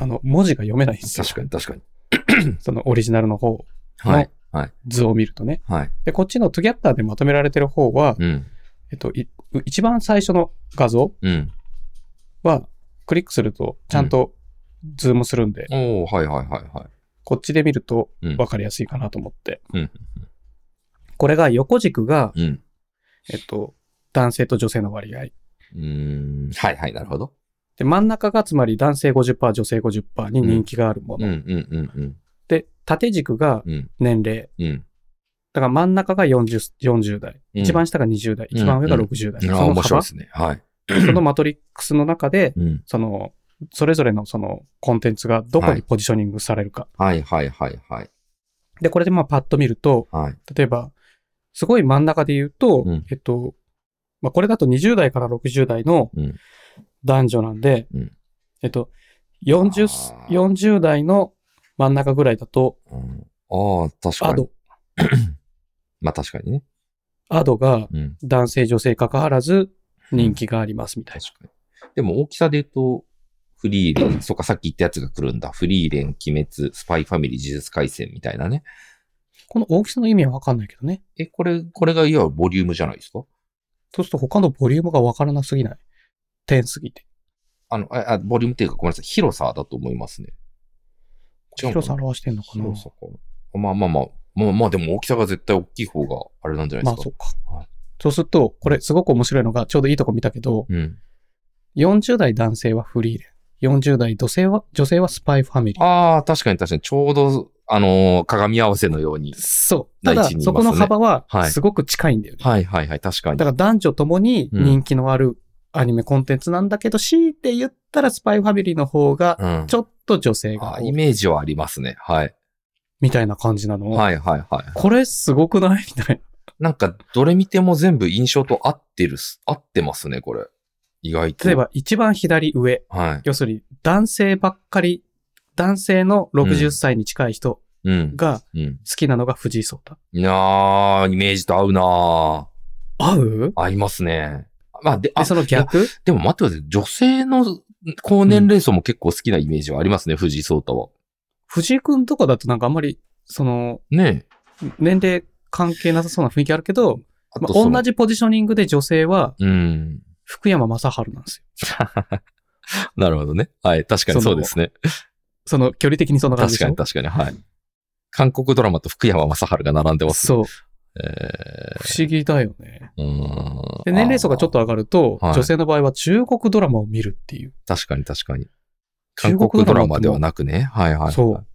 Speaker 1: あの、文字が読めないんですよ。
Speaker 2: 確かに、確かに。
Speaker 1: そのオリジナルの方、
Speaker 2: はい。はい。
Speaker 1: 図を見るとね。
Speaker 2: はい。
Speaker 1: で、こっちのトゥギャッターでまとめられてる方は、
Speaker 2: うん。
Speaker 1: えっと、い一番最初の画像
Speaker 2: うん。
Speaker 1: は、クリックすると、ちゃんとズームするんで、
Speaker 2: おー、はいはいはいはい。
Speaker 1: こっちで見ると
Speaker 2: うん
Speaker 1: 分かりやすいかなと思って。
Speaker 2: うん
Speaker 1: これが横軸が、
Speaker 2: うん。
Speaker 1: えっと、男性と女性の割合。
Speaker 2: うーん。はいはい、なるほど。
Speaker 1: で、真ん中がつまり男性50%、女性50%に人気があるも
Speaker 2: う
Speaker 1: の。
Speaker 2: んうんうんうん。
Speaker 1: で、縦軸が
Speaker 2: うん
Speaker 1: 年齢。
Speaker 2: うん。
Speaker 1: だから真ん中が 40, 40代。
Speaker 2: うん
Speaker 1: 一番下が20代。
Speaker 2: うん
Speaker 1: 一番上が60代。
Speaker 2: ああ、
Speaker 1: その
Speaker 2: 面白
Speaker 1: 幅
Speaker 2: いで、すね。はい。
Speaker 1: そのマトリックスの中で、
Speaker 2: うん。
Speaker 1: その、それぞれのそのコンテンツがどこにポジショニングされるか。
Speaker 2: はいはいはいはい。
Speaker 1: で、これでまあパッと見ると、
Speaker 2: はい。
Speaker 1: 例えば、すごい真ん中で言うと、
Speaker 2: うん
Speaker 1: えっと、まあ、これだと20代から60代の
Speaker 2: うん
Speaker 1: 男女なんで、
Speaker 2: うん
Speaker 1: えっと、40す、
Speaker 2: あー
Speaker 1: 40代の真ん中ぐらいだと、
Speaker 2: うんああ、確
Speaker 1: ア
Speaker 2: かに。
Speaker 1: ド、
Speaker 2: まあ確かにね。
Speaker 1: アドが
Speaker 2: うん。
Speaker 1: 男性女性関わらず人気がありますみたい
Speaker 2: 確
Speaker 1: な。
Speaker 2: かに。でも大きさで言うと、フリーレン、そっか、さっき言ったやつが来るんだ。フリーレン、鬼滅、スパイファミリー、呪術廻戦みたいなね。
Speaker 1: この大きさの意味はわかんないけどね。
Speaker 2: え、これ、これがいわばボリュームじゃないですか
Speaker 1: そうすると他のボリュームがわからなすぎない。点すぎて。
Speaker 2: あの、あ、あボリュームっていうか、ごめんなさい。広さだと思いますね。違うのかな
Speaker 1: 広さ表してんのかな
Speaker 2: 広さかな。まあまあまあ、まあまあでも大きさが絶対大きい方があれなんじゃな
Speaker 1: ま
Speaker 2: い
Speaker 1: あ
Speaker 2: で
Speaker 1: そ
Speaker 2: す
Speaker 1: う
Speaker 2: か。
Speaker 1: か。
Speaker 2: はい
Speaker 1: そうすると、これすごく面白いのが、ちょうどいいとこ見たけど、
Speaker 2: うん。
Speaker 1: 40代男性はフリーレン。40代女性は、女性はスパイファミリー。
Speaker 2: ああ、確かに確かに。ちょうど、あのー鏡合わせのように。
Speaker 1: そう。ただ、
Speaker 2: 第一にい
Speaker 1: そ
Speaker 2: ますね
Speaker 1: この幅は
Speaker 2: はい
Speaker 1: すごく近いんだよね。
Speaker 2: はいはいはい、確かに
Speaker 1: だ。から男女ともに人気のあるアニメコンテンツなんだけど、強いて言ったらスパイファミリーの方が
Speaker 2: うん
Speaker 1: ちょっと女性が
Speaker 2: あ
Speaker 1: 多
Speaker 2: イ
Speaker 1: い
Speaker 2: メージはありますね。はい。
Speaker 1: みたいな感じなの。
Speaker 2: はいはいはい。
Speaker 1: これすごくないみたい
Speaker 2: なんか、どれ見ても全部印象と合ってるっす、合ってますね、これ。意外
Speaker 1: な。
Speaker 2: と。
Speaker 1: 例えば一番左上。
Speaker 2: はい。
Speaker 1: 要するに男性ばっかり、男性の60歳に近い人
Speaker 2: うん。
Speaker 1: が好
Speaker 2: うん。
Speaker 1: きなのが藤井聡太。
Speaker 2: いやー、イメージと合うな
Speaker 1: 合う
Speaker 2: ー。合いますね。まあ、で、あ
Speaker 1: で、、その逆
Speaker 2: でも待ってください。女性の高年齢層も結構好きなイメージはありますね、藤井聡太は。
Speaker 1: 藤井くんとかだとなんかあんまり、その、
Speaker 2: ねえ。
Speaker 1: 年齢関係なさそうな雰囲気あるけど、
Speaker 2: あ
Speaker 1: まあ
Speaker 2: とその
Speaker 1: 同。じポジショニングで女性は
Speaker 2: うん。
Speaker 1: 福山雅治なんですよ。
Speaker 2: なるほどね。はい。確かに
Speaker 1: そ
Speaker 2: そ
Speaker 1: の
Speaker 2: うですね。
Speaker 1: その距離的にそんな感じ
Speaker 2: 確
Speaker 1: でし
Speaker 2: か
Speaker 1: ょ
Speaker 2: に確かに。はい。韓国ドラマと福山雅治が並んでますね。
Speaker 1: そう。
Speaker 2: え
Speaker 1: 不思議だよね。
Speaker 2: ー、うーん。
Speaker 1: で、年齢層がちょっ
Speaker 2: と。
Speaker 1: と上がると、
Speaker 2: はい
Speaker 1: 女性の場合は中国ドラマを見るっていう。
Speaker 2: 確かに確かに。
Speaker 1: 中
Speaker 2: 韓
Speaker 1: 国
Speaker 2: 国
Speaker 1: ド
Speaker 2: ド
Speaker 1: ラ
Speaker 2: ラ
Speaker 1: マ
Speaker 2: マ
Speaker 1: って
Speaker 2: で
Speaker 1: もう
Speaker 2: はなくね。はいはい、はい。
Speaker 1: そう。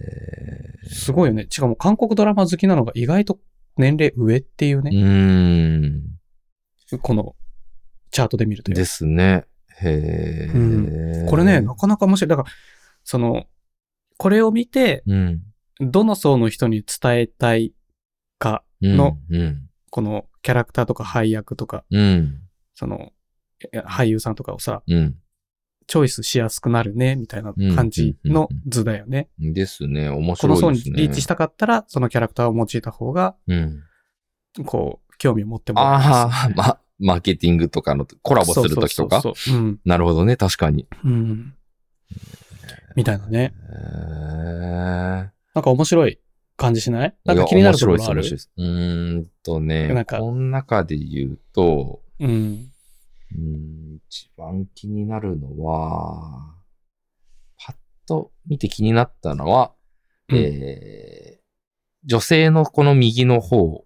Speaker 2: え
Speaker 1: すごいよね。しかも韓国ドラマ好きなのが意外と年齢上っていう
Speaker 2: ー、う
Speaker 1: ね、
Speaker 2: ーん。
Speaker 1: このチャートで見るという
Speaker 2: ですね。へえ、
Speaker 1: これね、なかなか面白い。だから、その、これを見て、
Speaker 2: うん。
Speaker 1: どの層の人に伝えたいか、
Speaker 2: うん
Speaker 1: の。
Speaker 2: うん。
Speaker 1: このキャラクターとか配役とか、
Speaker 2: うん。
Speaker 1: その、いや俳優さんとかをさ、
Speaker 2: うん。
Speaker 1: チョイスしやすくなるね、みたいな感じの図だよね。
Speaker 2: ですね。面
Speaker 1: こ
Speaker 2: 白い
Speaker 1: の
Speaker 2: ですね。
Speaker 1: 層にリーチしたかったら、そのキャラクターを用いた方が、
Speaker 2: うん。
Speaker 1: こう、興味を持ってもらえます。
Speaker 2: ああ、ま、マー ケティングとかのコラボするときとか
Speaker 1: そうそうそうそううん。
Speaker 2: なるほどね。確かに。
Speaker 1: うん。みたいなね
Speaker 2: へ。え。
Speaker 1: なんか面白い感じしないなん
Speaker 2: い
Speaker 1: か
Speaker 2: や
Speaker 1: 気になるところあ
Speaker 2: 面
Speaker 1: る。
Speaker 2: 白いです、面白いです。うーんとね、
Speaker 1: なんか
Speaker 2: この中で言うと、
Speaker 1: うん。
Speaker 2: うーん、一番気になるのは、パッと見て気になったのは、
Speaker 1: うん
Speaker 2: えー女性のこの右の方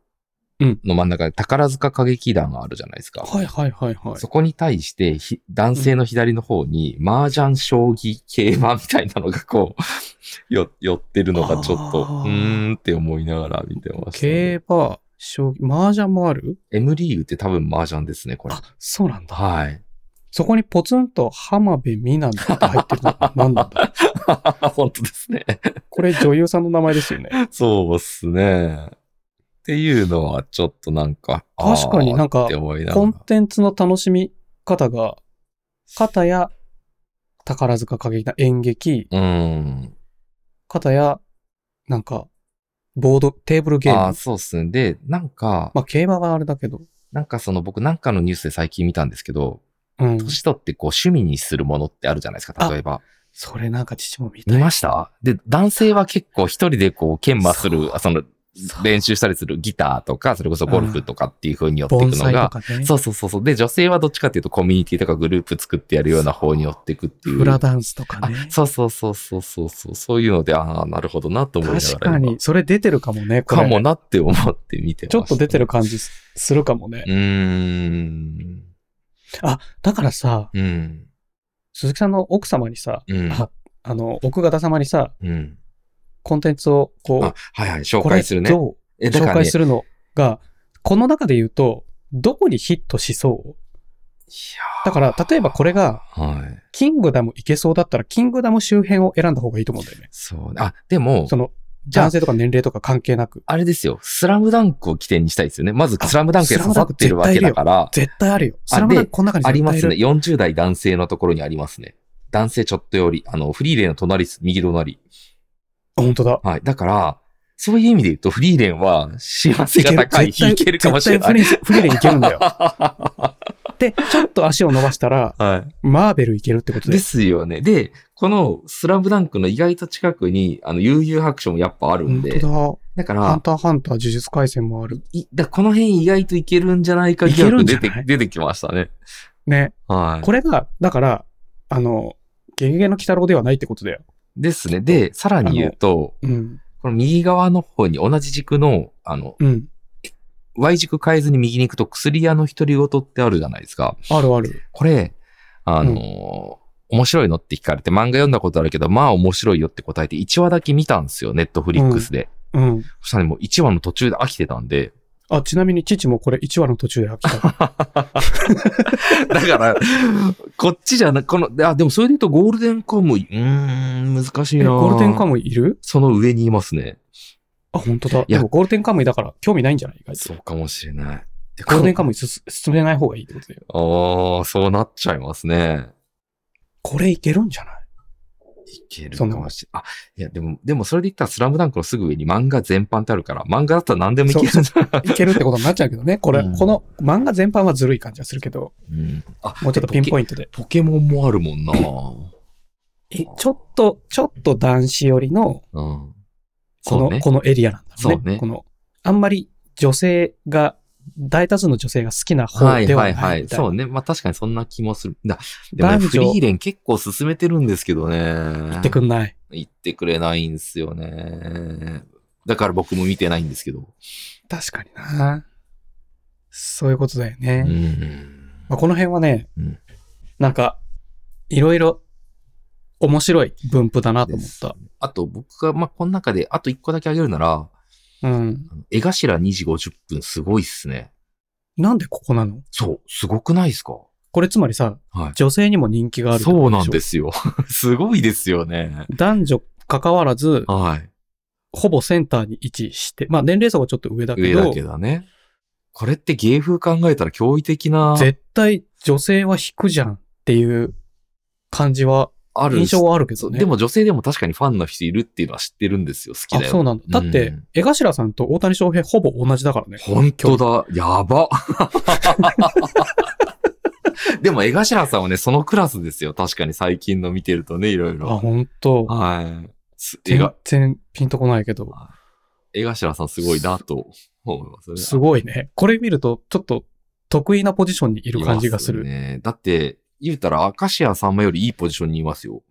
Speaker 1: うん
Speaker 2: の真ん中で宝塚歌劇団があるじゃないですか。
Speaker 1: はいはいはいはい
Speaker 2: そ。こに対してひ、男性の左の方に、麻雀、将棋、競馬みたいなのがこう、 よ、寄ってるのがちょっと、う
Speaker 1: あー
Speaker 2: ーんって思いながら見てました、ね。
Speaker 1: 競馬、将棋、麻雀もある
Speaker 2: M リーグって多分麻雀ですね、これ。
Speaker 1: あ、そうなんだ。
Speaker 2: はい。
Speaker 1: そこにポツンと浜辺美波って入ってる のなんなんだ
Speaker 2: 本当ですね。
Speaker 1: これ女優さんの名前ですよね。
Speaker 2: そうっすね。っていうのはちょっとなんか、あー
Speaker 1: 確かになんか
Speaker 2: って思いなが
Speaker 1: コン
Speaker 2: ら。
Speaker 1: テンツの楽しみ方が、片や宝塚歌劇団演劇、
Speaker 2: うん。
Speaker 1: 片やなんかボード、テーブルゲーム。
Speaker 2: ああ、そうっすね。で、なんか、
Speaker 1: まあ競馬はあれだけど。
Speaker 2: なんかその僕なんかのニュースで最近見たんですけど、
Speaker 1: うん。
Speaker 2: 年取ってこう趣味にするものってあるじゃないですか、例えば。
Speaker 1: それなんか父も見た
Speaker 2: 見
Speaker 1: い。
Speaker 2: ましたで、男性は結構一人でこう研磨す
Speaker 1: そ
Speaker 2: る、
Speaker 1: う
Speaker 2: あその
Speaker 1: そう
Speaker 2: 練習したりするギターとか、それこそゴルフとかっていう風に寄っていく
Speaker 1: 盆
Speaker 2: の
Speaker 1: 栽と
Speaker 2: が、
Speaker 1: かね。
Speaker 2: そうそうそうそう。で、女性はどっちかっていうとコミュニティとかグループ作ってやるような方に寄っていくっていう。
Speaker 1: フラダンスとか
Speaker 2: あ
Speaker 1: ね。
Speaker 2: そうそうそうそうそうそう、そういうので、ああ、なるほどなと思いながら
Speaker 1: 確か
Speaker 2: 今
Speaker 1: に、それ出てるかもね、これ
Speaker 2: かもなって思って見てま
Speaker 1: ち
Speaker 2: した、
Speaker 1: ょっと出てる。感じすするかもね
Speaker 2: う。ーん。
Speaker 1: だからさ、
Speaker 2: うん。
Speaker 1: 鈴木さんの奥様にさ、
Speaker 2: うん。
Speaker 1: ああの、奥方様にさ、
Speaker 2: うん。
Speaker 1: コンテンツをこ
Speaker 2: あ
Speaker 1: う、、
Speaker 2: はいはい、紹
Speaker 1: これ
Speaker 2: 介するね。
Speaker 1: どう
Speaker 2: え、だ
Speaker 1: 紹
Speaker 2: から、
Speaker 1: 介
Speaker 2: ね、
Speaker 1: するのが、この中で言うと、どこにヒットしそうだから、例えばこれが、
Speaker 2: いやーはい。
Speaker 1: キングダム行けそうだったら、キングダム周辺を選んだ方がいいと思うんだよね。
Speaker 2: そう。あ、でも
Speaker 1: そ、の、男性とか年齢とか関係なく。
Speaker 2: あれですよ、スラムダンクを起点にしたいですよね。まず、
Speaker 1: あ
Speaker 2: スラムダンクに刺さってるわけだから、
Speaker 1: 絶対あるよ。
Speaker 2: あ
Speaker 1: スラムダン
Speaker 2: で
Speaker 1: クこの中に
Speaker 2: あり
Speaker 1: 絶
Speaker 2: ま
Speaker 1: 対い
Speaker 2: す
Speaker 1: る
Speaker 2: ね。。40代男性のところにありますね。男性ちょっとより、あの、フリーレンの隣です、右隣。
Speaker 1: あ本当だ。
Speaker 2: はい。だから、そういう意味で言うと、フリーレンは幸せが高い、
Speaker 1: 絶対
Speaker 2: いけるかもしれない。
Speaker 1: 絶対フリーフリーレンいけるん だよ。
Speaker 2: は
Speaker 1: で、ちょっと足を伸ばしたら、マーベルいけるってこと
Speaker 2: い。
Speaker 1: で。
Speaker 2: ですすよね。で、このスラムダンクの意外と近くに、あの、悠々白書もやっぱあるん
Speaker 1: 本
Speaker 2: で、
Speaker 1: 当
Speaker 2: だか
Speaker 1: だ。ハン
Speaker 2: ら、
Speaker 1: ターハンター、呪術廻戦もある。
Speaker 2: いだこの辺意外といけるんじゃないか
Speaker 1: いけるん
Speaker 2: 疑
Speaker 1: じゃ
Speaker 2: 出
Speaker 1: ない
Speaker 2: て、出てきましたね。
Speaker 1: ね。
Speaker 2: はい。
Speaker 1: これが、だから、あの、ゲゲゲの鬼太郎ではないってことだよ。
Speaker 2: ですね。で、さらに言うと、
Speaker 1: うん。
Speaker 2: この右側の方に同じ軸の、あの、
Speaker 1: うん。
Speaker 2: Y 軸変えずに右に行くと薬屋の独り言ってあるじゃないですか。
Speaker 1: あるある。
Speaker 2: これ、あのー面白いのって聞かれて漫画読んだことあるけど、まあ面白いよって答えて1話だけ見たんですよ、ネットフリックスで。
Speaker 1: うん。
Speaker 2: そしたらもう1話の途中で飽きてたんで。
Speaker 1: あ、ちなみに、父もこれ1話の途中で飽きた。
Speaker 2: だから、こっちじゃな、この、あ、でもそれで言うとゴールデンカムイ、うーん、難 しい
Speaker 1: え、
Speaker 2: な
Speaker 1: ゴールデンカ
Speaker 2: イ。
Speaker 1: ムイいる
Speaker 2: その上にいますね。
Speaker 1: あ、本当だ。で
Speaker 2: や
Speaker 1: も、ゴールデンカムイだから、興味ないんじゃない意外と
Speaker 2: そうかもしれない。
Speaker 1: ゴールデンカ
Speaker 2: ムイ。
Speaker 1: ムイす進めない方がいいってことだよ。
Speaker 2: ああ、そうなっちゃいますね。
Speaker 1: これいけるんじゃない
Speaker 2: いける
Speaker 1: そ
Speaker 2: か
Speaker 1: の
Speaker 2: もしれない。あ、いや、でも、でもそれで言ったらスラムダンクのすぐ上に漫画全般ってあるから、漫画だったら何でもいけるんじゃない
Speaker 1: い けるってことになっちゃうけどね。これ、
Speaker 2: うん
Speaker 1: この漫画全般はずるい感じはするけど、
Speaker 2: あ
Speaker 1: もうちょっとピンポイントで。
Speaker 2: ポケモンもあるもんな。
Speaker 1: えちょっと、ちょっと男子寄りの、
Speaker 2: うん。
Speaker 1: この、
Speaker 2: そうね
Speaker 1: このエリアなんだろうね。
Speaker 2: そうね
Speaker 1: この、あんまり女性が、大多数の女性が好きな
Speaker 2: は
Speaker 1: 方
Speaker 2: い
Speaker 1: では
Speaker 2: は
Speaker 1: ない
Speaker 2: い
Speaker 1: みたいな。
Speaker 2: はい。そうね。まあ確かにそんな気もする。だでもね、
Speaker 1: 男
Speaker 2: フ
Speaker 1: 女
Speaker 2: リーレン結構進めてるんですけどね。行
Speaker 1: 言ってくんない。
Speaker 2: 言ってくれないんすよね。だから僕も見てないんですけど。
Speaker 1: 確かにな。そういうことだよね。
Speaker 2: うん。
Speaker 1: まあ、この辺はね、
Speaker 2: うん
Speaker 1: なんか、いろいろ面白い分布だなと思った。
Speaker 2: あと僕が、まあ、この中であと一個だけあげるなら、
Speaker 1: うん。
Speaker 2: あの江頭2時50分すごいっすね。
Speaker 1: なんでここなの
Speaker 2: そう、すごくないですか
Speaker 1: これつまりさ、
Speaker 2: はい。
Speaker 1: 女性にも人気がある。
Speaker 2: そうなんで。すよ。 すごいですよね。
Speaker 1: 男女関わらず、
Speaker 2: はい。
Speaker 1: ほぼセンターに位置して、まあ年齢層がちょっと上だけ
Speaker 2: 上
Speaker 1: ど、
Speaker 2: だけだね。これって芸風考えたら驚異的な、
Speaker 1: 絶対女性は引くじゃんっていう感じは、
Speaker 2: ある
Speaker 1: 印象はあるけ
Speaker 2: そ
Speaker 1: ど
Speaker 2: う
Speaker 1: ね。
Speaker 2: でも女性でも確かにファンの人いるっていうのは知ってるんですよ。好き
Speaker 1: あ、
Speaker 2: だよ。
Speaker 1: そうなんだ。だって、
Speaker 2: うん
Speaker 1: 江頭さんと大谷翔平ほぼ同じだからね。
Speaker 2: 本当だ。やば。 でも江頭さんはね、そのクラスですよ。確かに最近の見てるとね、いろい
Speaker 1: あ、
Speaker 2: ろ。
Speaker 1: 本当
Speaker 2: はいす。江
Speaker 1: 全
Speaker 2: が
Speaker 1: 然ピンとこないけど。
Speaker 2: 江頭さんすごいなと思いますね。
Speaker 1: すごいね。これ見ると、ちょっと得意なポジションにい
Speaker 2: い
Speaker 1: る感じがする。
Speaker 2: ますね。だって、言うたら、明石家さんまよりいいポジションにいますよ。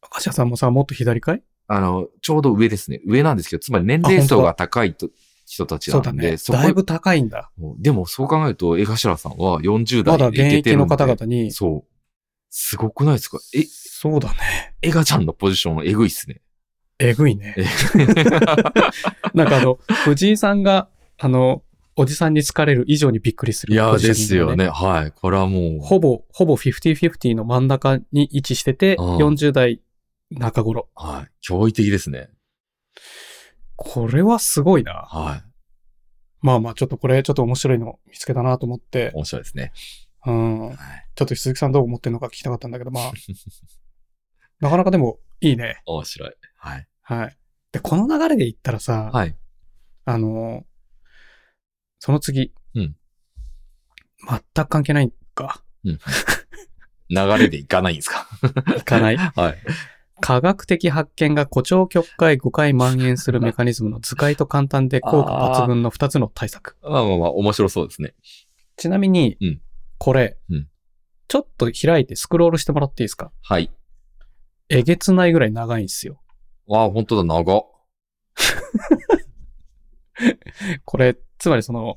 Speaker 1: 赤シャさんもさ、もっと左かい
Speaker 2: あの、ちょうど上ですね。上なんですけど、つまり年齢層が高いと人たち
Speaker 1: そ
Speaker 2: な
Speaker 1: うだ
Speaker 2: ん
Speaker 1: ね
Speaker 2: で、。そこ
Speaker 1: だいぶ高いんだ。
Speaker 2: でもそう考えると、江頭さんは40
Speaker 1: まだ
Speaker 2: 代
Speaker 1: 現
Speaker 2: でいけて
Speaker 1: 役
Speaker 2: る
Speaker 1: の
Speaker 2: んで
Speaker 1: 方々に。
Speaker 2: そう。すごくないですかえ、
Speaker 1: そうだね。
Speaker 2: エガちゃんのポジション、えぐいっすね。
Speaker 1: えぐいね
Speaker 2: え。
Speaker 1: なんかあの、藤井さんが、あの、おじさんに好かれる以上にびっくりする。
Speaker 2: いや、ですよ。ね。はい。これはもう、
Speaker 1: ほぼ、ほぼ50-50の真ん中に位置してて、
Speaker 2: うん
Speaker 1: 40代中頃。
Speaker 2: はい。驚異的ですね。
Speaker 1: これはすごいな。
Speaker 2: は
Speaker 1: まあまあ、ちょっとこれ、ちょっと面白いの見つけたなと思って
Speaker 2: い。、面白いですね。
Speaker 1: うん。
Speaker 2: はい。
Speaker 1: ちょっと鈴木さんどう思ってるのか聞きたかったんだけど、まあ、 なかなかでもいいね。
Speaker 2: 面白い。はい。
Speaker 1: はい。で、この流れで言ったらさ、
Speaker 2: はい。
Speaker 1: あのーその次。
Speaker 2: うん
Speaker 1: 全く関係ないんか。
Speaker 2: 流れでいかないんですか
Speaker 1: いかない。
Speaker 2: はい。
Speaker 1: 科学的発見が誇張曲解5回蔓延するメカニズムの図解と簡単で効果抜群の2つの対策。
Speaker 2: まあまあまあ、面白そうですね。
Speaker 1: ちなみに、
Speaker 2: うん
Speaker 1: これ、
Speaker 2: うん
Speaker 1: ちょっと開いてスクロールしてもらっていいですか
Speaker 2: はい。
Speaker 1: えげつないぐらい長いんですよ。
Speaker 2: わあ、本当だ、長っ。
Speaker 1: これ、つまりその、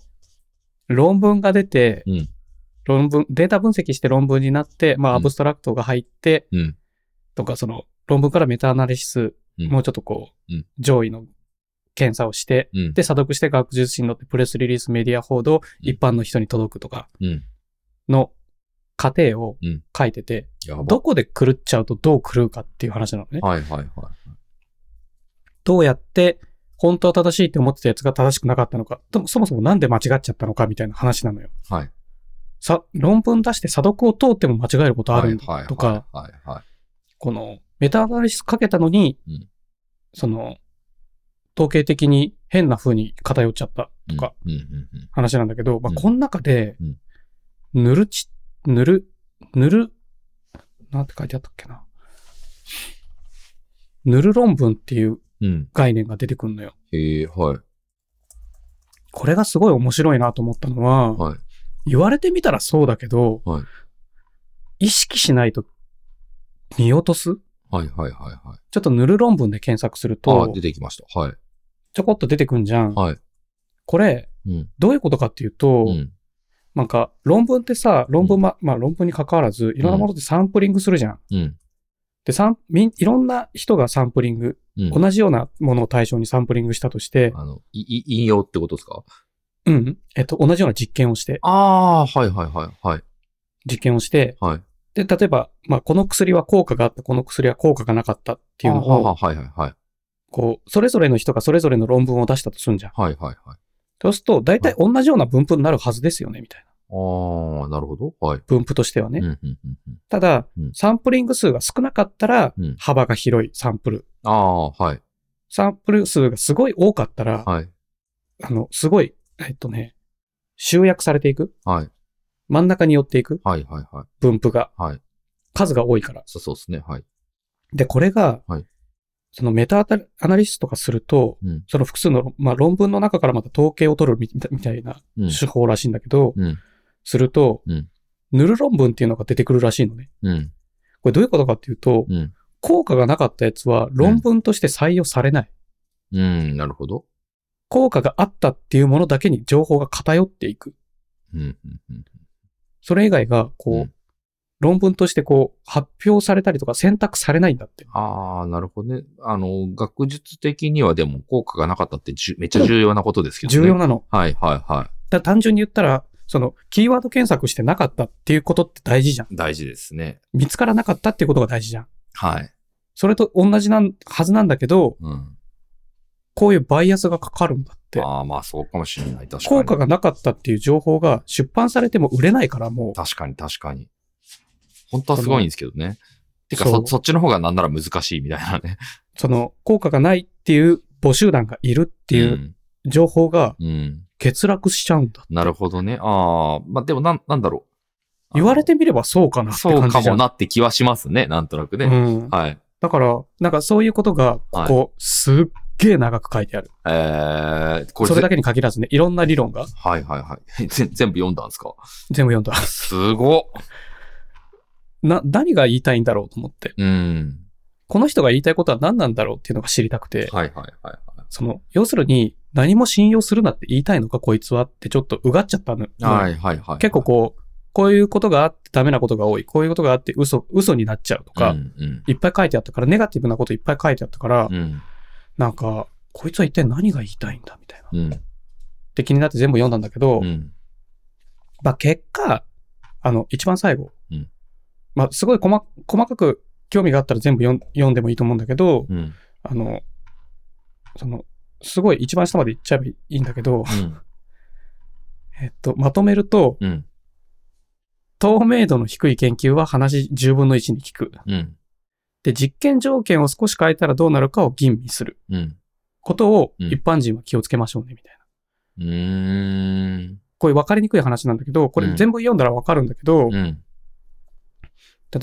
Speaker 1: 論文が出て、
Speaker 2: うん
Speaker 1: 論文、データ分析して論文になって、まあ、
Speaker 2: うん
Speaker 1: アブストラクトが入って、
Speaker 2: うん。
Speaker 1: とか、その、論文からメタアナリシス、
Speaker 2: うん
Speaker 1: もうちょっとこう、
Speaker 2: うん
Speaker 1: 上位の検査をして、
Speaker 2: うん。
Speaker 1: で、査読して学術誌に載ってプレスリリースメディア報道、
Speaker 2: うん
Speaker 1: 一般の人に届くとか
Speaker 2: うん。
Speaker 1: の過程を
Speaker 2: うん
Speaker 1: 書いてて、
Speaker 2: やば
Speaker 1: ど。こで狂っちゃうとどう狂うかっていう話なのね。
Speaker 2: はいはいはい。
Speaker 1: どうやって、本当は正しいって思ってたやつが正しくなかったのか、でもそもそもなんで間違っちゃったのかみたいな話なのよ。
Speaker 2: はい。
Speaker 1: さ、論文出して査読を通っても間違えることあるんだ
Speaker 2: はいはい
Speaker 1: とか、
Speaker 2: はいはい。
Speaker 1: この、メタアナリシスかけたのに、
Speaker 2: うん
Speaker 1: その、統計的に変な風に偏っちゃったとか
Speaker 2: うん。うんうんうん。
Speaker 1: 話なんだけど、まあ、
Speaker 2: うん
Speaker 1: この中で
Speaker 2: うん、
Speaker 1: ぬるち、ぬる、ぬる、なんて書いてあったっけな。ぬる論文っていう
Speaker 2: うん。
Speaker 1: 概念が出てくるのよ。
Speaker 2: へえ、はい。
Speaker 1: これがすごい面白いなと思ったのは、
Speaker 2: はい。
Speaker 1: 言われてみたらそうだけど、
Speaker 2: はい
Speaker 1: 意識しないと見落とす
Speaker 2: はいはいはいはい。
Speaker 1: ちょっとぬる論文で検索する
Speaker 2: ああ、
Speaker 1: と
Speaker 2: 出、てきました。はい。
Speaker 1: ちょこっと出てくんじゃん。
Speaker 2: はい。
Speaker 1: これ、
Speaker 2: うん。
Speaker 1: どういうことかっていうと、
Speaker 2: うん。
Speaker 1: なんか論文ってさ、論文ま、まあ論文に関わらず、いろんなものでサンプリングするじゃん。
Speaker 2: うん。
Speaker 1: で、サンみんいろんな人がサンプリング、
Speaker 2: うん。
Speaker 1: 同じようなものを対象にサンプリングしたとして、
Speaker 2: あの、い、い引用ってことですか
Speaker 1: うん、えっと、同じような実験をして、
Speaker 2: ああー、はいはいはいはい。
Speaker 1: 実験をして、
Speaker 2: はい。っ
Speaker 1: で、例えば、まあ、この薬は効果があった、この薬は効果がなかったっていうのを、
Speaker 2: はいはいはい。
Speaker 1: こう、それぞれの人がそれぞれの論文を出したとすんじゃん。
Speaker 2: はいはいはい。
Speaker 1: そうすると、大体同じような分布になるはずですよね、みたいな。
Speaker 2: ああ、なるほど。はい。
Speaker 1: 分布としてはね。
Speaker 2: うんうんうんうん。
Speaker 1: ただ
Speaker 2: うん、
Speaker 1: サンプリング数が少なかったら
Speaker 2: うん、
Speaker 1: 幅が広いサンプル。
Speaker 2: ああ、はい。
Speaker 1: サンプル数がすごい多かったら、
Speaker 2: はい。
Speaker 1: あの、すごい、えっとね、集約されていく。
Speaker 2: はい。
Speaker 1: 真ん中に寄っていく。
Speaker 2: はいはいはい。
Speaker 1: 分布が。
Speaker 2: はい
Speaker 1: 数が多いから。
Speaker 2: そうそうですね。はい。
Speaker 1: で、これが、
Speaker 2: はい
Speaker 1: そのメタアタアナリストとかすると、
Speaker 2: うん
Speaker 1: その複数の、まあ、論文の中からまた統計を取るみみたいな
Speaker 2: うん。
Speaker 1: 手法らしいんだけど、
Speaker 2: うん。
Speaker 1: すると、
Speaker 2: うん
Speaker 1: ぬる論文っていうのが出てくるらしいのね。
Speaker 2: うん。
Speaker 1: これどういうことかっていうと、
Speaker 2: うん。
Speaker 1: 効果がなかったやつは論文として採用されない。
Speaker 2: ううん、なるほど。
Speaker 1: 効果があったっていうものだけに情報が偏っていく。
Speaker 2: うん、うん、うん。
Speaker 1: それ以外が、こう、
Speaker 2: うん
Speaker 1: 論文としてこう、発表されたりとか選択されないんだって。
Speaker 2: ああ、なるほどね。あの、学術的にはでも効果がなかったってじゅめっちゃ重要なことですけどね。
Speaker 1: 重要なの。
Speaker 2: はい、はい、は
Speaker 1: だから単純に言ったら、その、キーワード検索してなかったっていうことって大事じゃん。
Speaker 2: い。大事ですね。
Speaker 1: 見つからなかったっていうことが大事じゃん。
Speaker 2: はい。
Speaker 1: それと同じなん、はずなんだけど、
Speaker 2: うん。
Speaker 1: こういうバイアスがかかるんだって。
Speaker 2: ああ、まあそうかもしれない。確かに。
Speaker 1: 効果がなかったっていう情報が出版されても売れないからもう、
Speaker 2: 確かに、確かに。本当はすごいんですけどね。てか
Speaker 1: そ
Speaker 2: そうそっちの方がなんなら難しいみたいなね。
Speaker 1: その効果がないっていう募集団がいるっていう情報が
Speaker 2: うん。うん。
Speaker 1: 欠落しちゃうんだ。
Speaker 2: なるほどね。ああ、まあでもなん、なんだろう。
Speaker 1: 言われてみればそうかなって
Speaker 2: そう
Speaker 1: 感
Speaker 2: か
Speaker 1: じじゃ
Speaker 2: も
Speaker 1: ん。
Speaker 2: なって気はしますね。なんとなくね。
Speaker 1: うん。
Speaker 2: はい。
Speaker 1: だから、なんかそういうことが、ここ、すっげえ長く書いてある。
Speaker 2: えー、これ
Speaker 1: それだ
Speaker 2: け。
Speaker 1: けに限らずね、いろんな理論が
Speaker 2: はいはいはい。 ぜ全部読んだんですか
Speaker 1: 全部読んだ。
Speaker 2: すごっ。
Speaker 1: な、何が言いたいんだろうと思って。
Speaker 2: うん。
Speaker 1: この人が言いたいことは何なんだろうっていうのが知りたくて、
Speaker 2: はいはいはいはい。
Speaker 1: その、要するに、何も信用するなって言いたいのか、こいつはってちょっとうがっちゃったの。
Speaker 2: はいはいはい。
Speaker 1: 結構こう、こういうことがあってダメなことが多い、こういうことがあって嘘、嘘になっちゃうとか、
Speaker 2: うんうん
Speaker 1: いっぱい書いてあったから、ネガティブなこといっぱい書いてあったから、
Speaker 2: うん。
Speaker 1: なんか、こいつは一体何が言いたいんだみたいな。
Speaker 2: うん。
Speaker 1: って気になって全部読んだんだけど、
Speaker 2: うん。
Speaker 1: まあ結果、あの、一番最後、
Speaker 2: うん
Speaker 1: まあすごい細細かく興味があったら全部読ん読んでもいいと思うんだけど、
Speaker 2: うん。うん。
Speaker 1: あの、その、すごい一番下まで行っちゃえばいいんだけど、えっと、まとめると、
Speaker 2: うん。
Speaker 1: 透明度の低い研究は話10分の1に聞く。
Speaker 2: うん。
Speaker 1: で、実験条件を少し変えたらどうなるかを吟味する
Speaker 2: うん。
Speaker 1: ことを
Speaker 2: うん
Speaker 1: 一般人は気をつけましょうね、みたいな。
Speaker 2: うーん。
Speaker 1: こういう分かりにくい話なんだけど、これ全部読んだら分かるんだけど、
Speaker 2: う
Speaker 1: 例
Speaker 2: ん。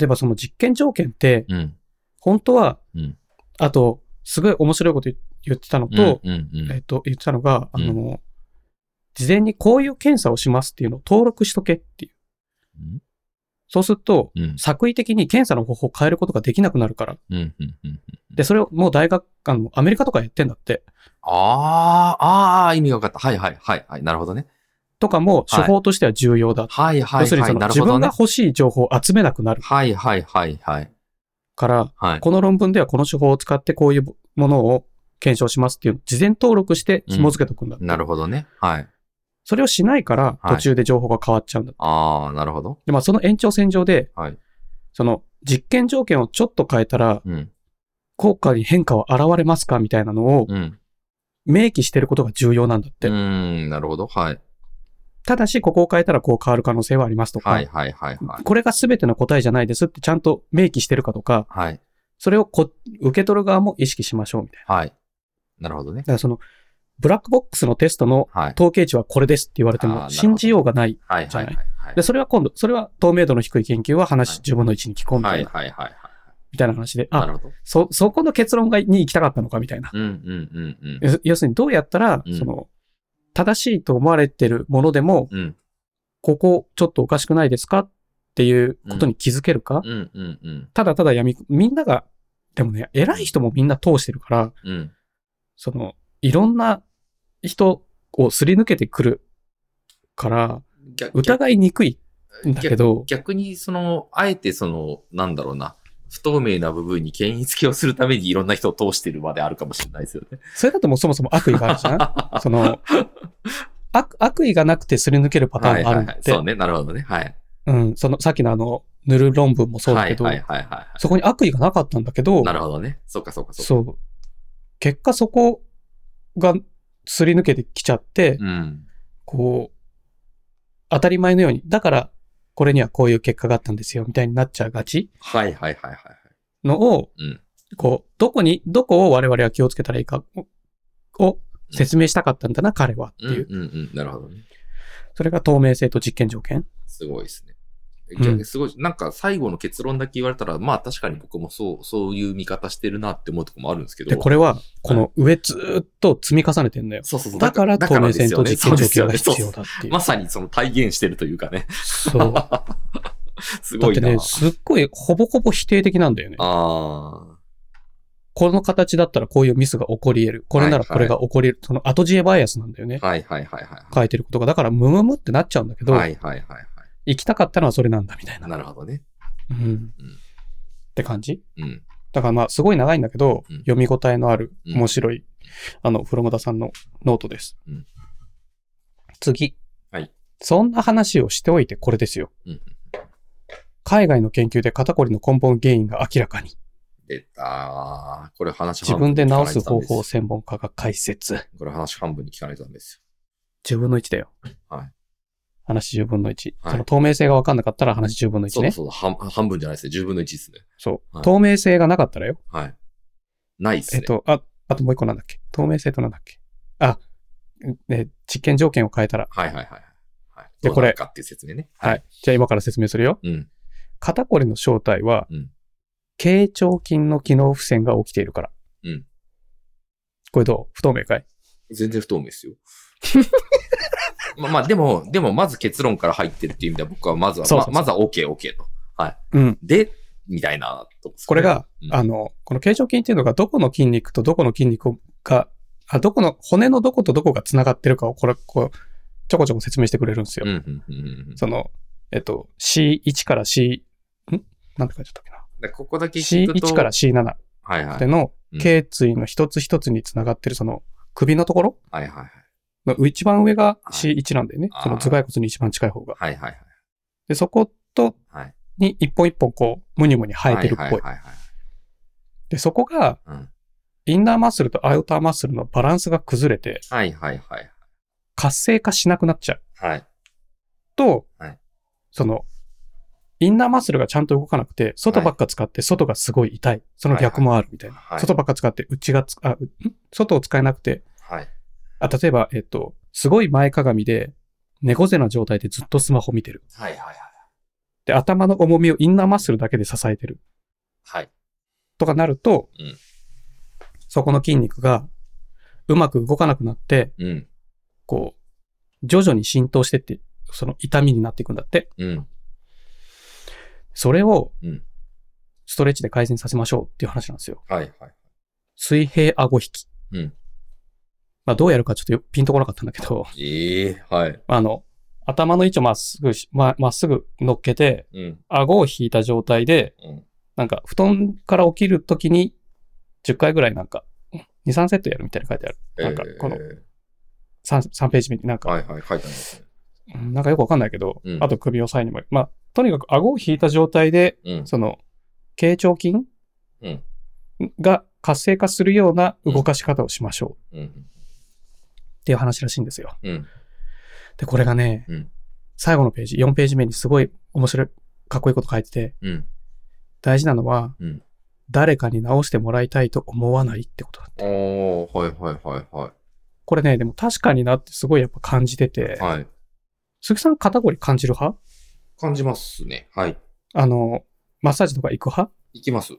Speaker 1: えばその実験条件って、
Speaker 2: うん。
Speaker 1: 本当は、
Speaker 2: うん
Speaker 1: あと、すごい面白いこと言言ってたのと、
Speaker 2: うん。うん
Speaker 1: えっと、言ってたのが、あの、事前にこういう検査をしますっていうのを登録しとけっていう。
Speaker 2: うん。
Speaker 1: そうすると、
Speaker 2: うん。
Speaker 1: 作為的に検査の方法を変えることができなくなるから。
Speaker 2: うん。うん。うん。
Speaker 1: で、それをもう大学、あの、アメリカとかやってんだって。
Speaker 2: ああ、ああ、意味が分かった。はいはいはい。はい。なるほどね。
Speaker 1: とかも手法としては重要だ。
Speaker 2: はいはい
Speaker 1: 要するに
Speaker 2: は
Speaker 1: そ
Speaker 2: い。
Speaker 1: の、
Speaker 2: なる
Speaker 1: 自
Speaker 2: ほど
Speaker 1: 分が
Speaker 2: ね。
Speaker 1: 欲しい情報を集めなくなる
Speaker 2: はいはいはいはい。
Speaker 1: から、
Speaker 2: はい。
Speaker 1: この論文ではこの手法を使ってこういうものを検証しますっていうのを事前登録して紐付けとくんだって。
Speaker 2: なるほどね。はい。
Speaker 1: それをしないから
Speaker 2: はい
Speaker 1: 途中で情報が変わっちゃうんだ。
Speaker 2: ああ、なるほど。
Speaker 1: で、まあその延長線上で、
Speaker 2: はい
Speaker 1: その実験条件をちょっと変えたら
Speaker 2: うん。
Speaker 1: 効果に変化は現れますかみたいなのを
Speaker 2: うん。
Speaker 1: 明記してることが重要なんだっ
Speaker 2: う
Speaker 1: て。
Speaker 2: ーん。なるほど。はい。
Speaker 1: ただし、ここを変えたらこう変わる可能性はありますとか、
Speaker 2: はいはいはいはい。
Speaker 1: これが全ての答えじゃないですってちゃんと明記してるかとか、
Speaker 2: はい。
Speaker 1: それをこ受け取る側も意識しましょうみたいな。
Speaker 2: はい。なるほどね
Speaker 1: だ。からその、ブラックボックスのテストの
Speaker 2: はい。
Speaker 1: 統計値はこれですって言われて
Speaker 2: あーな
Speaker 1: も
Speaker 2: るほど
Speaker 1: 信じようがない。
Speaker 2: はいはいはいはい
Speaker 1: で、。それは今度、それは透明度の低い研究は話10分の1に聞こうみた
Speaker 2: はいい
Speaker 1: な、
Speaker 2: はいはい
Speaker 1: みたいな話で、
Speaker 2: はい。な
Speaker 1: あ、
Speaker 2: るほど。
Speaker 1: そ、そこの結論がに行きたかったのかみたいな。
Speaker 2: うんうんうんうん。
Speaker 1: 要要するにどうやったら、
Speaker 2: うん
Speaker 1: その、正しいと思われてるものでも、
Speaker 2: うん
Speaker 1: ここちょっとおかしくないですかっていうことに気づけるか、
Speaker 2: うんうんうん
Speaker 1: ただただ闇、みんなが、でもね、偉い人もみんな通してるから、
Speaker 2: うん。
Speaker 1: その、いろんな人をすり抜けてくるから、
Speaker 2: 逆
Speaker 1: 疑いにくいんだけど、
Speaker 2: 逆に、その、あえてその、なんだろうな、不透明な部分に権威付けをするためにいろんな人を通してるまであるかもしれないで すよね。
Speaker 1: それだともうそもそも悪意があるじゃん
Speaker 2: は
Speaker 1: その、悪悪意がなくてすり抜けるパターン
Speaker 2: い
Speaker 1: もあ
Speaker 2: は
Speaker 1: る
Speaker 2: い
Speaker 1: ん
Speaker 2: はい。
Speaker 1: で、
Speaker 2: そうね、なるほどね。はい。
Speaker 1: うん、その、さっきのあの、塗る論文もそうだ
Speaker 2: は
Speaker 1: け
Speaker 2: い
Speaker 1: ど、
Speaker 2: はいはいは
Speaker 1: そこに悪意がなかったんだけど
Speaker 2: い。、なるほどね。そうかそうかそうか。
Speaker 1: そう。結果そこがすり抜けてきちゃって、
Speaker 2: うん。
Speaker 1: こう、当たり前のように、だから、これにはこういう結果があったんですよ、みたいになっちゃうがち
Speaker 2: はいはいはいはいはい。
Speaker 1: のを、
Speaker 2: うん
Speaker 1: こう、どこに、どこを我々は気をつけたらいいかをを説明したかったんだな、彼はって
Speaker 2: うん
Speaker 1: いう。
Speaker 2: うんうん。なるほどね。
Speaker 1: それが透明性と実験条件
Speaker 2: すごいですね。
Speaker 1: うん
Speaker 2: 逆にすごい、なんか最後の結論だけ言われたら、まあ確かに僕もそう、そういう見方してるなって思うとこもあるんですけど。
Speaker 1: で、これは、この上ずーっと積み重ねてんだよ。
Speaker 2: そうそうそう。
Speaker 1: だから
Speaker 2: だ
Speaker 1: 透明
Speaker 2: で
Speaker 1: 性
Speaker 2: すよ
Speaker 1: と
Speaker 2: ね
Speaker 1: 実験条件が
Speaker 2: そうです
Speaker 1: 必
Speaker 2: よ
Speaker 1: 要
Speaker 2: ね
Speaker 1: だって
Speaker 2: そう
Speaker 1: い
Speaker 2: ま
Speaker 1: う。
Speaker 2: さにその体現してるというかね。
Speaker 1: そう。だ
Speaker 2: すご
Speaker 1: っ
Speaker 2: い
Speaker 1: て
Speaker 2: な。
Speaker 1: ね、すっごいほぼほぼ否定的なんだよね。
Speaker 2: ああ。
Speaker 1: この形だったらこういうミスが起こり得る。これならこれが起こり得る。その後知恵バイアスなんだよね。
Speaker 2: はいはいはいはい。
Speaker 1: 書いてることが。だからムムムってなっちゃうんだけど、
Speaker 2: はいはいはいはい。
Speaker 1: 行きたかったのはそれなんだみたいな。
Speaker 2: なるほどね。
Speaker 1: うん。って感じ
Speaker 2: うん。
Speaker 1: だからまあすごい長いんだけど、
Speaker 2: うん
Speaker 1: 読み応えのある
Speaker 2: うん
Speaker 1: 面白い、あの、フロムダさんのノートです。
Speaker 2: うん
Speaker 1: 次。
Speaker 2: はい
Speaker 1: そんな話をしておいてこれですよ。
Speaker 2: うん
Speaker 1: 海外の研究で肩こりの根本原因が明らかに。
Speaker 2: 出たーこれ話
Speaker 1: 自
Speaker 2: 半分
Speaker 1: 分
Speaker 2: に
Speaker 1: で
Speaker 2: 聞か
Speaker 1: 治
Speaker 2: れ
Speaker 1: す
Speaker 2: てたん
Speaker 1: 方
Speaker 2: です
Speaker 1: 法を専門家が解説。
Speaker 2: これ話半分に聞かれたんです
Speaker 1: 10分の1だよ。
Speaker 2: はい
Speaker 1: 話10分の1。
Speaker 2: はい
Speaker 1: その透明性が分かんなかったら話10分の
Speaker 2: よ。
Speaker 1: 1
Speaker 2: そう
Speaker 1: ね。
Speaker 2: そう、半半分じゃないですね。10分の1ですね。
Speaker 1: そう。
Speaker 2: はい
Speaker 1: 透明性がなかったらよ。
Speaker 2: はい。ないっす
Speaker 1: えっ
Speaker 2: ね。
Speaker 1: と、あ、あともう一個なんだっけ透明性となんだっけあ、ね、実験条件を変えたら。
Speaker 2: はいはいはいはい。はい、
Speaker 1: でこれ
Speaker 2: どうなるかっていう説明ね。
Speaker 1: はい。。じゃあ今から説明するよ。
Speaker 2: うん。
Speaker 1: 肩こりの正体は、
Speaker 2: うん
Speaker 1: 軽腸筋の機能不全が起きているから。
Speaker 2: うん
Speaker 1: これどう不透明かい
Speaker 2: 全然不透明ですよ。 まあまあ、でも、でも、まず結論から入ってるっていう意味では、僕はまずは、
Speaker 1: そうそうそう
Speaker 2: ままずは OK、OK と。
Speaker 1: うん。
Speaker 2: で、みたいなとこです
Speaker 1: こ
Speaker 2: かね、
Speaker 1: れが、
Speaker 2: うん
Speaker 1: あの、この軽腸筋っていうのがどこの筋肉とどこの筋肉が、あ、どこの、骨のどことどこが繋がってるかを、これ、こう、ちょこちょこ説明してくれるんですよ。
Speaker 2: うん、うん、うんうんうん。
Speaker 1: その、えっと、C1 から C、んなんて書いてあったっけな。
Speaker 2: だからここだけ聞くと。
Speaker 1: C1 から C7
Speaker 2: はいはい。は
Speaker 1: で
Speaker 2: い
Speaker 1: の
Speaker 2: うん
Speaker 1: 頸椎の一つ一つに繋がってるその首のところ
Speaker 2: はいはい。
Speaker 1: の一番上が
Speaker 2: い
Speaker 1: C1 なんだよね
Speaker 2: あ。ー
Speaker 1: その頭蓋骨に一番近い方が。
Speaker 2: はいはい
Speaker 1: で、そこと、
Speaker 2: はい。はい。
Speaker 1: に一本一本こう、ムニムニ生えてるっぽい。
Speaker 2: はいはいはい
Speaker 1: で、そこが、
Speaker 2: はい。うん。
Speaker 1: インナーマッスルとアウターマッスルのバランスが崩れて、
Speaker 2: はいはいはい。
Speaker 1: 活性化しなくなっちゃう
Speaker 2: はい。
Speaker 1: と、
Speaker 2: はい
Speaker 1: その、インナーマッスルがちゃんと動かなくて、外ばっか使って、外がすごい痛い。その逆もあるみたいな。
Speaker 2: はい
Speaker 1: 外ばっか使って、内がつ、あ、うん外を使えなくて、
Speaker 2: はい。
Speaker 1: あ、例えば、えっと、すごい前かがみで、猫背な状態でずっとスマホ見てる。
Speaker 2: はいはいはい。
Speaker 1: で、頭の重みをインナーマッスルだけで支えてる。
Speaker 2: はい。
Speaker 1: とかなると、
Speaker 2: うん
Speaker 1: そこの筋肉がうまく動かなくなって、
Speaker 2: うん。
Speaker 1: こう、徐々に浸透してって、その痛みになっていくんだって。
Speaker 2: うん。
Speaker 1: それを
Speaker 2: うん。
Speaker 1: ストレッチで改善させましょうっていう話なんですよ。
Speaker 2: はいはい。
Speaker 1: 水平顎引き。
Speaker 2: うん
Speaker 1: まあどうやるかちょっとよピンとこなかったんだけど、
Speaker 2: ええはい。
Speaker 1: あの、頭の位置をまっすぐし、ま、まっすぐ乗っけて、
Speaker 2: うん。
Speaker 1: 顎を引いた状態で、
Speaker 2: うん。
Speaker 1: なんか布団から起きるときに10回ぐらいなんか、2、3セットやるみたいな書いてある。なんかこの
Speaker 2: え
Speaker 1: 3, 三ページ目になん
Speaker 2: ー
Speaker 1: か、
Speaker 2: はいはい。書いてありますね。
Speaker 1: うんなんかよくわかんないけど、
Speaker 2: うん
Speaker 1: あと首を押さえにも。まあ、とにかく顎を引いた状態で、
Speaker 2: うん。
Speaker 1: その、軽腸筋
Speaker 2: うん
Speaker 1: が活性化するような動かし方をしましょうっ
Speaker 2: うん。
Speaker 1: ていう話らしいんですよ。
Speaker 2: うん。
Speaker 1: で、これがね、
Speaker 2: うん
Speaker 1: 最後のページ、4ページ目にすごい面白い、かっこいいこと書いてて、
Speaker 2: うん。
Speaker 1: 大事なのは、
Speaker 2: うん
Speaker 1: 誰かに直してもらいたいと思わないってことだって。
Speaker 2: おー、はいはいはいは
Speaker 1: これね、でも確かになってすごいやっぱ感じてて
Speaker 2: い。、はい。
Speaker 1: 鈴木さん肩こり感じる派
Speaker 2: 感じますね。はい。
Speaker 1: あの、マッサージとか行く派
Speaker 2: いきます。う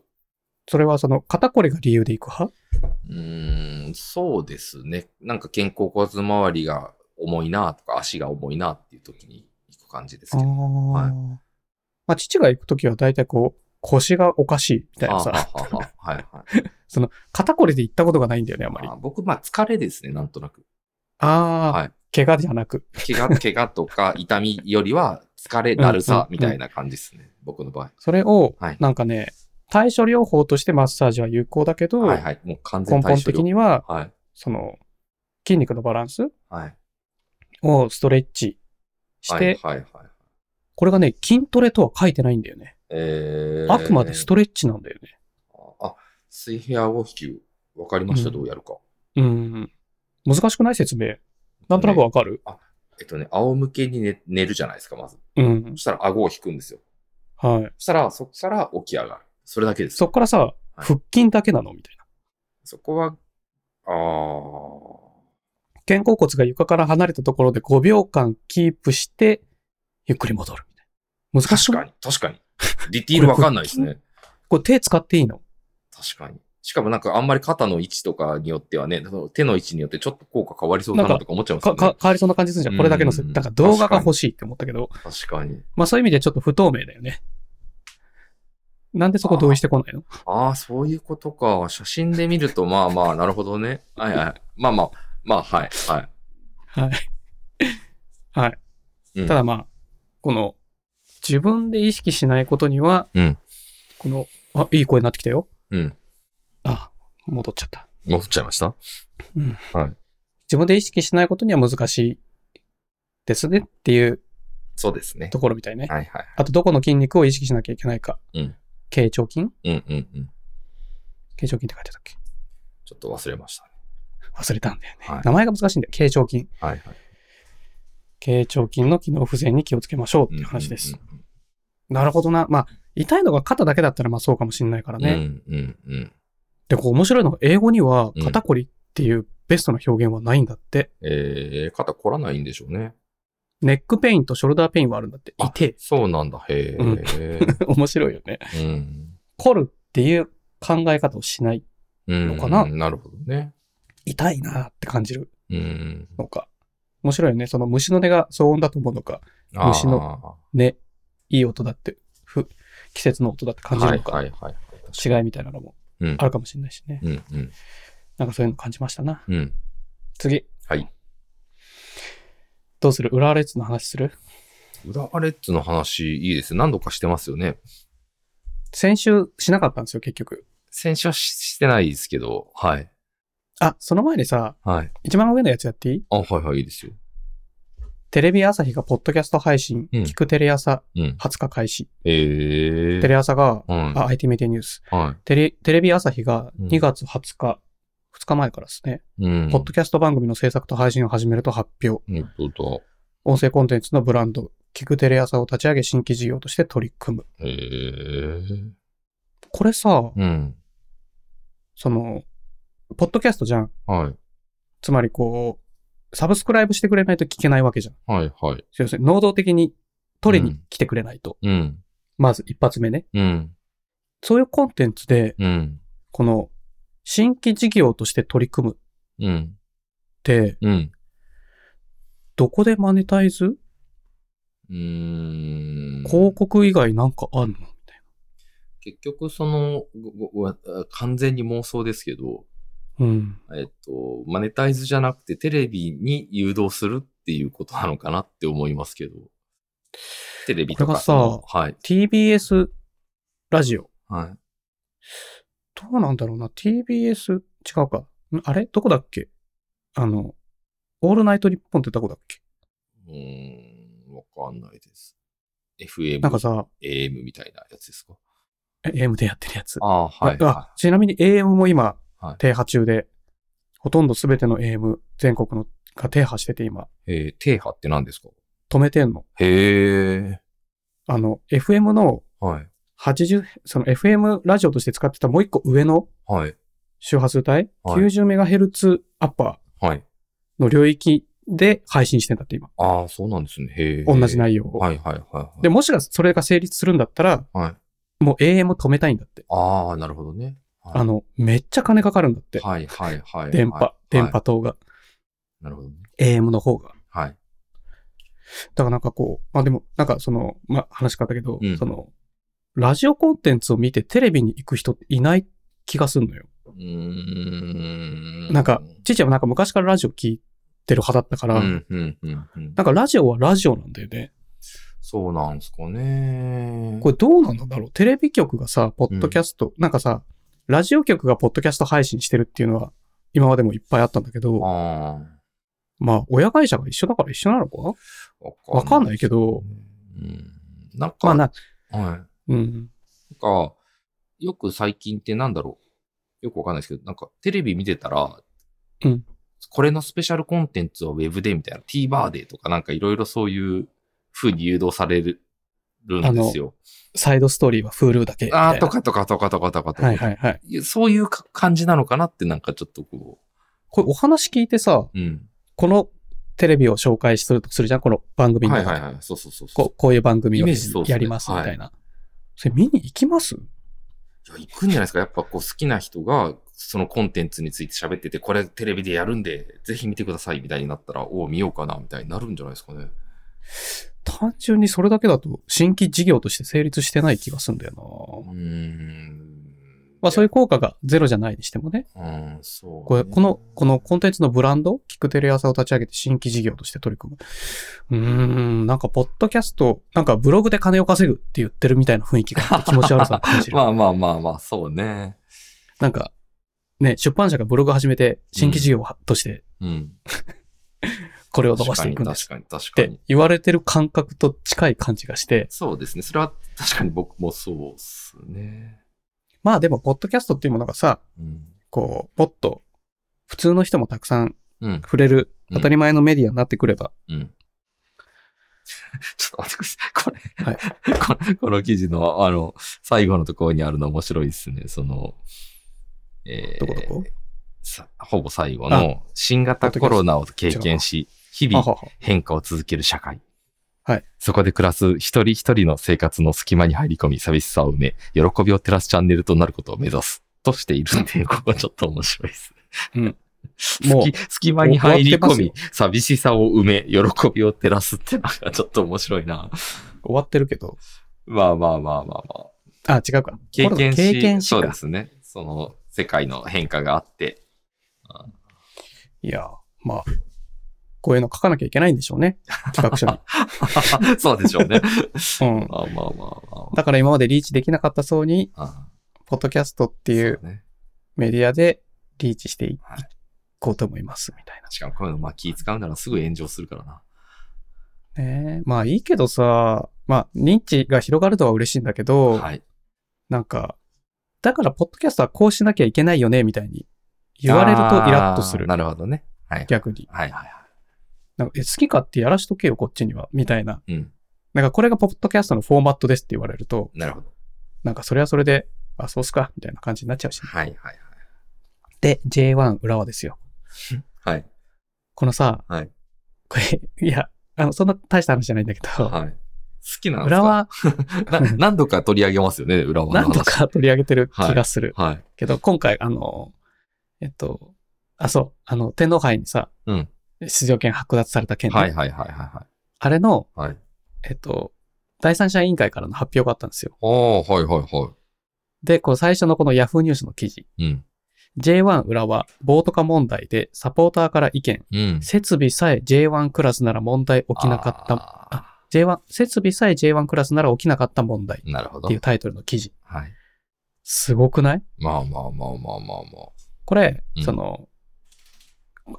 Speaker 1: それはその肩こりが理由で行く派
Speaker 2: ーん、そうですね。なんか肩甲骨周りが重いなとか、足が重いなっていう時に行く感じですけ
Speaker 1: ああ
Speaker 2: ど。
Speaker 1: ー
Speaker 2: はい
Speaker 1: まあ、父が行くときは大体こう、腰がおかしいみたい
Speaker 2: あ
Speaker 1: な
Speaker 2: ーは
Speaker 1: さ、
Speaker 2: はははいはい。
Speaker 1: 肩こりで行ったことがないんだよね、あんまり。
Speaker 2: あ
Speaker 1: あ
Speaker 2: ー僕、まあ疲れですね、なんとなく。
Speaker 1: あー、
Speaker 2: はい
Speaker 1: 怪我じゃなく。
Speaker 2: 怪我、怪我とか痛みよりは疲れ、だるさみたいな感じですね。僕の場合。
Speaker 1: それを
Speaker 2: はい、
Speaker 1: なんかね、対処療法としてマッサージは有効だけど、
Speaker 2: はいはい。もう完全
Speaker 1: 根
Speaker 2: 対
Speaker 1: 本
Speaker 2: 処
Speaker 1: 的
Speaker 2: 療
Speaker 1: には、
Speaker 2: 法。はい。
Speaker 1: その、筋肉のバランス
Speaker 2: はい。
Speaker 1: をストレッチして、
Speaker 2: はいはいはい。
Speaker 1: これがね、筋トレとは書いてないんだよね。
Speaker 2: えー、
Speaker 1: あくまでストレッチなんだよね。
Speaker 2: あ、水平顎引き、わかりました、
Speaker 1: うん
Speaker 2: どうやるか。
Speaker 1: うん。難しくない説明。なんとなくわかる、
Speaker 2: えっとね、仰向けに寝寝るじゃないですか、まず。
Speaker 1: うん
Speaker 2: そ。したら顎を引くんですよ。
Speaker 1: はい。
Speaker 2: そしたら、そこから起き上がる。それだけです。
Speaker 1: そっからさ、
Speaker 2: い
Speaker 1: 腹筋だけなのみたいな。
Speaker 2: そこは、あー
Speaker 1: 肩甲骨が床から離れたところで5秒間キープして、ゆっくり戻るみたいな。難し
Speaker 2: 確
Speaker 1: い。
Speaker 2: かに、確かに。ディティールわかんないですね。
Speaker 1: これ手使っていいの
Speaker 2: 確かに。しかもなんかあんまり肩の位置とかによってはね、その手の位置によってちょっと効果変わりそうだ
Speaker 1: なん
Speaker 2: な
Speaker 1: か
Speaker 2: とか思っちゃいます
Speaker 1: か、
Speaker 2: よ
Speaker 1: か
Speaker 2: ね。、
Speaker 1: 変わりそうな感じするじゃん。これだけのせ、
Speaker 2: うん
Speaker 1: なんか動画が欲しいって思ったけど、
Speaker 2: 確かに。
Speaker 1: まあそういう意味でちょっと不透明だよね。なんでそこ同意してこないの
Speaker 2: ああ、そういうことか。写真で見ると、まあまあ、なるほどね。はいはい。まあまあ、まあ、はい、はい。
Speaker 1: はい。 はい。
Speaker 2: うん
Speaker 1: ただまあ、この、自分で意識しないことには、
Speaker 2: うん
Speaker 1: この、あ、いい声になってきたよ。
Speaker 2: うん。
Speaker 1: あ、戻っちゃった。
Speaker 2: 戻っちゃいました
Speaker 1: うん。
Speaker 2: はい。
Speaker 1: 自分で意識しないことには難しいですねっていう
Speaker 2: そうですね。
Speaker 1: ところみたいね。
Speaker 2: はいはい。
Speaker 1: あと、どこの筋肉を意識しなきゃいけないか。
Speaker 2: うん
Speaker 1: 軽腸筋
Speaker 2: うんうんうん。
Speaker 1: 軽腸筋って書いてたっけ
Speaker 2: ちょっと忘れましたね。
Speaker 1: 忘れたんだよね。
Speaker 2: はい
Speaker 1: 名前が難しいんだよ。軽腸筋。
Speaker 2: はいはい。
Speaker 1: 軽腸筋の機能不全に気をつけましょうっていう話です。なるほどな。まあ、痛いのが肩だけだったらまあそうかもしれないから
Speaker 2: う
Speaker 1: ね。
Speaker 2: んうんうん。
Speaker 1: で、こう面白いのが英語には
Speaker 2: うん
Speaker 1: 肩こりっていうベストな表現はないんだって。
Speaker 2: えー、肩凝らないんでしょうね。
Speaker 1: ネックペインとショルダーペインはあるんだって。
Speaker 2: あ
Speaker 1: 痛え。
Speaker 2: そうなんだ。へえ。
Speaker 1: う
Speaker 2: う
Speaker 1: 面白いよね。
Speaker 2: ん。
Speaker 1: 凝るっていう考え方をし ない。
Speaker 2: う
Speaker 1: の
Speaker 2: ん。
Speaker 1: かな
Speaker 2: なるほどね。
Speaker 1: 痛いなって感じる
Speaker 2: うん。
Speaker 1: のか。面白いよね。その虫の音が騒音だと思うのか。虫
Speaker 2: の
Speaker 1: ね。いい音だって。ふ、季節の音だって感じるのか。
Speaker 2: はいはいはい。
Speaker 1: 違いみたいなのも
Speaker 2: うん
Speaker 1: あるかもしれないしね。
Speaker 2: うんうん
Speaker 1: なんかそういうの感じましたな。
Speaker 2: うん。
Speaker 1: 次。
Speaker 2: はい。
Speaker 1: どうする浦和レッズの話する
Speaker 2: 浦和レッズの話いいですね。何度かしてますよね。
Speaker 1: 先週しなかったんですよ、結局。
Speaker 2: 先週はししてないですけど、はい。
Speaker 1: あ、その前にさ、
Speaker 2: はい。
Speaker 1: 一番上のやつやっていい
Speaker 2: あ、はいはい、いいですよ。
Speaker 1: テレビ朝日がポッドキャスト配信、
Speaker 2: うん
Speaker 1: 聞くテレ朝
Speaker 2: うん。
Speaker 1: 20日開始。
Speaker 2: ええ
Speaker 1: テレ朝が、
Speaker 2: うん。
Speaker 1: あ、IT メディアニュース。
Speaker 2: は
Speaker 1: テレテレビ朝日が
Speaker 2: うん
Speaker 1: 2月20日、2日前からですね、
Speaker 2: い。うん。
Speaker 1: ポッドキャスト番組の制作と配信を始めると発表。
Speaker 2: うん本
Speaker 1: 音声コンテンツのブランド、聞くテレ朝を立ち上げ新規事業として取り組む。
Speaker 2: 当だ。ええ
Speaker 1: これさ、
Speaker 2: うん。
Speaker 1: その、ポッドキャストじゃん。
Speaker 2: はい。
Speaker 1: つまりこう、サブスクライブしてくれないと聞けないわけじゃん。
Speaker 2: はいはい。
Speaker 1: 要するに、能動的に取りに来てくれないと。
Speaker 2: うん。
Speaker 1: まず一発目ね。
Speaker 2: うん。
Speaker 1: そういうコンテンツで、
Speaker 2: うん。
Speaker 1: この、新規事業として取り組むっ
Speaker 2: うん。
Speaker 1: て、
Speaker 2: うん。
Speaker 1: どこでマネタイズ、
Speaker 2: うーん。
Speaker 1: 広告以外なんかあんのみたい
Speaker 2: 結局、その、ごごごあ完全に妄想ですけど、
Speaker 1: な。うん。
Speaker 2: えっと、マネタイズじゃなくてテレビに誘導するっていうことなのかなって思いますけど。テレビと
Speaker 1: これ
Speaker 2: か
Speaker 1: がさ
Speaker 2: そのはい。
Speaker 1: TBS ラジオ。
Speaker 2: はい。
Speaker 1: どうなんだろうな ?TBS、違うか。んあれどこだっけあの、オールナイト日本ってどこだっけ
Speaker 2: うーん、わかんないです。FM、
Speaker 1: なんかさ、
Speaker 2: AM みたいなやつですか
Speaker 1: え AM でやってるやつ。
Speaker 2: ああ、はい。
Speaker 1: あ
Speaker 2: は
Speaker 1: ちなみに AM も今
Speaker 2: はい、
Speaker 1: 停波中で、ほとんど全ての AM、全国のが停波してて今、
Speaker 2: いえー、停波って何ですか
Speaker 1: 止めてんの。
Speaker 2: へえ。
Speaker 1: あの、FM の
Speaker 2: はい。
Speaker 1: 80、その FM ラジオとして使ってたもう一個上の
Speaker 2: はい。
Speaker 1: 周波数帯、
Speaker 2: はい
Speaker 1: 90MHz アッパ
Speaker 2: はい。
Speaker 1: ーの領域で配信してんだって今。
Speaker 2: ああ、そうなんですね。へえ。
Speaker 1: 同じ内容を。
Speaker 2: はいはいはいはい。
Speaker 1: で、もしがそれが成立するんだったら、
Speaker 2: はい。
Speaker 1: もう AM 止めたいんだって。
Speaker 2: ああ、なるほどね。はい
Speaker 1: あの、めっちゃ金かかるんだって。
Speaker 2: はいはいはい。
Speaker 1: 電波、
Speaker 2: はい
Speaker 1: 電。波塔が、
Speaker 2: なるほどね。
Speaker 1: AM の方が。
Speaker 2: はい。
Speaker 1: だからなんかこう、まあでも、なんかその、まあ話し方だけど、
Speaker 2: うん
Speaker 1: その、ラジオコンテンツを見てテレビに行く人っていない気がすんのよ。
Speaker 2: うーん。
Speaker 1: なんか、父はなんか昔からラジオ聞いてる派だったから、
Speaker 2: うん、うん、うん、うん。
Speaker 1: なんかラジオはラジオなんだよね。
Speaker 2: そうなんすかね。
Speaker 1: これどうなんだろうテレビ局がさ、ポッドキャスト、なんかさ、ラジオ局がポッドキャスト配信してるっていうのは、今までもいっぱいあったんだけど、
Speaker 2: あ
Speaker 1: まあ、親会社が一緒だから一緒なのか
Speaker 2: あ。
Speaker 1: わかんないけど、
Speaker 2: うん。なんか、
Speaker 1: まあな、
Speaker 2: はい。なん
Speaker 1: うん。
Speaker 2: か、よく最近ってなんだろう。よくわかんないですけど、なんかテレビ見てたら、
Speaker 1: うん
Speaker 2: これのスペシャルコンテンツをウェブでみたいな、TVer でとかなんかいろいろそういう風に誘導されるるんですよ。
Speaker 1: サイドストーリーは Hulu だけみたいな。
Speaker 2: ああー、とかとかとかとかとかとか。
Speaker 1: はいはいはい。
Speaker 2: いやそういうか感じなのかなってなんかちょっとこ
Speaker 1: これお話聞いてさ、
Speaker 2: う。うん。
Speaker 1: このテレビを紹介するとするじゃんこの番組の
Speaker 2: は
Speaker 1: 中
Speaker 2: い
Speaker 1: で、
Speaker 2: はいはい。そうそうそうそう。
Speaker 1: こう。こういう番組を
Speaker 2: イメージそうっすね
Speaker 1: やりますみたいな。それ見に行きます
Speaker 2: いや、行くんじゃないですか。やっぱこう好きな人が、そのコンテンツについて喋ってて、これテレビでやるんで、ぜひ見てくださいみたいになったら、おお、見ようかなみたいになるんじゃないですかね。
Speaker 1: 単純にそれだけだと新規事業として成立してない気がするんだよな。
Speaker 2: うーん。
Speaker 1: まあそういう効果がゼロじゃないにしてもね。
Speaker 2: うん、そう、
Speaker 1: これこの、この、コンテンツのブランド、キクテレ朝を立ち上げて新規事業として取り組む。うーん、なんかポッドキャスト、なんかブログで金を稼ぐって言ってるみたいな雰囲気があって気持ち悪さを感じる。
Speaker 2: まあまあまあまあ、そうね。
Speaker 1: なんか、ね、出版社がブログ始めて新規事業として
Speaker 2: うん。
Speaker 1: これを伸
Speaker 2: 確
Speaker 1: ばし
Speaker 2: か
Speaker 1: てい
Speaker 2: に、
Speaker 1: くんです。
Speaker 2: 確かに、確
Speaker 1: っ
Speaker 2: か
Speaker 1: て
Speaker 2: に。
Speaker 1: 言われてる感覚と近い感じがして、
Speaker 2: そうですね。それは確かに僕もそうっすね。
Speaker 1: まあでも、ポッドキャストっていうものがさ、
Speaker 2: うん。
Speaker 1: こう、もっと、普通の人もたくさん
Speaker 2: うん。
Speaker 1: 触れる、
Speaker 2: うん
Speaker 1: 当たり前のメディアになってくれば、
Speaker 2: うん。 ちょっと待ってく
Speaker 1: は
Speaker 2: ださ
Speaker 1: い
Speaker 2: い。これ、 このこの記事の、あの、最後のところにあるの面白いですね。その、えー
Speaker 1: どこどこ
Speaker 2: さほぼ最後の、新型コロナを経験し、日
Speaker 1: あ
Speaker 2: 々
Speaker 1: はは
Speaker 2: 変化を続ける社会。
Speaker 1: はい。
Speaker 2: そこで暮らす一人一人の生活の隙間に入り込み、寂しさを埋め、喜びを照らすチャンネルとなることを目指す。としているって いう、ここちょっと面白いです。
Speaker 1: うん。も
Speaker 2: も
Speaker 1: う
Speaker 2: う、隙間に入り
Speaker 1: 終わ
Speaker 2: 込
Speaker 1: って
Speaker 2: み、寂しさを埋め、喜びを照らすってなんかちょっと面白いな。
Speaker 1: 終わってるけど、
Speaker 2: まあまあまあまあまあ。
Speaker 1: あ、違うか。
Speaker 2: 経験し、
Speaker 1: これ経験し
Speaker 2: そうで
Speaker 1: か。
Speaker 2: すね。その、世界の変化があって。 あ
Speaker 1: いや、まあ、こういうの書かなきゃいけないんでしょう ね。企画書に。
Speaker 2: そうでしょうね。
Speaker 1: うん。
Speaker 2: まあまあまあまあま
Speaker 1: だから今までリーチできなかったそうに、
Speaker 2: あ。あ
Speaker 1: ポッドキャストって
Speaker 2: あ
Speaker 1: いう
Speaker 2: そうね。
Speaker 1: メディアでリーチしてい
Speaker 2: はい
Speaker 1: こうと思います、みたい
Speaker 2: しかもこういうの、まあ気使うならすぐ炎上するからな。
Speaker 1: な。ねえまあいいけどさ、まあ認知が広がるのは嬉しいんだけど、
Speaker 2: はい。
Speaker 1: なんか、だから、ポッドキャストはこうしなきゃいけないよね、みたいに言われるとイラッとする
Speaker 2: あー。なるほどね。はい。
Speaker 1: 逆に。
Speaker 2: はいはいは
Speaker 1: なんかえ好き勝手やらしとけよ、こっちには、みたいな。
Speaker 2: い。うん。
Speaker 1: なんか、これがポッドキャストのフォーマットですって言われると、
Speaker 2: なるほど。
Speaker 1: なんか、それはそれで、あ、そうっすか、みたいな感じになっちゃうし。
Speaker 2: はいはいはい。
Speaker 1: で、J1 浦和ですよ。
Speaker 2: はい。
Speaker 1: このさ、
Speaker 2: はい
Speaker 1: これ、いや、あの、そんな大した話じゃないんだけど、
Speaker 2: はい。好きなんですか
Speaker 1: 浦和、
Speaker 2: な何度か取り上げますよね、裏和の話
Speaker 1: 何度。か取り上げてる気がする。
Speaker 2: はい。
Speaker 1: けど、今回、あの、えっと、あ、そう、あの、天皇杯にさ、
Speaker 2: うん
Speaker 1: 出場権剥奪された件ね、
Speaker 2: はいはいはいは
Speaker 1: あれの、
Speaker 2: い。はい。
Speaker 1: えっと、第三者委員会からの発表があったんですよ。
Speaker 2: おー、はいはいは
Speaker 1: で、こう最初のこの Yahoo ニュースの記事。
Speaker 2: い。うん。
Speaker 1: J1 裏は、暴徒化問題でサポーターから意見。
Speaker 2: うん。
Speaker 1: 設備さえ J1 クラスなら問題起きなかった。
Speaker 2: た。
Speaker 1: J1、設備さえ J1 クラスなら起きなかった問題っ
Speaker 2: なるほど。
Speaker 1: ていう
Speaker 2: は
Speaker 1: タイトルの記事。
Speaker 2: い。
Speaker 1: すごくない
Speaker 2: まあまあまあまあまあまあ。
Speaker 1: これ、
Speaker 2: うん
Speaker 1: その、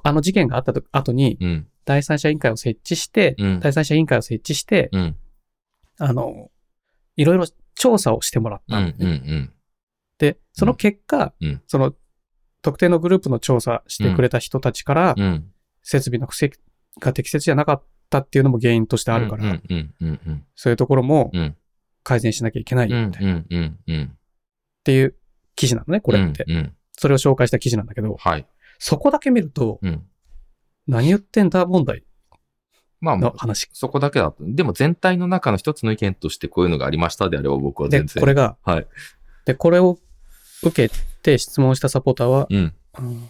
Speaker 1: あの事件があったと後に、
Speaker 2: うん。
Speaker 1: 第三者委員会を設置して、
Speaker 2: うん
Speaker 1: 第三者委員会を設置して、
Speaker 2: うん。
Speaker 1: あの、いろいろ調査をしてもらっ
Speaker 2: うん。う
Speaker 1: たんだよね、
Speaker 2: ん。うん。
Speaker 1: で、その結果、
Speaker 2: うんうん
Speaker 1: その特定のグループの調査してくれた人たちから、
Speaker 2: うん。
Speaker 1: 設備の不正が適切じゃなかったっていうのも原因としてあるから、
Speaker 2: うん。うん。うん。うん。
Speaker 1: そういうところも
Speaker 2: うん
Speaker 1: 改善しなきゃいけない
Speaker 2: うん。う
Speaker 1: よ
Speaker 2: ん
Speaker 1: みたいなっ。
Speaker 2: うん。うん。
Speaker 1: ていう記事なのね、これって。
Speaker 2: うん。
Speaker 1: それを紹介した記事なんだけど、
Speaker 2: はい。
Speaker 1: そこだけ見ると、
Speaker 2: うん。
Speaker 1: 何言ってんだ問題
Speaker 2: まあま
Speaker 1: の
Speaker 2: あ、
Speaker 1: 話。
Speaker 2: そこだけだと。でも全体の中の一つの意見としてこういうのがありましたであれば僕は
Speaker 1: で、
Speaker 2: 全然。
Speaker 1: これが、
Speaker 2: はい。
Speaker 1: で、これを受けて質問したサポーターは、
Speaker 2: うん。
Speaker 1: うん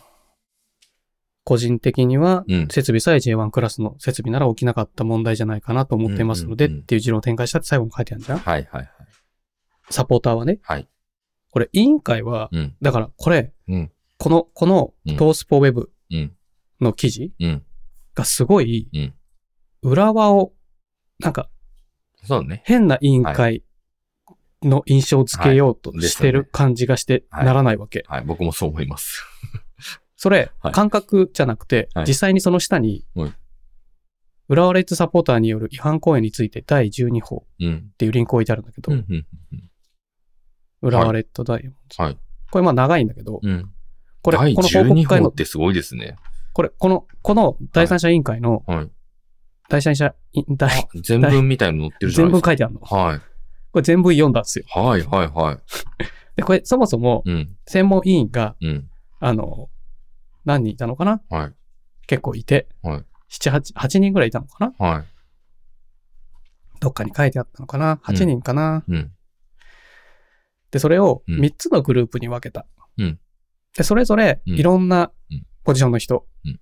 Speaker 1: 個人的には
Speaker 2: うん。
Speaker 1: 設備さえ J1 クラスの設備なら起きなかった問題じゃないかなと思っていますので、
Speaker 2: うんうんうん
Speaker 1: っていう持論を展開したって最後に書いてあるじゃん
Speaker 2: はいはいはい。
Speaker 1: サポーターはね。
Speaker 2: はい。
Speaker 1: これ委員会は、
Speaker 2: うん。
Speaker 1: だからこれ、
Speaker 2: うん
Speaker 1: この、この
Speaker 2: うん
Speaker 1: トースポウェブ
Speaker 2: うん。
Speaker 1: の記事
Speaker 2: うん。
Speaker 1: がすごい、
Speaker 2: うん
Speaker 1: 浦和を、なんか
Speaker 2: そうね。
Speaker 1: 変な委員会の印象をつけようと
Speaker 2: はい
Speaker 1: してる
Speaker 2: ですね
Speaker 1: 感じがして
Speaker 2: はい
Speaker 1: ならないわけ。
Speaker 2: はい。僕もそう思います。
Speaker 1: それ、
Speaker 2: はい
Speaker 1: 感覚じゃなくて、
Speaker 2: はい
Speaker 1: 実際にその下に、
Speaker 2: はい
Speaker 1: 浦和レッズサポーターによる違反行為について第12法っ
Speaker 2: うん。
Speaker 1: ていうリンクを置いてあるんだけど、
Speaker 2: うん。うん。
Speaker 1: 浦和レッドダイヤモンドズ
Speaker 2: はい。
Speaker 1: これまあ長いんだけど、
Speaker 2: うん。
Speaker 1: これ、
Speaker 2: 第
Speaker 1: この報告会
Speaker 2: 12号
Speaker 1: の
Speaker 2: っ、てすごいですね。
Speaker 1: これ、この、この第三者委員会の、
Speaker 2: はい。
Speaker 1: 第三者委員
Speaker 2: あ
Speaker 1: 会、
Speaker 2: 全文みたいの載ってるじゃな
Speaker 1: 全部
Speaker 2: いですか。
Speaker 1: 書いてあるの。こ
Speaker 2: はい。
Speaker 1: れ全部読んだんですよ。
Speaker 2: はい、はい、は
Speaker 1: で、これそもそも
Speaker 2: い。うん。
Speaker 1: 専門委員が、
Speaker 2: うん。
Speaker 1: あの、何人いたのかな
Speaker 2: はい。
Speaker 1: 結構いて、
Speaker 2: はい
Speaker 1: 七八8人ぐらいいたのかな
Speaker 2: は
Speaker 1: どっかに書いてあったのかな ?8 人かな、
Speaker 2: い。うん。
Speaker 1: で、それを
Speaker 2: うん
Speaker 1: 3つのグループに分けた。
Speaker 2: うん
Speaker 1: で、それぞれ
Speaker 2: うん
Speaker 1: いろんな
Speaker 2: うん
Speaker 1: ポジションの人、
Speaker 2: うん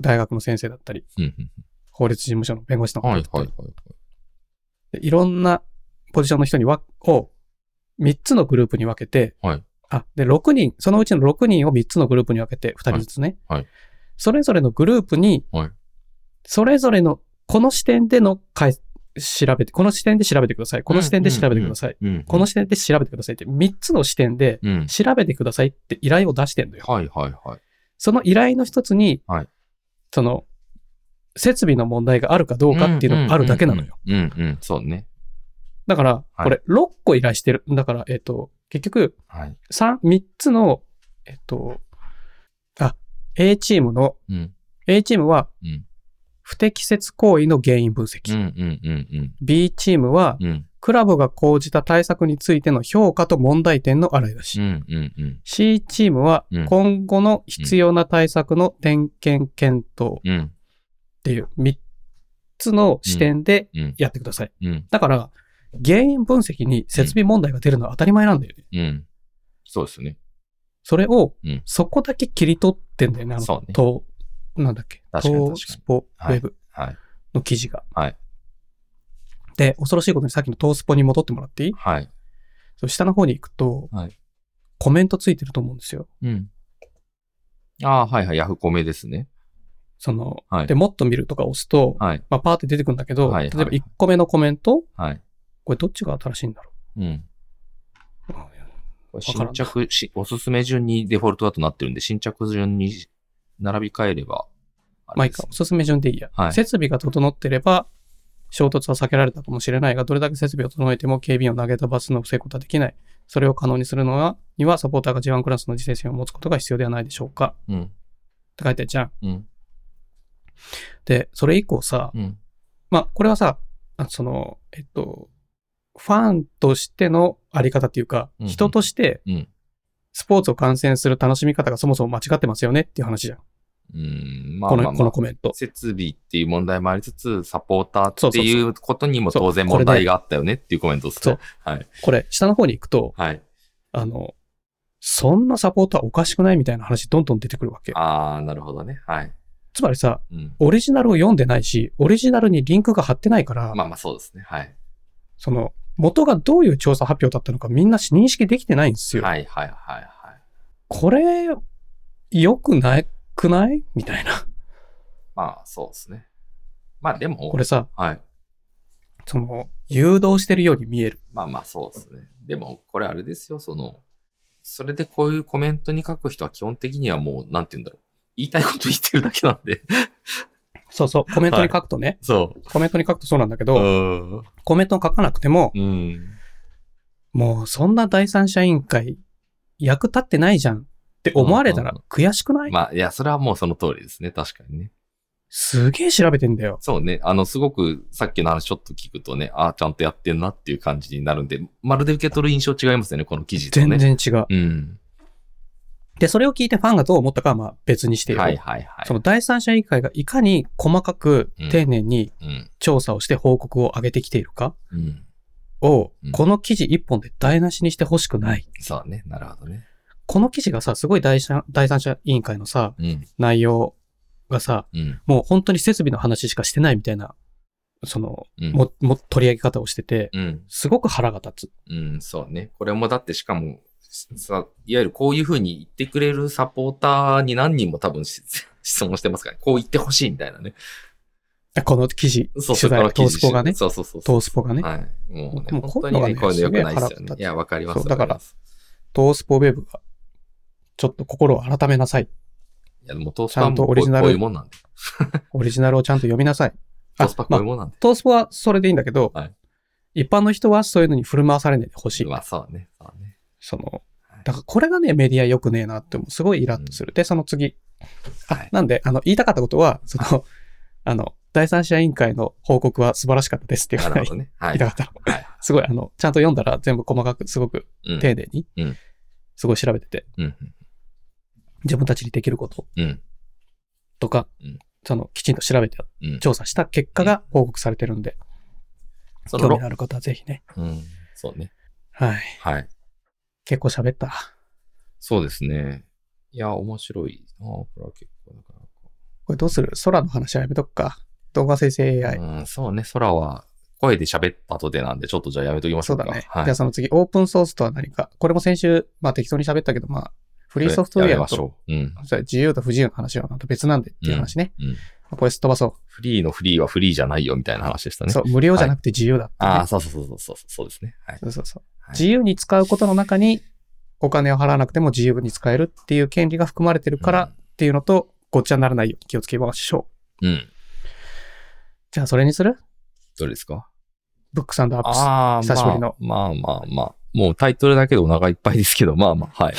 Speaker 1: 大学の先生だったり、
Speaker 2: うん。うん
Speaker 1: 法律事務所の弁護士の方
Speaker 2: はい
Speaker 1: と
Speaker 2: は
Speaker 1: っ
Speaker 2: い
Speaker 1: て、
Speaker 2: はい。
Speaker 1: でいろんなポジションの人にわを3つのグループに分けて、
Speaker 2: はい
Speaker 1: あ、で、6人、そのうちの6人を3つのグループに分けて、2人ずつね、
Speaker 2: はいはい
Speaker 1: それぞれのグループに、
Speaker 2: はい
Speaker 1: それぞれの、この視点での解調べて、この視点で調べてください。この視点で調べてください。
Speaker 2: うん。
Speaker 1: この視点で調べてくださいって、3つの視点で
Speaker 2: うん。
Speaker 1: 調べてくださいって依頼を出してんのよ。
Speaker 2: はいはいはい。
Speaker 1: その依頼の一つに、
Speaker 2: はい
Speaker 1: その、設備の問題があるかどうかっていうのがあるだけなのよ。
Speaker 2: うん。うんうんうん、そうね。
Speaker 1: だから、
Speaker 2: はい
Speaker 1: これ、6個依頼してる。だから、えっ、と、結局、
Speaker 2: はい。
Speaker 1: 3、3つの、えっ、と、あ、A チームの、
Speaker 2: うん。
Speaker 1: A チームは
Speaker 2: うん、
Speaker 1: 不適切行為の原因分
Speaker 2: う
Speaker 1: 析。
Speaker 2: んうんうん
Speaker 1: B チームは、
Speaker 2: うん。うん。
Speaker 1: クラブが講じた対策についての評価と問題点の洗い出し。
Speaker 2: うんうんうん。
Speaker 1: C チームは
Speaker 2: うん、
Speaker 1: 今後の必要な対策の点検検討っ
Speaker 2: うん。
Speaker 1: ていう3つの視点で
Speaker 2: うん。
Speaker 1: やってください。
Speaker 2: うん。
Speaker 1: だから、原因分析に設備問題が出るのは当たり前なんだよね。
Speaker 2: うん。そうですね。
Speaker 1: それを
Speaker 2: うん、
Speaker 1: そこだけ切り取ってんだよね、あの、
Speaker 2: そうね
Speaker 1: と、なんだっけ、
Speaker 2: 確かに確かに
Speaker 1: スポウ
Speaker 2: はい
Speaker 1: ェブ
Speaker 2: はい。
Speaker 1: の記事が。
Speaker 2: はい
Speaker 1: で、恐ろしいことにさっきのトースポに戻ってもらっていい
Speaker 2: はい。
Speaker 1: そう下の方に行くと、
Speaker 2: はい
Speaker 1: コメントついてると思うんですよ。
Speaker 2: うん。ああ、はいはい。ヤフコメですね。
Speaker 1: その、
Speaker 2: はい
Speaker 1: で、もっと見るとか押すと、
Speaker 2: はい。
Speaker 1: まあ、パーって出てくるんだけど、
Speaker 2: は
Speaker 1: 例え
Speaker 2: い
Speaker 1: ば
Speaker 2: はい
Speaker 1: 1個目のコメント、
Speaker 2: はい。
Speaker 1: これどっちが新しいんだろ
Speaker 2: うん。
Speaker 1: う。
Speaker 2: これ
Speaker 1: わから
Speaker 2: 新
Speaker 1: ん
Speaker 2: 着し、おすすめ順にデフォルトだとなってるんで、新着順に並び替えれば、あ
Speaker 1: まあいい
Speaker 2: れで
Speaker 1: か
Speaker 2: す、
Speaker 1: おすすめ順でいいや。
Speaker 2: はい
Speaker 1: 設備が整ってれば、衝突は避けられたかもしれないが、どれだけ設備を整えても警備員を投げ飛ばすのを防ぐことはできない。それを可能にするのは、にはサポーターが G1 クラスの自制心を持つことが必要ではないでしょうか。
Speaker 2: うん。
Speaker 1: って書いてあるじゃん。
Speaker 2: うん。
Speaker 1: で、それ以降さ、
Speaker 2: うん。
Speaker 1: まあ、これはさ、あその、えっと、ファンとしてのあり方っていうか、
Speaker 2: うんうん
Speaker 1: 人として
Speaker 2: うん。
Speaker 1: スポーツを観戦する楽しみ方がそもそも間違ってますよねっていう話じゃん。
Speaker 2: うん。まあ
Speaker 1: こ
Speaker 2: まあ
Speaker 1: の、
Speaker 2: ま
Speaker 1: この
Speaker 2: あ、
Speaker 1: コメント。
Speaker 2: 設備っていう問題もありつつ、サポータ
Speaker 1: そ
Speaker 2: ー
Speaker 1: う
Speaker 2: って
Speaker 1: そうそう
Speaker 2: いうことにも
Speaker 1: そう
Speaker 2: 当然
Speaker 1: これ
Speaker 2: 問
Speaker 1: で
Speaker 2: 題があったよねっていうコメントですね。はい。
Speaker 1: これ、下の方に行くと、
Speaker 2: はい。
Speaker 1: あの、そんなサポーターおかしくないみたいな話どんどん出てくるわけ。
Speaker 2: ああ、なるほどね。はい。
Speaker 1: つまりさ、
Speaker 2: うん。
Speaker 1: オリジナルを読んでないし、オリジナルにリンクが貼ってないから、
Speaker 2: まあまあそうですね。はい。
Speaker 1: その、元がどういう調査発表だったのかみんな認識できてないんですよ。
Speaker 2: はいはいはいはい。
Speaker 1: これ、良くないくないみたい な。
Speaker 2: まあそうですね。まあでも
Speaker 1: こ、れさ、
Speaker 2: はい。
Speaker 1: その、誘導してるように見える。
Speaker 2: まあまあそうですね。でも、これあれですよ、その、それでこういうコメントに書く人は基本的にはもう、なんて言うんだろう。言いたいこと言ってるだけなんで。
Speaker 1: そうそう、コメントに書くとね、
Speaker 2: そ
Speaker 1: コメントに書くとそうなんだけ
Speaker 2: う。
Speaker 1: ど、
Speaker 2: ん。
Speaker 1: コメントを書かなくても、
Speaker 2: うん。
Speaker 1: もうそんな第三者委員会、役立ってないじゃんって思われたら
Speaker 2: うんう
Speaker 1: 悔しくない、
Speaker 2: まあ、いや、それはもうその通りですね。確かにね。
Speaker 1: すげえ調べてんだよ。
Speaker 2: そうね。あの、すごく、さっきの話ちょっと聞くとね、ああ、ちゃんとやってんなっていう感じになるんで、まるで受け取る印象違いますよね、この記事と
Speaker 1: 全
Speaker 2: ね。。
Speaker 1: 然違う。
Speaker 2: うん。
Speaker 1: で、それを聞いてファンがどう思ったかはまあ別にしてよ。
Speaker 2: はいはいはい。
Speaker 1: その第三者委員会がいかに細かく
Speaker 2: うん
Speaker 1: 丁寧に
Speaker 2: うん。
Speaker 1: 調査をして報告を上げてきているか
Speaker 2: うん。
Speaker 1: を、
Speaker 2: うん
Speaker 1: この記事一本で台無しにしてほしくない。
Speaker 2: そうね。なるほどね。
Speaker 1: この記事がさ、すごい第三第三者委員会のさ、
Speaker 2: うん。
Speaker 1: 内容がさ、
Speaker 2: うん。
Speaker 1: もう本当に設備の話しかしてないみたいな、その、
Speaker 2: うん。
Speaker 1: も、も、取り上げ方をしてて、
Speaker 2: うん。
Speaker 1: すごく腹が立つ。
Speaker 2: うん、そうね。これもだってしかも、さ、いわゆるこういうふうに言ってくれるサポーターに何人も多分し 質問してますから、こう言ってほしいみたいなね。
Speaker 1: この記事、
Speaker 2: そう、
Speaker 1: 取材
Speaker 2: こ
Speaker 1: の
Speaker 2: の記
Speaker 1: トー
Speaker 2: 事
Speaker 1: スポがね、
Speaker 2: そうそうそうそう。
Speaker 1: トースポがね、
Speaker 2: はい。もうね、
Speaker 1: もう
Speaker 2: 本当にね、
Speaker 1: こ
Speaker 2: こ
Speaker 1: う
Speaker 2: う
Speaker 1: い
Speaker 2: いう
Speaker 1: のがね
Speaker 2: うの良
Speaker 1: す
Speaker 2: くないですよ
Speaker 1: げえ腹立
Speaker 2: ね
Speaker 1: っ。
Speaker 2: いや、わかります
Speaker 1: そうだから
Speaker 2: わります
Speaker 1: トースポウェブが、ちょっと心を改めなさい。
Speaker 2: いや、もうトースパは
Speaker 1: ちゃんと
Speaker 2: もうこ
Speaker 1: オ
Speaker 2: う
Speaker 1: リジナル
Speaker 2: こういうもんなんで。
Speaker 1: オリジナルをちゃんと読みなさい。
Speaker 2: トースパこういう
Speaker 1: ま
Speaker 2: もんなんで。
Speaker 1: トースポはそれでいいんだけど、
Speaker 2: はい
Speaker 1: 一般の人はそういうのに振る舞わされないでほしい。
Speaker 2: まあ、そうね。そうね。
Speaker 1: その
Speaker 2: はい、
Speaker 1: だからこれがね、メディア良くねえなって思う。すごいイラッとする。で、その次。
Speaker 2: はい。
Speaker 1: なんで、あの、言いたかったことは、その、あの、第三者委員会の報告は素晴らしかったですっていう
Speaker 2: な
Speaker 1: ぐら
Speaker 2: る
Speaker 1: い
Speaker 2: ほど
Speaker 1: 言
Speaker 2: ね。はいい。
Speaker 1: た
Speaker 2: は
Speaker 1: かった。
Speaker 2: い。
Speaker 1: すごい、あの、ちゃんと読んだら全部細かく、すごく
Speaker 2: うん。
Speaker 1: 丁寧に
Speaker 2: うん、
Speaker 1: すごい調べてて、
Speaker 2: うん。
Speaker 1: 自分たちにできること
Speaker 2: うん。
Speaker 1: とか
Speaker 2: うん、
Speaker 1: その、きちんと調べて、
Speaker 2: うん。
Speaker 1: 調査した結果が報告されてるんで、
Speaker 2: そ
Speaker 1: 興
Speaker 2: の
Speaker 1: 味
Speaker 2: ろ
Speaker 1: のある方はぜひね。
Speaker 2: うん。そうね。
Speaker 1: はい。
Speaker 2: はい。
Speaker 1: 結構喋った。
Speaker 2: そうですね。いや、面白いな。これは結構、なかなか。
Speaker 1: これどうする空の話はやめとくか。動画生成 AI。
Speaker 2: うん、そうね、空は声で喋った後でなんで、ちょっとじゃあやめときまし
Speaker 1: そ
Speaker 2: ょ
Speaker 1: う
Speaker 2: うか。
Speaker 1: だね。
Speaker 2: はい。
Speaker 1: じゃあその次、オープンソースとは何か。これも先週、まあ適当に喋ったけど、まあ、フリーソフトウ
Speaker 2: や
Speaker 1: ェ
Speaker 2: め
Speaker 1: ア
Speaker 2: まし
Speaker 1: と
Speaker 2: ょう。うん。
Speaker 1: それ自由と不自由の話はまた別なんでっていう話ね。
Speaker 2: うん。
Speaker 1: まあこれすっ飛ばそ
Speaker 2: フリーのフリーはフリーじゃないよみたいな話でした
Speaker 1: う。
Speaker 2: ね。
Speaker 1: そう、無料じゃなくて自由だって、ね
Speaker 2: ああ、そうそうそうそう、そうですね。はい。
Speaker 1: そうそうそう。
Speaker 2: はい
Speaker 1: 自由に使うことの中に、お金を払わなくても自由に使えるっていう権利が含まれてるからっていうのと、ごっちゃにならないように気をつけましょう。
Speaker 2: うん。うん。
Speaker 1: じゃあそれにする
Speaker 2: どれですか
Speaker 1: ブックサンドアップス。
Speaker 2: ああ、
Speaker 1: 久しぶりの
Speaker 2: まあ。まあまあまあ。もうタイトルだけでお腹いっぱいですけど、まあまあ、はい。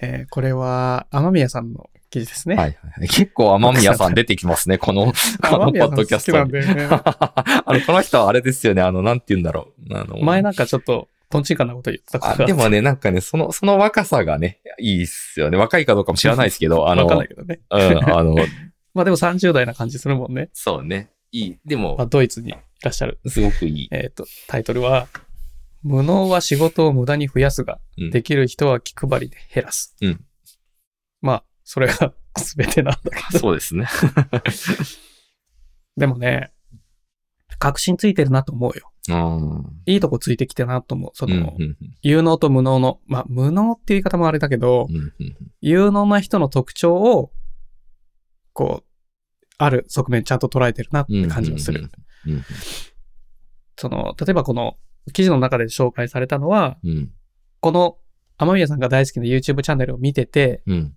Speaker 1: えーこれは、雨宮さんの記事ですね。
Speaker 2: はいはいはい。結構雨宮さん出てきますね、この、こ
Speaker 1: 雨宮さん
Speaker 2: のポッ
Speaker 1: 好
Speaker 2: ドキャス
Speaker 1: き
Speaker 2: ト
Speaker 1: なん
Speaker 2: に。
Speaker 1: だよね。
Speaker 2: あの、この人はあれですよね、あの、なんて言うんだろう。あの、
Speaker 1: 前なんかちょっと、とんちんかんなこと言ってたか
Speaker 2: あ
Speaker 1: ら。
Speaker 2: でもね、なんかね、その、その若さがね、いいっすよね。若いかどうかも知らないですけど、あの、
Speaker 1: わかんな
Speaker 2: う
Speaker 1: いけどね。
Speaker 2: ん、あの、
Speaker 1: まあでも30代な感じするもんね。
Speaker 2: そうね、いい。で
Speaker 1: まあ、
Speaker 2: も、
Speaker 1: ドイツにいらっしゃる。
Speaker 2: すごくいい。
Speaker 1: えっ、と、タイトルは、無能は仕事を無駄に増やすが、
Speaker 2: うん
Speaker 1: できる人は気配りで減らす。
Speaker 2: うん
Speaker 1: まあ、それが 全てなんだけど。
Speaker 2: そうですね。
Speaker 1: でもね、確信ついてるなと思うよ。
Speaker 2: うん。
Speaker 1: いいとこついてきてなと思う。そ
Speaker 2: うん、う
Speaker 1: の、
Speaker 2: ん、うん
Speaker 1: 有能と無能の、まあ、無能っていう言い方もあれだけど、
Speaker 2: うんうん。
Speaker 1: 有能な人の特徴を、こう、ある側面ちゃんと捉えてるなって感じがする。
Speaker 2: うんうん
Speaker 1: その、例えばこの記事の中で紹介されたのは、
Speaker 2: うん。うん
Speaker 1: この天宮さんが大好きな YouTube チャンネルを見てて、
Speaker 2: うん。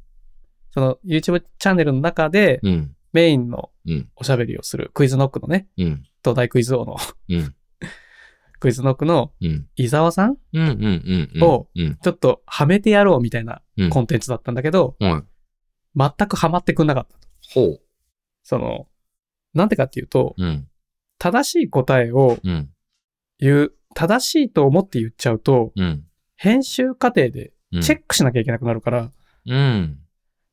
Speaker 1: その YouTube チャンネルの中で
Speaker 2: うん。
Speaker 1: メインの
Speaker 2: うん
Speaker 1: おしゃべりをするクイズノックのね、
Speaker 2: うん。
Speaker 1: 東大クイズ王の
Speaker 2: うん。
Speaker 1: クイズノックの
Speaker 2: うん。
Speaker 1: 伊沢さん
Speaker 2: うん。うん。うん。うん。
Speaker 1: を
Speaker 2: うん。
Speaker 1: ちょっとはめてやろうみたいな
Speaker 2: うん
Speaker 1: コンテンツだったんだけど、
Speaker 2: はい。
Speaker 1: 全くハマってくんなかった。
Speaker 2: ほう。
Speaker 1: その、なんでかっていうと、
Speaker 2: うん。
Speaker 1: 正しい答えを
Speaker 2: うん。
Speaker 1: 言う、正しいと思って言っちゃうと、
Speaker 2: うん。
Speaker 1: 編集過程で
Speaker 2: うん
Speaker 1: チェックしなきゃいけなくなるから、
Speaker 2: うん。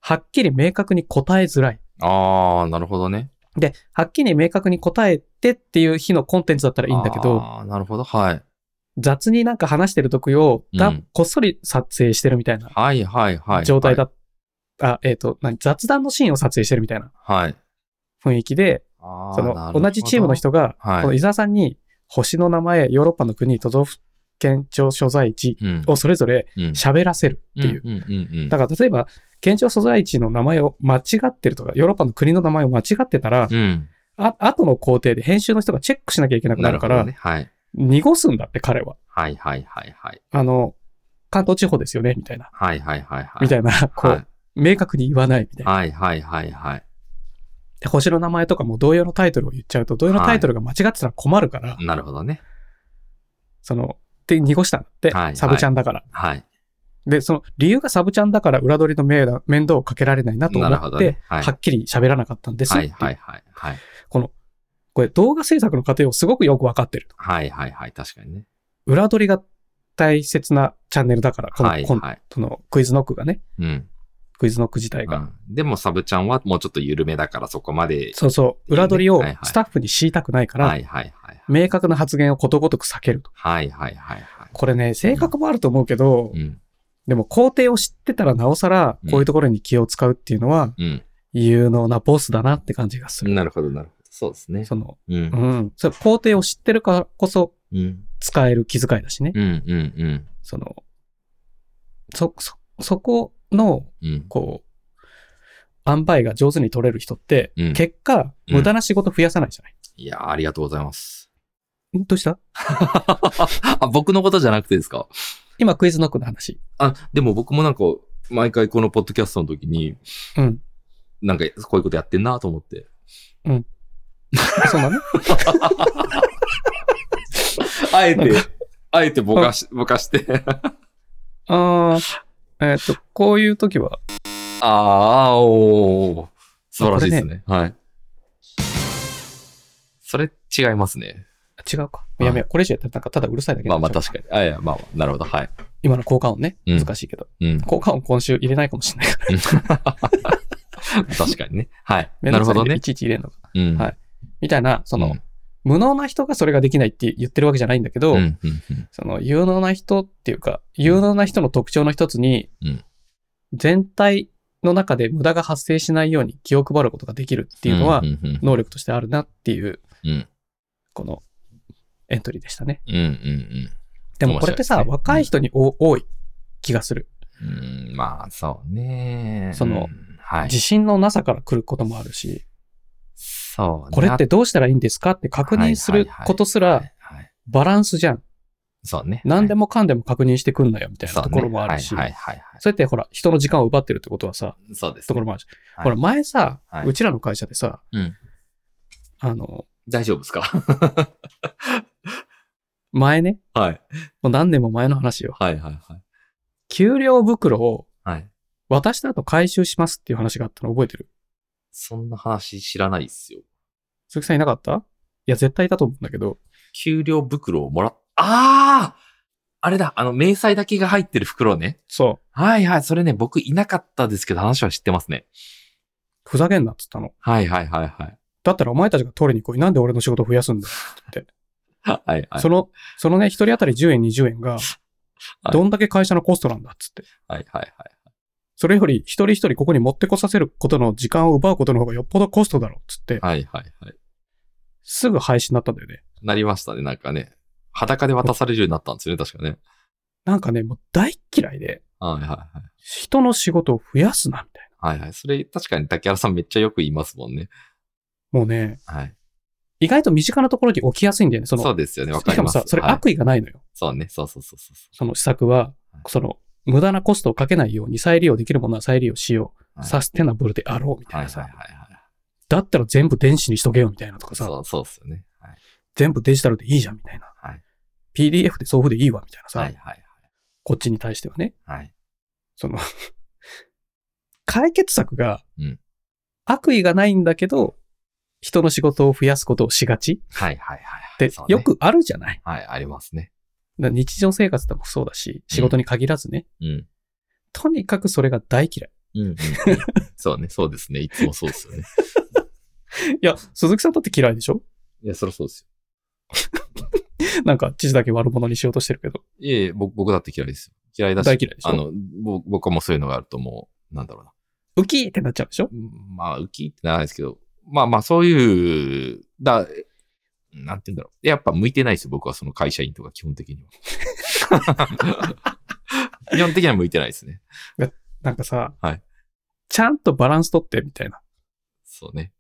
Speaker 1: はっきり明確に答えづらい。
Speaker 2: ああ、なるほどね。
Speaker 1: で、はっきり明確に答えてっていう日のコンテンツだったらいいんだけど、
Speaker 2: ああ、なるほど。はい。
Speaker 1: 雑になんか話してる時をだ、
Speaker 2: うん
Speaker 1: こっそり撮影してるみたいな
Speaker 2: はい、はい、はい。
Speaker 1: 状態だ。あ、えっ、と、何雑談のシーンを撮影してるみたいな
Speaker 2: はい。はい。
Speaker 1: 雰囲気で、
Speaker 2: ああ
Speaker 1: その、同じチームの。人が、
Speaker 2: はい
Speaker 1: この伊沢さんに、星の名前、ヨーロッパの国、都道府県庁所在地
Speaker 2: なるほど
Speaker 1: をそれぞれ
Speaker 2: うん。うん。
Speaker 1: 喋らせるっていう。
Speaker 2: うん。うん。うん
Speaker 1: だから例えば、県庁所在地の名前を間違ってるとか、ヨーロッパの国の名前を間違ってたら、
Speaker 2: うん。
Speaker 1: あ後の工程で編集の人がチェックしなきゃいけなくなるか
Speaker 2: ほ
Speaker 1: ら、
Speaker 2: どね。はい。
Speaker 1: 濁すんだって彼は。
Speaker 2: はい、はい、はい、はい。
Speaker 1: あの、関東地方ですよね、みたいな。
Speaker 2: はい、はい、はい、はい。
Speaker 1: みた
Speaker 2: い
Speaker 1: いな、こう、明確に言わないみたいな。
Speaker 2: はい、はい、はい、はい。
Speaker 1: で星の名前とかも同様のタイトルを言っちゃうと、同様のタイトルが間違ってたら困るから、
Speaker 2: なるほどね。
Speaker 1: その、って濁したんだって、
Speaker 2: はい
Speaker 1: サブちゃんだから。
Speaker 2: はい。
Speaker 1: で、その理由がサブちゃんだから裏取りの面倒面倒をかけられないなと思
Speaker 2: なるほ
Speaker 1: っ
Speaker 2: ど
Speaker 1: て、
Speaker 2: ねはい
Speaker 1: はっきり喋らなかったんですって
Speaker 2: は
Speaker 1: いう
Speaker 2: い、はい、はい、はい。
Speaker 1: この、これ動画制作の過程をすごくよくわかってると。
Speaker 2: はい、はい、はい。確かにね。
Speaker 1: 裏取りが大切なチャンネルだから、この
Speaker 2: はい、
Speaker 1: コン
Speaker 2: はい。
Speaker 1: そのクイズノックがね、
Speaker 2: うん。
Speaker 1: クイズノック自体が。
Speaker 2: うんでもサブちゃんはもうちょっと緩めだからそこまで。
Speaker 1: そうそう、裏取り
Speaker 2: い
Speaker 1: を
Speaker 2: いねはいはい
Speaker 1: スタッフに強いたくないから、
Speaker 2: はいはいはい。
Speaker 1: 明確な発言をことごとく避けると。
Speaker 2: はいはいはいはい。
Speaker 1: これね、性格もあると思うけど、
Speaker 2: うん。
Speaker 1: でも工程を知ってたらなおさら
Speaker 2: うん、
Speaker 1: こういうところに気を使うっていうのは、
Speaker 2: うん。
Speaker 1: 有能なボスだなって感じがする。
Speaker 2: なるほどなるほど。そうですね。
Speaker 1: その、
Speaker 2: うん
Speaker 1: う。ん。それ工程を知ってるからこそ
Speaker 2: うん。
Speaker 1: 使える気遣いだしね。
Speaker 2: うんうん
Speaker 1: その、そ、そ、そこの、
Speaker 2: うん。うん。
Speaker 1: こう、塩梅が上手に取れる人って、
Speaker 2: うん
Speaker 1: 結果、
Speaker 2: うん
Speaker 1: 無駄な仕事増やさないじゃない。
Speaker 2: いやーありがとうございます。
Speaker 1: んどうした
Speaker 2: あ、僕のことじゃなくてですか
Speaker 1: 今、クイズノックの話。
Speaker 2: あ、でも僕もなんか、毎回このポッドキャストの時に、
Speaker 1: うん。
Speaker 2: なんかこういうことやってんなと思って。
Speaker 1: そうだね。
Speaker 2: あえて
Speaker 1: な、
Speaker 2: あえてぼかし、ぼかして。
Speaker 1: ああ、えっ、と、こういう時は、
Speaker 2: ああ、おー素晴らしいですね。はい。それ違いますね。
Speaker 1: 違うか。
Speaker 2: はい
Speaker 1: やめよう。これ以上やったらなんかただうるさいだけに
Speaker 2: ま
Speaker 1: な
Speaker 2: あ
Speaker 1: っ
Speaker 2: まあ
Speaker 1: ちゃう
Speaker 2: 確かに。あいや、まあまあ、なるほど。はい。
Speaker 1: 今の効果音ね。
Speaker 2: うん
Speaker 1: 難しいけど。
Speaker 2: うん。
Speaker 1: 効果音今週入れないかもしれないから。
Speaker 2: 確かにね。はい。
Speaker 1: めん
Speaker 2: な
Speaker 1: ど
Speaker 2: る
Speaker 1: くさ
Speaker 2: ほ
Speaker 1: いんで
Speaker 2: どね
Speaker 1: い。ちいち入れるのが。
Speaker 2: うん
Speaker 1: はいみたいな、その、
Speaker 2: うん
Speaker 1: 無能な人がそれができないって言ってるわけじゃないんだけど、
Speaker 2: うんうんうん
Speaker 1: その、有能な人っていうか、有能な人の特徴の一つに、
Speaker 2: うん
Speaker 1: 全体の中で無駄が発生しないように気を配ることができるっていうのは
Speaker 2: ん、うん
Speaker 1: 能力としてあるなっていう、
Speaker 2: うん
Speaker 1: このエントリーでしたね。
Speaker 2: うんうん
Speaker 1: でもこれってさ、
Speaker 2: 面白いですね
Speaker 1: 若い人にお多い気がする。
Speaker 2: うんうん。まあ、そうね。
Speaker 1: その
Speaker 2: うん、はい。
Speaker 1: 自信のなさから来ることもあるし、
Speaker 2: そうね
Speaker 1: これって、どうしたらいいんですかって確認することす
Speaker 2: は
Speaker 1: ら
Speaker 2: いはい、
Speaker 1: バランスじゃん。
Speaker 2: そうね。
Speaker 1: 何で
Speaker 2: も
Speaker 1: もかんでも確認してくんなよみたいなところもあるし、
Speaker 2: はいはいはい
Speaker 1: そうやってほら、人の時間を奪ってるってことはさ、
Speaker 2: はい。そうですね。
Speaker 1: ところもあるし、
Speaker 2: はい
Speaker 1: ほら、前さ、
Speaker 2: はいう
Speaker 1: ちらの会社でさ、
Speaker 2: うん
Speaker 1: あの、
Speaker 2: 大丈夫ですか
Speaker 1: 前ね、
Speaker 2: はい。
Speaker 1: もう何年も前の話よ。
Speaker 2: はいはいはい。
Speaker 1: 給料袋を
Speaker 2: はい。
Speaker 1: 渡した後回収しますっていう話があったの覚えてる
Speaker 2: そんな話知らないっすよ。
Speaker 1: 鈴木さんいなかったいや、絶対いたと思うんだけど、
Speaker 2: 給料袋をもらっ、あああれだ、あの、明細だけが入ってる袋ね。
Speaker 1: そ
Speaker 2: はいはい、それね、僕いなかったですけど、話は知ってますね。
Speaker 1: う、ふざけんなって言ったの。
Speaker 2: はいはいはいはい。
Speaker 1: だったらお前たちが取りに来い。なんで俺の仕事増やすんだ
Speaker 2: はいはい
Speaker 1: そ。の、そのね、一人当たり10円、20円が、
Speaker 2: い
Speaker 1: どんだけ会社のコストなんだっつって。
Speaker 2: はいはいはい。
Speaker 1: それより、一人一人ここに持ってこさせることの時間を奪うことの方がよっぽどコストだろ、つって、
Speaker 2: はいはいはい。
Speaker 1: すぐ廃止になったんだよね。
Speaker 2: なりましたね、なんかね。裸で渡されるようになったんですよね、確かね。
Speaker 1: なんかね、もう大っ嫌いで、
Speaker 2: はいはいはい。
Speaker 1: 人の仕事を増やすな、みたい
Speaker 2: はいはい。それ、確かに竹原さんめっちゃよく言いますもんね。
Speaker 1: な。もうね、
Speaker 2: はい。
Speaker 1: 意外と身近なところに起きやすいんだよね、そ
Speaker 2: そ
Speaker 1: の、
Speaker 2: うですよね、わ
Speaker 1: し
Speaker 2: かり
Speaker 1: かも
Speaker 2: ます。
Speaker 1: さ、それ
Speaker 2: はい、
Speaker 1: 悪意がないのよ。
Speaker 2: そうね、そうそうそうそうそ
Speaker 1: その施策は、その、無駄なコストをかけないように再利用できるものは再利用しよう。
Speaker 2: はい
Speaker 1: サステナブルであろう、み
Speaker 2: う。
Speaker 1: た
Speaker 2: はいい
Speaker 1: な
Speaker 2: は
Speaker 1: さ、
Speaker 2: いはいはい。
Speaker 1: だったら全部電子にしとけよ、みたいなとかさ、
Speaker 2: そう、そうっすよね。はい。
Speaker 1: 全部デジタルでいいじゃん、みたいな。
Speaker 2: はい
Speaker 1: PDF で送付でいいわ、みたいなさ、
Speaker 2: はいはい
Speaker 1: こっちに対してはね、
Speaker 2: はい。はい。
Speaker 1: その、 解決策が
Speaker 2: うん、
Speaker 1: 悪意がないんだけど、人の仕事を増やすことをしがち
Speaker 2: はいはいはい
Speaker 1: っ
Speaker 2: はい。
Speaker 1: て
Speaker 2: そうね
Speaker 1: よ。くあるじゃない。
Speaker 2: はい、ありますね。
Speaker 1: だから日常生活でもそうだし、仕事に限らずね、
Speaker 2: うん。
Speaker 1: とにかくそれが大嫌い。
Speaker 2: う んうんうん、そうね、そうですね。いつもそうですよね。
Speaker 1: いや、鈴木さんだって嫌いでしょ
Speaker 2: いや、そりゃそうです
Speaker 1: なんか、知事だけ悪者にしようとしてるけど。
Speaker 2: よ。いやいや、僕、僕だって嫌いですよ。嫌いだし。
Speaker 1: 大嫌いでしょ
Speaker 2: あの、ぼ僕はもうそういうのがあるともう、なんだろうな。
Speaker 1: ウキーってなっちゃうでしょ
Speaker 2: うんまあ、浮きってならないですけど、まあまあ、そういう、だ、なんて言うんだろう。やっぱ向いてないですよ、僕はその会社員とか基本的には。 基本的には向いてないですね。
Speaker 1: なんかさ、
Speaker 2: はい
Speaker 1: ちゃんとバランス取ってみたいな
Speaker 2: そうね。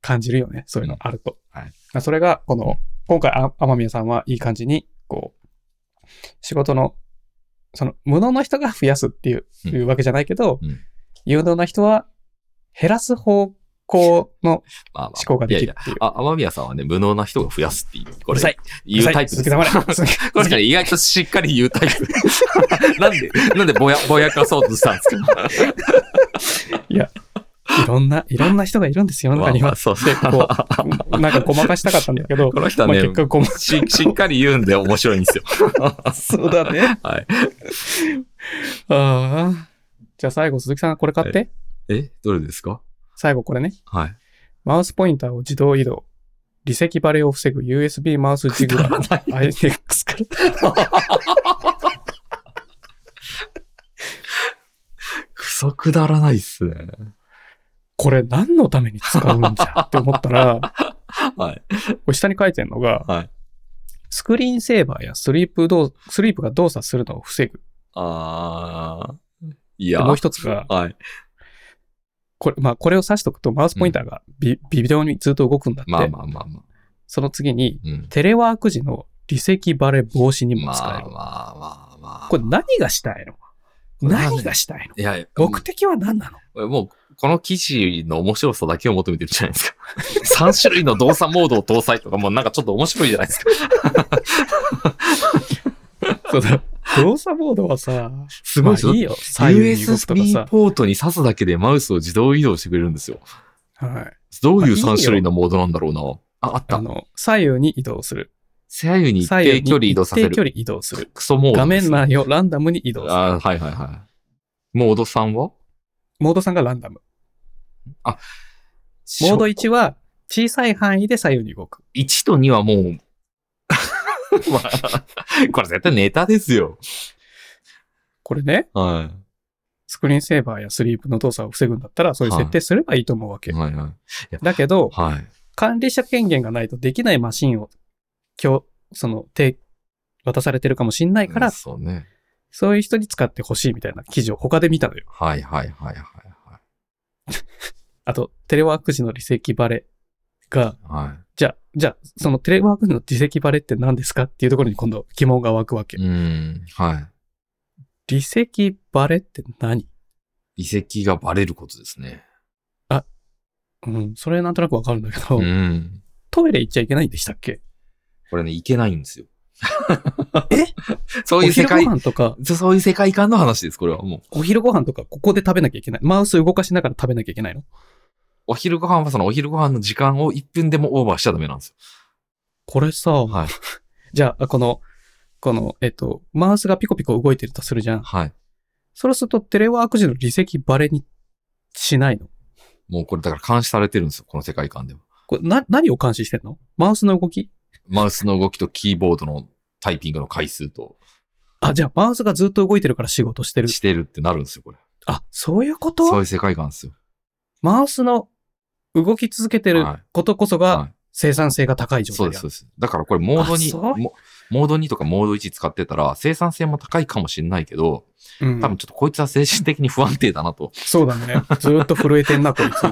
Speaker 1: 感じるよね。そういうのあると。
Speaker 2: うんはい
Speaker 1: まあそれが、この、今回、あ天宮さんはいい感じに、こう、仕事の、その、無能な人が増やすっていう,、
Speaker 2: うん
Speaker 1: いうわけじゃないけど、
Speaker 2: うん
Speaker 1: 有能な人は減らす方向の
Speaker 2: まあまあ。
Speaker 1: 思考ができ
Speaker 2: いや
Speaker 1: る
Speaker 2: い
Speaker 1: っていう。
Speaker 2: やあ、天宮さんはね、無能な人が増やすっていう、こ
Speaker 1: うる
Speaker 2: れ
Speaker 1: さい。うる
Speaker 2: 言
Speaker 1: さ
Speaker 2: う
Speaker 1: い
Speaker 2: タイプです。
Speaker 1: 続け黙 れ続け
Speaker 2: 確かに意外としっかり言うタイ プ。なんで、なんでぼや、ぼやかそうとしたんですか
Speaker 1: いろんな、いろんな人がいるんですよ、世の
Speaker 2: ま
Speaker 1: 中
Speaker 2: あ
Speaker 1: に
Speaker 2: ま
Speaker 1: は
Speaker 2: あ、。そう
Speaker 1: で、こう、なんかごまかしたかったんだけど、
Speaker 2: この人は
Speaker 1: まあ
Speaker 2: ね
Speaker 1: 結、果ごまか
Speaker 2: ししっかり言うんで面白いんですよ。
Speaker 1: そうだね。
Speaker 2: はい。
Speaker 1: ああ。じゃあ最後、鈴木さん、これ買って。
Speaker 2: え、どれですか
Speaker 1: 最後、これね。
Speaker 2: はい。
Speaker 1: マウスポインターを自動移動。離席バレを防ぐ USB マウスジグ
Speaker 2: くだら
Speaker 1: ラ
Speaker 2: ない
Speaker 1: INX から。
Speaker 2: くそくだらないっすね。
Speaker 1: これ何のために使うんじゃって思ったら、
Speaker 2: はい。
Speaker 1: これ下に書いてるのが、
Speaker 2: はい。
Speaker 1: スクリーンセーバーやスリープ動、スリープが動作するのを防ぐ。
Speaker 2: あー。い
Speaker 1: で
Speaker 2: や。
Speaker 1: もう一つが、
Speaker 2: はい。
Speaker 1: これ、まあ、これを指しとくとマウスポインターがび微妙にずっと動くんだって。
Speaker 2: まあまあまあまあ。
Speaker 1: その次に、
Speaker 2: うん。
Speaker 1: テレワーク時の離席バレ防止にも
Speaker 2: ま
Speaker 1: 使え
Speaker 2: あ
Speaker 1: る。
Speaker 2: まあまあまあ。
Speaker 1: これ何がしたいの
Speaker 2: れ何
Speaker 1: 何がしたいの
Speaker 2: いや、
Speaker 1: 目的は何なの
Speaker 2: これもう、この記事の面白さだけを求めてるじゃない ですか。3種類の動作モードを搭載とか、もうなんかちょっと面白いじゃないですか。
Speaker 1: そうだ。動作モードはさ、
Speaker 2: すごい
Speaker 1: ま
Speaker 2: でしょ
Speaker 1: あいいよ。左右に動くとか
Speaker 2: USB
Speaker 1: さ。
Speaker 2: ポートに挿すだけでマウスを自動移動してくれるんですよ。
Speaker 1: はい。
Speaker 2: どう
Speaker 1: ま
Speaker 2: いう
Speaker 1: あいいよ
Speaker 2: 3種類のモードなんだろうな。あ、あっ
Speaker 1: あ
Speaker 2: た。
Speaker 1: の、左右に移動する。
Speaker 2: 左右に一
Speaker 1: 左右
Speaker 2: 定
Speaker 1: に
Speaker 2: 距離移動させ
Speaker 1: 一定距
Speaker 2: る。
Speaker 1: 離移動する。
Speaker 2: クソモード。
Speaker 1: 画面。内をランダムに移動する。
Speaker 2: あはいはいはい。モード3は
Speaker 1: モード3がランダム。モード1は小さい範囲で左右に動く。
Speaker 2: 1と2はもう、 まあ、これ絶対ネタですよ。
Speaker 1: これね、
Speaker 2: はい。
Speaker 1: スクリーンセーバーやスリープの動作を防ぐんだったら、そういう設定すればいいと思うわけ。
Speaker 2: はいはい。
Speaker 1: だけど、
Speaker 2: はい。
Speaker 1: 管理者権限がないとできないマシンを、今日、その、手、渡されてるかもしんないから、
Speaker 2: そうね。
Speaker 1: そういう人に使ってほしいみたいな記事を他で見たのよ。
Speaker 2: はいはいはいはいは
Speaker 1: あと、テレワーク時の利席バレが、
Speaker 2: い。は
Speaker 1: じゃあ、じゃあ、そのテレワーク時の利席バレって何ですかっていうところに今度疑問が湧くわけ
Speaker 2: い。。うん。は
Speaker 1: 利席バレって何
Speaker 2: い。遺跡がバレることですね。
Speaker 1: うん、それなんとなくわかるんだけど、
Speaker 2: うん。
Speaker 1: トイレ行っちゃいけないんでしたっけ
Speaker 2: これね、いけないんですよ。
Speaker 1: え
Speaker 2: そういう世
Speaker 1: お
Speaker 2: 界
Speaker 1: 昼ご、飯とか、
Speaker 2: そそういう世界観の話です、これはもう。
Speaker 1: お昼ご飯とかここで食べなきゃいけない。マウス動かしながら食べなきゃいけないの
Speaker 2: お昼ご飯はそのお昼ご飯の時間を1分でもオーバーしちゃダメなんです
Speaker 1: これさ、
Speaker 2: よ。はい。
Speaker 1: じゃあ、この、この、えっと、マウスがピコピコ動いてるとするじゃん。
Speaker 2: はい。
Speaker 1: そうするとテレワーク時の離席バレにしないの
Speaker 2: もうこれだから監視されてるんですよ、この世界観では。
Speaker 1: これな、何を監視してんのマウスの動き
Speaker 2: マウスの動きとキーボードのタイピングの回数と
Speaker 1: あ、じゃあマウスがずっと動いてるから仕事してる。
Speaker 2: してるってなるんですよ、これ。
Speaker 1: あ、そういうこ
Speaker 2: そうい
Speaker 1: と
Speaker 2: う世界観ですよ。
Speaker 1: マウスの動き続けてる
Speaker 2: はい
Speaker 1: ことこそ
Speaker 2: は
Speaker 1: が
Speaker 2: い。
Speaker 1: 生産性が高い状
Speaker 2: そう
Speaker 1: 態
Speaker 2: で
Speaker 1: だ
Speaker 2: す、そうです。だからこれモードに、
Speaker 1: あそう
Speaker 2: モモード2とかモード1使ってたら生産性も高いかもしれないけど、
Speaker 1: うん
Speaker 2: 多分ちょっとこいつは精神的に不安定だなと。
Speaker 1: そうだね。ずーっと震えてんな、こいつ。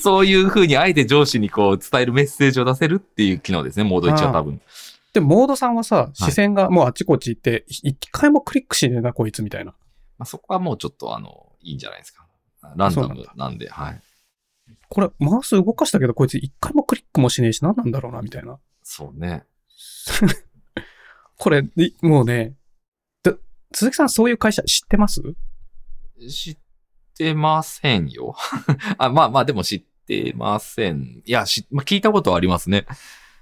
Speaker 2: そういう風にあえて上司にこう伝えるメッセージを出せるっていう機能ですね、モード1は多分。
Speaker 1: で、モードさんはさ、視線がもうあちこち行って、い一回もクリックしねえな、こいつみたいな。
Speaker 2: まあ、そこはもうちょっとあの、いいんじゃないですか。ランダムなんで、はい。
Speaker 1: これ、マウス動かしたけど、こいつ一回もクリックもしねえし、何なんだろうな、みたいな。
Speaker 2: そうね。
Speaker 1: これ、いもうね、だ鈴木さん、そういう会社知ってます
Speaker 2: 知ってませんよ。 あまあまあ、でも知ってません。いや、しまあ、聞いたことはありますね。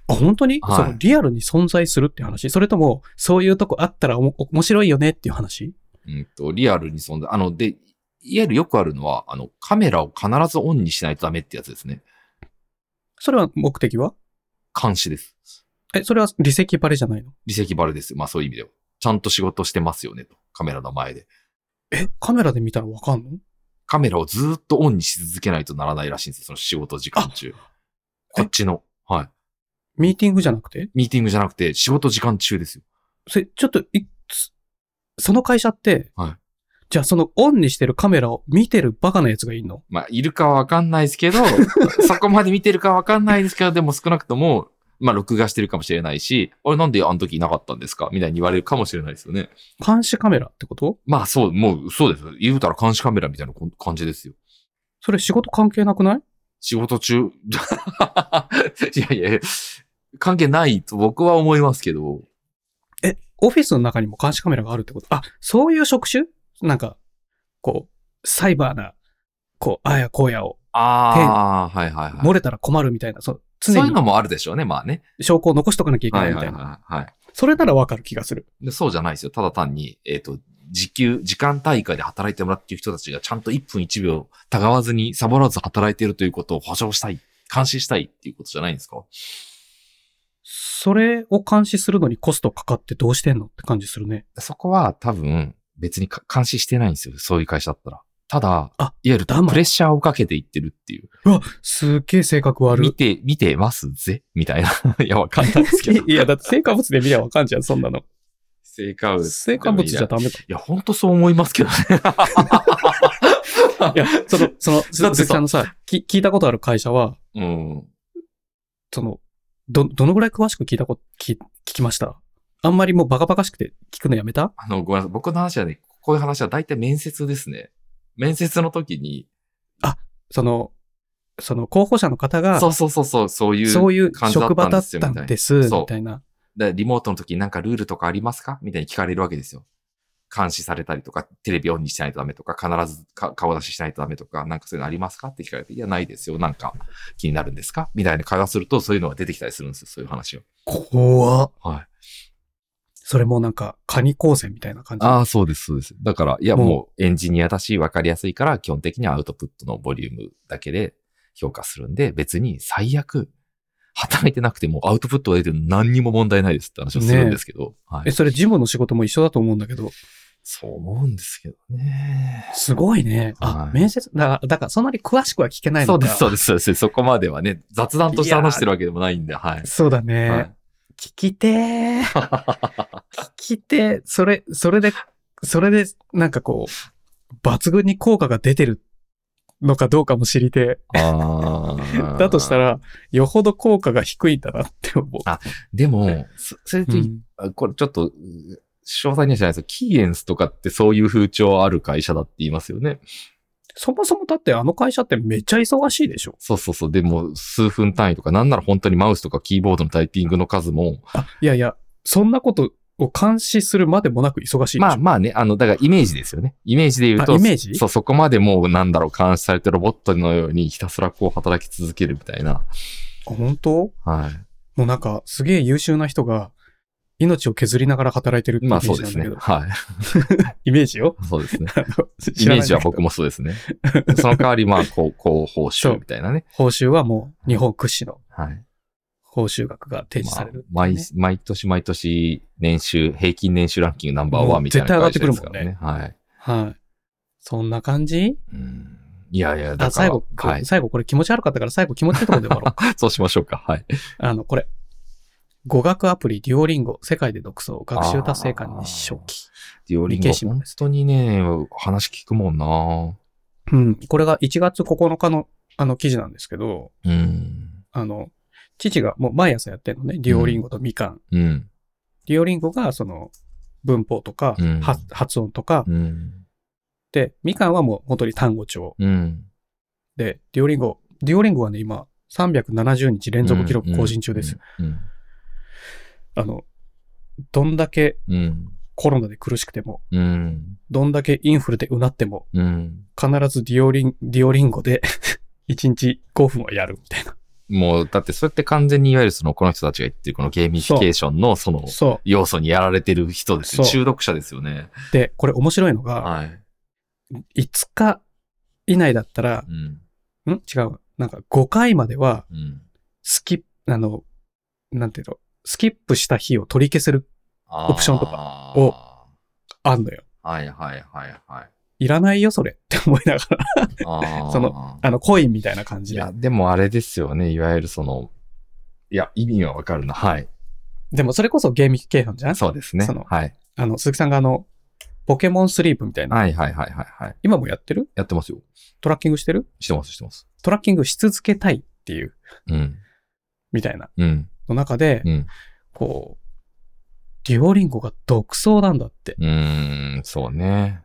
Speaker 1: あ、本当に、
Speaker 2: はい
Speaker 1: そのリアルに存在するっていう話それとも、そういうとこあったらおも面白いよねっていう話
Speaker 2: うんと、リアルに存在。あの、で、いわゆるよくあるのは、あの、カメラを必ずオンにしないとダメってやつですね。
Speaker 1: それは目的は
Speaker 2: 監視です。
Speaker 1: え、それは離席バレじゃないの
Speaker 2: 離席バレです。まあそういう意味では。ちゃんと仕事してますよねと。カメラの前で。
Speaker 1: え、カメラで見たらわかんの
Speaker 2: カメラをずーっとオンにし続けないとならないらしいんですよ。その仕事時間中。こっちの。はい。
Speaker 1: ミーティングじゃなくて
Speaker 2: ミーティングじゃなくて、仕事時間中ですよ。
Speaker 1: それ、ちょっと、いつ、その会社って、
Speaker 2: はい
Speaker 1: じゃあそのオンにしてるカメラを見てるバカなやつがいんの
Speaker 2: まあ、いるかはわかんないですけど、 そこまで見てるかわかんないですけど、でも少なくとも、まあ、録画してるかもしれないし、あれなんであの時いなかったんですかみたいに言われるかもしれないですよね。
Speaker 1: 監視カメラってこと
Speaker 2: まあ、そう、もう、そうです。言うたら監視カメラみたいなこん感じですよ。
Speaker 1: それ仕事関係なくない
Speaker 2: 仕事中、 いやいやいや、関係ないと僕は思いますけど、
Speaker 1: え、オフィスの中にも監視カメラがあるってことあ、そういう職種なんか、こう、サイバーな、こう、あやこうやを、
Speaker 2: ああ、はいはいはい。
Speaker 1: 漏れたら困るみたいな、そう、
Speaker 2: そ
Speaker 1: 常
Speaker 2: ういう
Speaker 1: に
Speaker 2: のもあるでしょうね、まあね。
Speaker 1: 証拠を残しとかなきゃいけ
Speaker 2: は
Speaker 1: ない
Speaker 2: い
Speaker 1: み
Speaker 2: は
Speaker 1: た
Speaker 2: い
Speaker 1: いな。
Speaker 2: はい、はい。
Speaker 1: それならわかる気がする。
Speaker 2: でそうじゃないですよ。ただ単に、えっ、と、時給、時間大会で働いてもらっている人たちがちゃんと1分1秒、たがわずに、サボらず働いているということを保証したい、監視したいっていうことじゃないんですか
Speaker 1: それを監視するのにコストかかってどうしてんのって感じするね。
Speaker 2: そこは多分、別にか監視してないんですよ。そういう会社だったら。ただ、いわ
Speaker 1: あ
Speaker 2: ゆるプ
Speaker 1: だま
Speaker 2: レッシャーをかけていってるっていう。
Speaker 1: うわ、すっげえ性格悪い。
Speaker 2: 見。て、見てますぜみたいな。 いや、わかんないですけど
Speaker 1: いや、だって成果物で見りゃわかんじゃん、そんなの。
Speaker 2: 成果物。
Speaker 1: 成果物じゃ
Speaker 2: い
Speaker 1: ダメだ。い
Speaker 2: や、ほんとそう思いますけどね。
Speaker 1: や、その、 その、
Speaker 2: さ
Speaker 1: 鈴木さんのさ、き聞いたことある会社は、
Speaker 2: うん。
Speaker 1: その、ど、どのぐらい詳しく聞いたこと、聞、聞きましたあんまりもうバカバカしくて聞くのやめた
Speaker 2: あの、ごめんなさい。僕の話はね、こういう話は大体面接ですね。面接の時に、
Speaker 1: その、その候補者の方が、
Speaker 2: そうそうそうそう、そういう。
Speaker 1: そういう
Speaker 2: 感じだ
Speaker 1: 職
Speaker 2: っ
Speaker 1: 場
Speaker 2: たん
Speaker 1: だっ
Speaker 2: ですよ
Speaker 1: たんです、
Speaker 2: みたいなそう
Speaker 1: みたいな。
Speaker 2: でリモートの時になんかルールとかありますかみたいに聞かれるわけですよ。監視されたりとか、テレビオンにしないとダメとか、必ずか顔出ししないとダメとか、なんかそういうのありますかって聞かれて、いや、ないですよ。なんか気になるんですかみたいな会話すると、そういうのが出てきたりするんですよ。そういう話を。
Speaker 1: 怖っ
Speaker 2: はい。
Speaker 1: それもなんか、カニ光線みたいな感じ。
Speaker 2: ああ、そうです、そうです。だから、いや、
Speaker 1: もう
Speaker 2: もうエンジニアだし、わかりやすいから、基本的にはアウトプットのボリュームだけで評価するんで、別に最悪、働いてなくてもアウトプットが出てるの何にも問題ないですって話をするんですけど。はい
Speaker 1: え、。それジムの仕事も一緒だと思うんだけど、
Speaker 2: そう思うんですけどね。
Speaker 1: すごいね。あ、
Speaker 2: はい
Speaker 1: 面接、だから、だからそんなに詳しくは聞けない
Speaker 2: そ
Speaker 1: の
Speaker 2: う
Speaker 1: か
Speaker 2: です、そうです、そうです。そこまではね、雑談として話してるわけでもないんで、 はい。
Speaker 1: そうだね。
Speaker 2: はい
Speaker 1: 聞きてー。聞きてー、それ、それで、それで、なんかこう、抜群に効果が出てるのかどうかも知りて
Speaker 2: あ
Speaker 1: ー。
Speaker 2: ー
Speaker 1: だとした。ら、よほど効果が低いんだなって思う。
Speaker 2: でも、そそれと、これちょっと、詳細にはしないですけど、キーエンスとかってそういう風潮ある会社だって言いますよね。
Speaker 1: そもそもだってあの会社ってめっちゃ忙しいでしょ
Speaker 2: そうそうそう。でも、数分単位とか、なんなら本当にマウスとかキーボードのタイピングの数も、
Speaker 1: あ、いやいや、そんなことを監視するまでもなく忙しいでしょ、
Speaker 2: まあまあね、あの、だからイメージですよね。イメージで言うと、
Speaker 1: あイメージ
Speaker 2: そう、そこまでもうなんだろう、監視されてロボットのようにひたすらこう働き続けるみたいな。
Speaker 1: あ本当
Speaker 2: はい。
Speaker 1: もうなんか、すげえ優秀な人が、命を削りながら働いてるってイメ
Speaker 2: ま
Speaker 1: ー
Speaker 2: あそう
Speaker 1: ジ
Speaker 2: で
Speaker 1: なんだけ
Speaker 2: す
Speaker 1: ど。。
Speaker 2: ねはい。
Speaker 1: イメージよ。
Speaker 2: そうですね。
Speaker 1: あの
Speaker 2: イ
Speaker 1: 知ら
Speaker 2: メ
Speaker 1: ないんだけ
Speaker 2: ージ
Speaker 1: ど
Speaker 2: は僕もそうです ね。その代わり、まあ、こう、こう、報酬みたいなね。
Speaker 1: 報酬はもう日本屈指の
Speaker 2: はい。
Speaker 1: 報酬額が提示
Speaker 2: ま
Speaker 1: さ
Speaker 2: あ
Speaker 1: れる、、
Speaker 2: 毎、毎年毎年、年収、平均年収ランキングナンバーワンみたいな
Speaker 1: もう
Speaker 2: 会
Speaker 1: 絶
Speaker 2: 社
Speaker 1: 対上がってく
Speaker 2: ですか
Speaker 1: るもん
Speaker 2: ら
Speaker 1: ね
Speaker 2: ね。はい。
Speaker 1: はい。そんな感じ
Speaker 2: うん。いやいや、だから。
Speaker 1: あ、最後、こ
Speaker 2: はい。
Speaker 1: 最後これ気持ち悪かったから最後気持ちいいところで終わろう か。
Speaker 2: そうしましょうか。はい。
Speaker 1: あの、これ。語学アプリデュオリンゴ、世界で独走、学習達成感に初期。
Speaker 2: ディオリン
Speaker 1: 理
Speaker 2: ゴ、
Speaker 1: 系志望
Speaker 2: 本
Speaker 1: です
Speaker 2: 当にね、話聞くもんな
Speaker 1: うん。これが1月9日の、あの記事なんですけど、
Speaker 2: うん。
Speaker 1: あの、父がもう毎朝やってるのね。デュオリンゴとみかん。
Speaker 2: うん。
Speaker 1: デュオリンゴがその文法とか、
Speaker 2: うん
Speaker 1: 発発音とか、
Speaker 2: うん。
Speaker 1: で、みかんはもう本当に単語帳。
Speaker 2: うん。
Speaker 1: で、デュオリンゴ、デュオリンゴはね、今、370日連続記録更新中です。
Speaker 2: うん。
Speaker 1: あの、どんだけ
Speaker 2: うん。
Speaker 1: コロナで苦しくても、
Speaker 2: うん。
Speaker 1: どんだけインフルでうなっても、
Speaker 2: うん。
Speaker 1: 必ずデュオリン、デュオリンゴで 1日5分はやるみたいな。
Speaker 2: もう、だって、そうやって完全にいわゆるその、この人たちが言ってる、このゲーミフィケーションの、その、
Speaker 1: そ
Speaker 2: 要素にやられてる人です
Speaker 1: そう
Speaker 2: よ。中毒者ですよね。
Speaker 1: う。で、これ面白いのが、
Speaker 2: はい。
Speaker 1: 5日以内だったら、
Speaker 2: うん。
Speaker 1: ん違う。なんか5回までは、
Speaker 2: うん。
Speaker 1: スキップ、あの、なんていうの、スキップした日を取り消せる、オプションと
Speaker 2: か
Speaker 1: を。あんのよ。
Speaker 2: はいはいはいはい
Speaker 1: らないよ、それって思いながら、
Speaker 2: い。あー
Speaker 1: そのあの、コインみたいな感
Speaker 2: い
Speaker 1: じで
Speaker 2: や、。でもあれですよね。いわゆるその、いや、意味はわかるな。はい。
Speaker 1: でもそれこそゲーミフィケーションじゃん
Speaker 2: そうですね。
Speaker 1: その
Speaker 2: はい。
Speaker 1: あの、鈴木さんがあの、ポケモンスリープみたいな。
Speaker 2: はいはいはいはいはい。
Speaker 1: 今もやってる
Speaker 2: やってますよ。
Speaker 1: トラッキングしてる
Speaker 2: してますしてます。
Speaker 1: トラッキングし続けたいっていう、
Speaker 2: うん。
Speaker 1: みたいな。
Speaker 2: うん。
Speaker 1: の中で
Speaker 2: う、ん。
Speaker 1: こう、デュオリンゴが独走なんだって。
Speaker 2: うーん、そうね。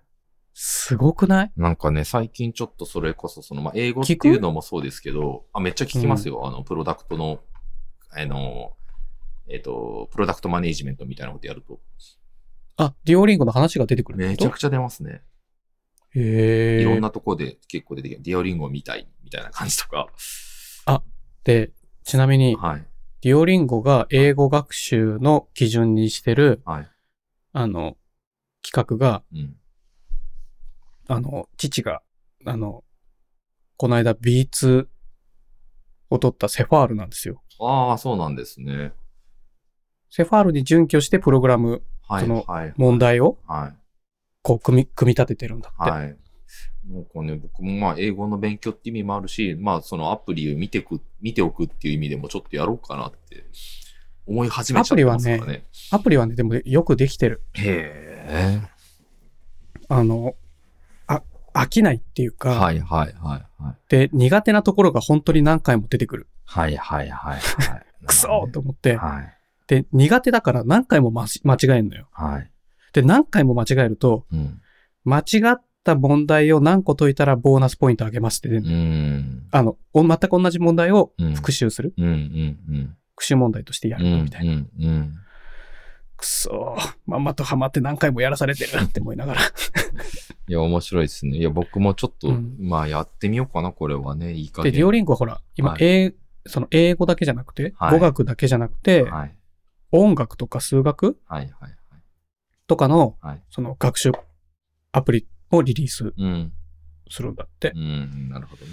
Speaker 1: すごくない
Speaker 2: なんかね、最近ちょっとそれこそ、その、まあ、英語っていうのもそうですけど、あ、めっちゃ聞きますよ。あの、プロダクトの、あの、えっ、と、プロダクトマネージメントみたいなことやると、
Speaker 1: あ、デュオリンゴの話が出てくる
Speaker 2: め
Speaker 1: って
Speaker 2: ちゃ
Speaker 1: こ
Speaker 2: くちゃ出ますね。
Speaker 1: とへ
Speaker 2: いろん
Speaker 1: え。
Speaker 2: なとこで結構出てきて、ディオリンゴみたい、みたいな感じとか。
Speaker 1: で、ちなみに、
Speaker 2: はい。
Speaker 1: デュオリンゴが英語学習の基準にしてる、
Speaker 2: はい。
Speaker 1: あの、企画が、
Speaker 2: うん。
Speaker 1: あの、父が、あの、この間 B2 を取ったセファールなんですよ。
Speaker 2: ああ、そうなんですね。
Speaker 1: セファールに準拠してプログラム
Speaker 2: はい。
Speaker 1: その
Speaker 2: はい。
Speaker 1: 問題を
Speaker 2: はい。
Speaker 1: こう組み、組み立ててるんだって。
Speaker 2: はい。なんかね、僕もまあ、英語の勉強って意味もあるし、まあ、そのアプリを見てく、見ておくっていう意味でもちょっとやろうかなって思い始めちゃってますからね。
Speaker 1: アプアプリはね、でもよくできてる。
Speaker 2: へ
Speaker 1: あの、あ、飽きないっていう
Speaker 2: え。
Speaker 1: か、
Speaker 2: はいはいはいはい。
Speaker 1: で、苦手なところが本当に何回も出てくる。
Speaker 2: はいはい はいはい。
Speaker 1: くそーと思って。
Speaker 2: はい。
Speaker 1: で、苦手だから何回もまし間違えんのよ。
Speaker 2: はい。
Speaker 1: で、何回も間違えると、
Speaker 2: うん。
Speaker 1: 間違った問題を何個解いたらボーナスポイントあげますって出るの、
Speaker 2: うん。
Speaker 1: あの、お全く同じ問題を
Speaker 2: うん
Speaker 1: 復習する。
Speaker 2: うんうん
Speaker 1: 復習問題としてや
Speaker 2: うん。う
Speaker 1: る
Speaker 2: ん
Speaker 1: みたいな。
Speaker 2: うんうん。
Speaker 1: くそー、まんまとハマって何回もやらされてるって思いながら。
Speaker 2: いや、面白いですね。いや、僕もちょっと、
Speaker 1: うん
Speaker 2: まあ、やってみようかな、これはね。いい加
Speaker 1: で、
Speaker 2: 減
Speaker 1: デュオリンゴはほら、今、
Speaker 2: はい
Speaker 1: 英その英語だけじゃなくて、
Speaker 2: は
Speaker 1: 語
Speaker 2: い
Speaker 1: 学だけじゃなくて、
Speaker 2: はい。
Speaker 1: 音楽とか数学
Speaker 2: はいはいはい。
Speaker 1: とかの、
Speaker 2: はい
Speaker 1: その学習アプリをリリース
Speaker 2: うん。
Speaker 1: するんだって。
Speaker 2: うん。なるほどね。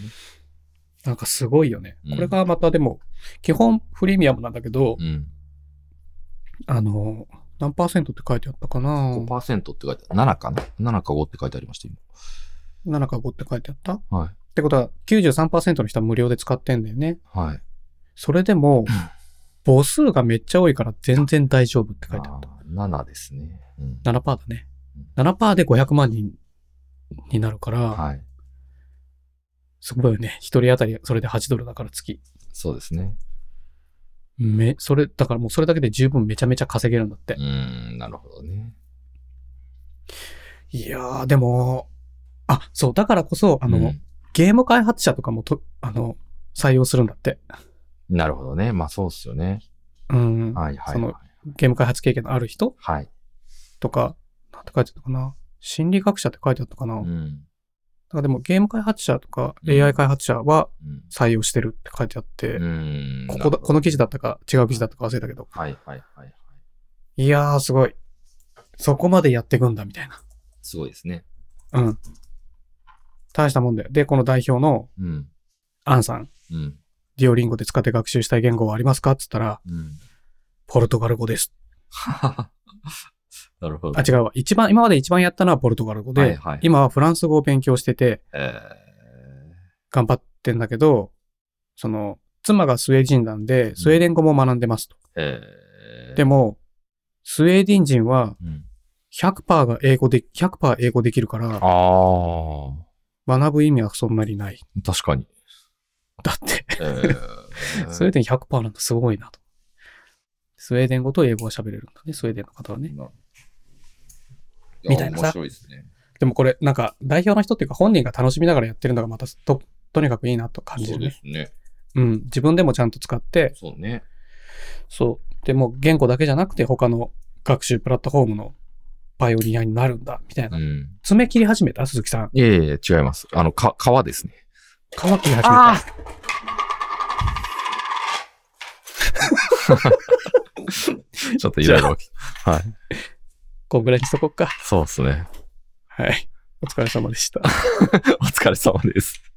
Speaker 1: なんかすごいよね。
Speaker 2: うん
Speaker 1: これがまたでも、基本プレミアムなんだけど、
Speaker 2: うん。
Speaker 1: あの、何パーセントって書いてあったかな
Speaker 2: 5%って書いてある。7かな ?7 か5って書いてありました、今。
Speaker 1: 7か5って書いてあったっ
Speaker 2: はい。
Speaker 1: てことは93%の人は無料で使ってんだよね。
Speaker 2: はい。
Speaker 1: それでも、母数がめっちゃ多いから全然大丈夫って書いてあっ
Speaker 2: あー7ですね。うん
Speaker 1: た。7%だね。7%で500万人になるから、
Speaker 2: はい。
Speaker 1: すごいよね。一人当たりそれで8ドルだから月。
Speaker 2: そうですね。
Speaker 1: め、それ、だからもうそれだけで十分めちゃめちゃ稼げるんだって
Speaker 2: う。ーん、なるほどね。
Speaker 1: いやー、でも、あ、そう、だからこそ、あの、
Speaker 2: うん
Speaker 1: ゲーム開発者とかもと、あの、採用するんだって。
Speaker 2: なるほどね。まあそうっすよね。
Speaker 1: うん。
Speaker 2: はいはい
Speaker 1: そ
Speaker 2: は
Speaker 1: の。
Speaker 2: い
Speaker 1: ゲーム開発経験のある人
Speaker 2: はい。
Speaker 1: とか、なんて書いてあったかな。心理学者って書いてあったかな。
Speaker 2: う
Speaker 1: だ
Speaker 2: ん。
Speaker 1: からでもゲーム開発者とか
Speaker 2: うん
Speaker 1: AI 開発者は
Speaker 2: うん
Speaker 1: 採用してるって書いてあって、
Speaker 2: うん。
Speaker 1: こ
Speaker 2: な
Speaker 1: こだ、
Speaker 2: るほど
Speaker 1: この記事だったか違う記事だったか忘れたけど。
Speaker 2: はいはいはいはい。
Speaker 1: いやー、すごい。そこまでやっていくんだ、みたいな。
Speaker 2: すごいですね。
Speaker 1: うん。大したもんだよ。で、この代表の
Speaker 2: うん。
Speaker 1: アンさん、
Speaker 2: うん。
Speaker 1: ディオリンゴで使って学習したい言語はありますかっつったら、
Speaker 2: うん。
Speaker 1: ポルトガル語です。
Speaker 2: なるほど。
Speaker 1: あ、違うわ。一番、今まで一番やったのはポルトガル語で、
Speaker 2: はいはい。
Speaker 1: 今はフランス語を勉強してて、
Speaker 2: え
Speaker 1: 頑張ってんだけど、その、妻がスウェーデン人なんで、スウェーデン語も学んでますと。
Speaker 2: ー、えー、
Speaker 1: で
Speaker 2: も、
Speaker 1: も、スウェーデン人は
Speaker 2: うん、
Speaker 1: 100%が英語で、100%英語できるから、
Speaker 2: あ
Speaker 1: 学ぶ意味はそんなにない。
Speaker 2: あ、確かに。
Speaker 1: だって、
Speaker 2: えー
Speaker 1: スウェーデン100%なんだ、すごいなと。スウェーデン語と英語は喋れるんだね、スウェーデンの方はね。
Speaker 2: な
Speaker 1: みたいなさ
Speaker 2: や面白いですね。
Speaker 1: でもこれ、なんか、代表の人っていうか本人が楽しみながらやってるのがまた、と、とにかくいいなと感じ
Speaker 2: そう
Speaker 1: る
Speaker 2: で
Speaker 1: ね。
Speaker 2: すね。
Speaker 1: うん。自分でもちゃんと使って、
Speaker 2: そうね。
Speaker 1: そう。でもう言語だけじゃなくて他の学習プラットフォームのパイオニアになるんだ、みたいな。
Speaker 2: うん。
Speaker 1: 爪切り始めた鈴木さん。
Speaker 2: いえいえ、違います。あの、か、川ですね。
Speaker 1: 皮切り始めた。
Speaker 2: ちょっといろいろ。はい。
Speaker 1: こんぐらいにしとこっか。
Speaker 2: そうですね。
Speaker 1: はい。お疲れ様でした。
Speaker 2: お疲れ様です。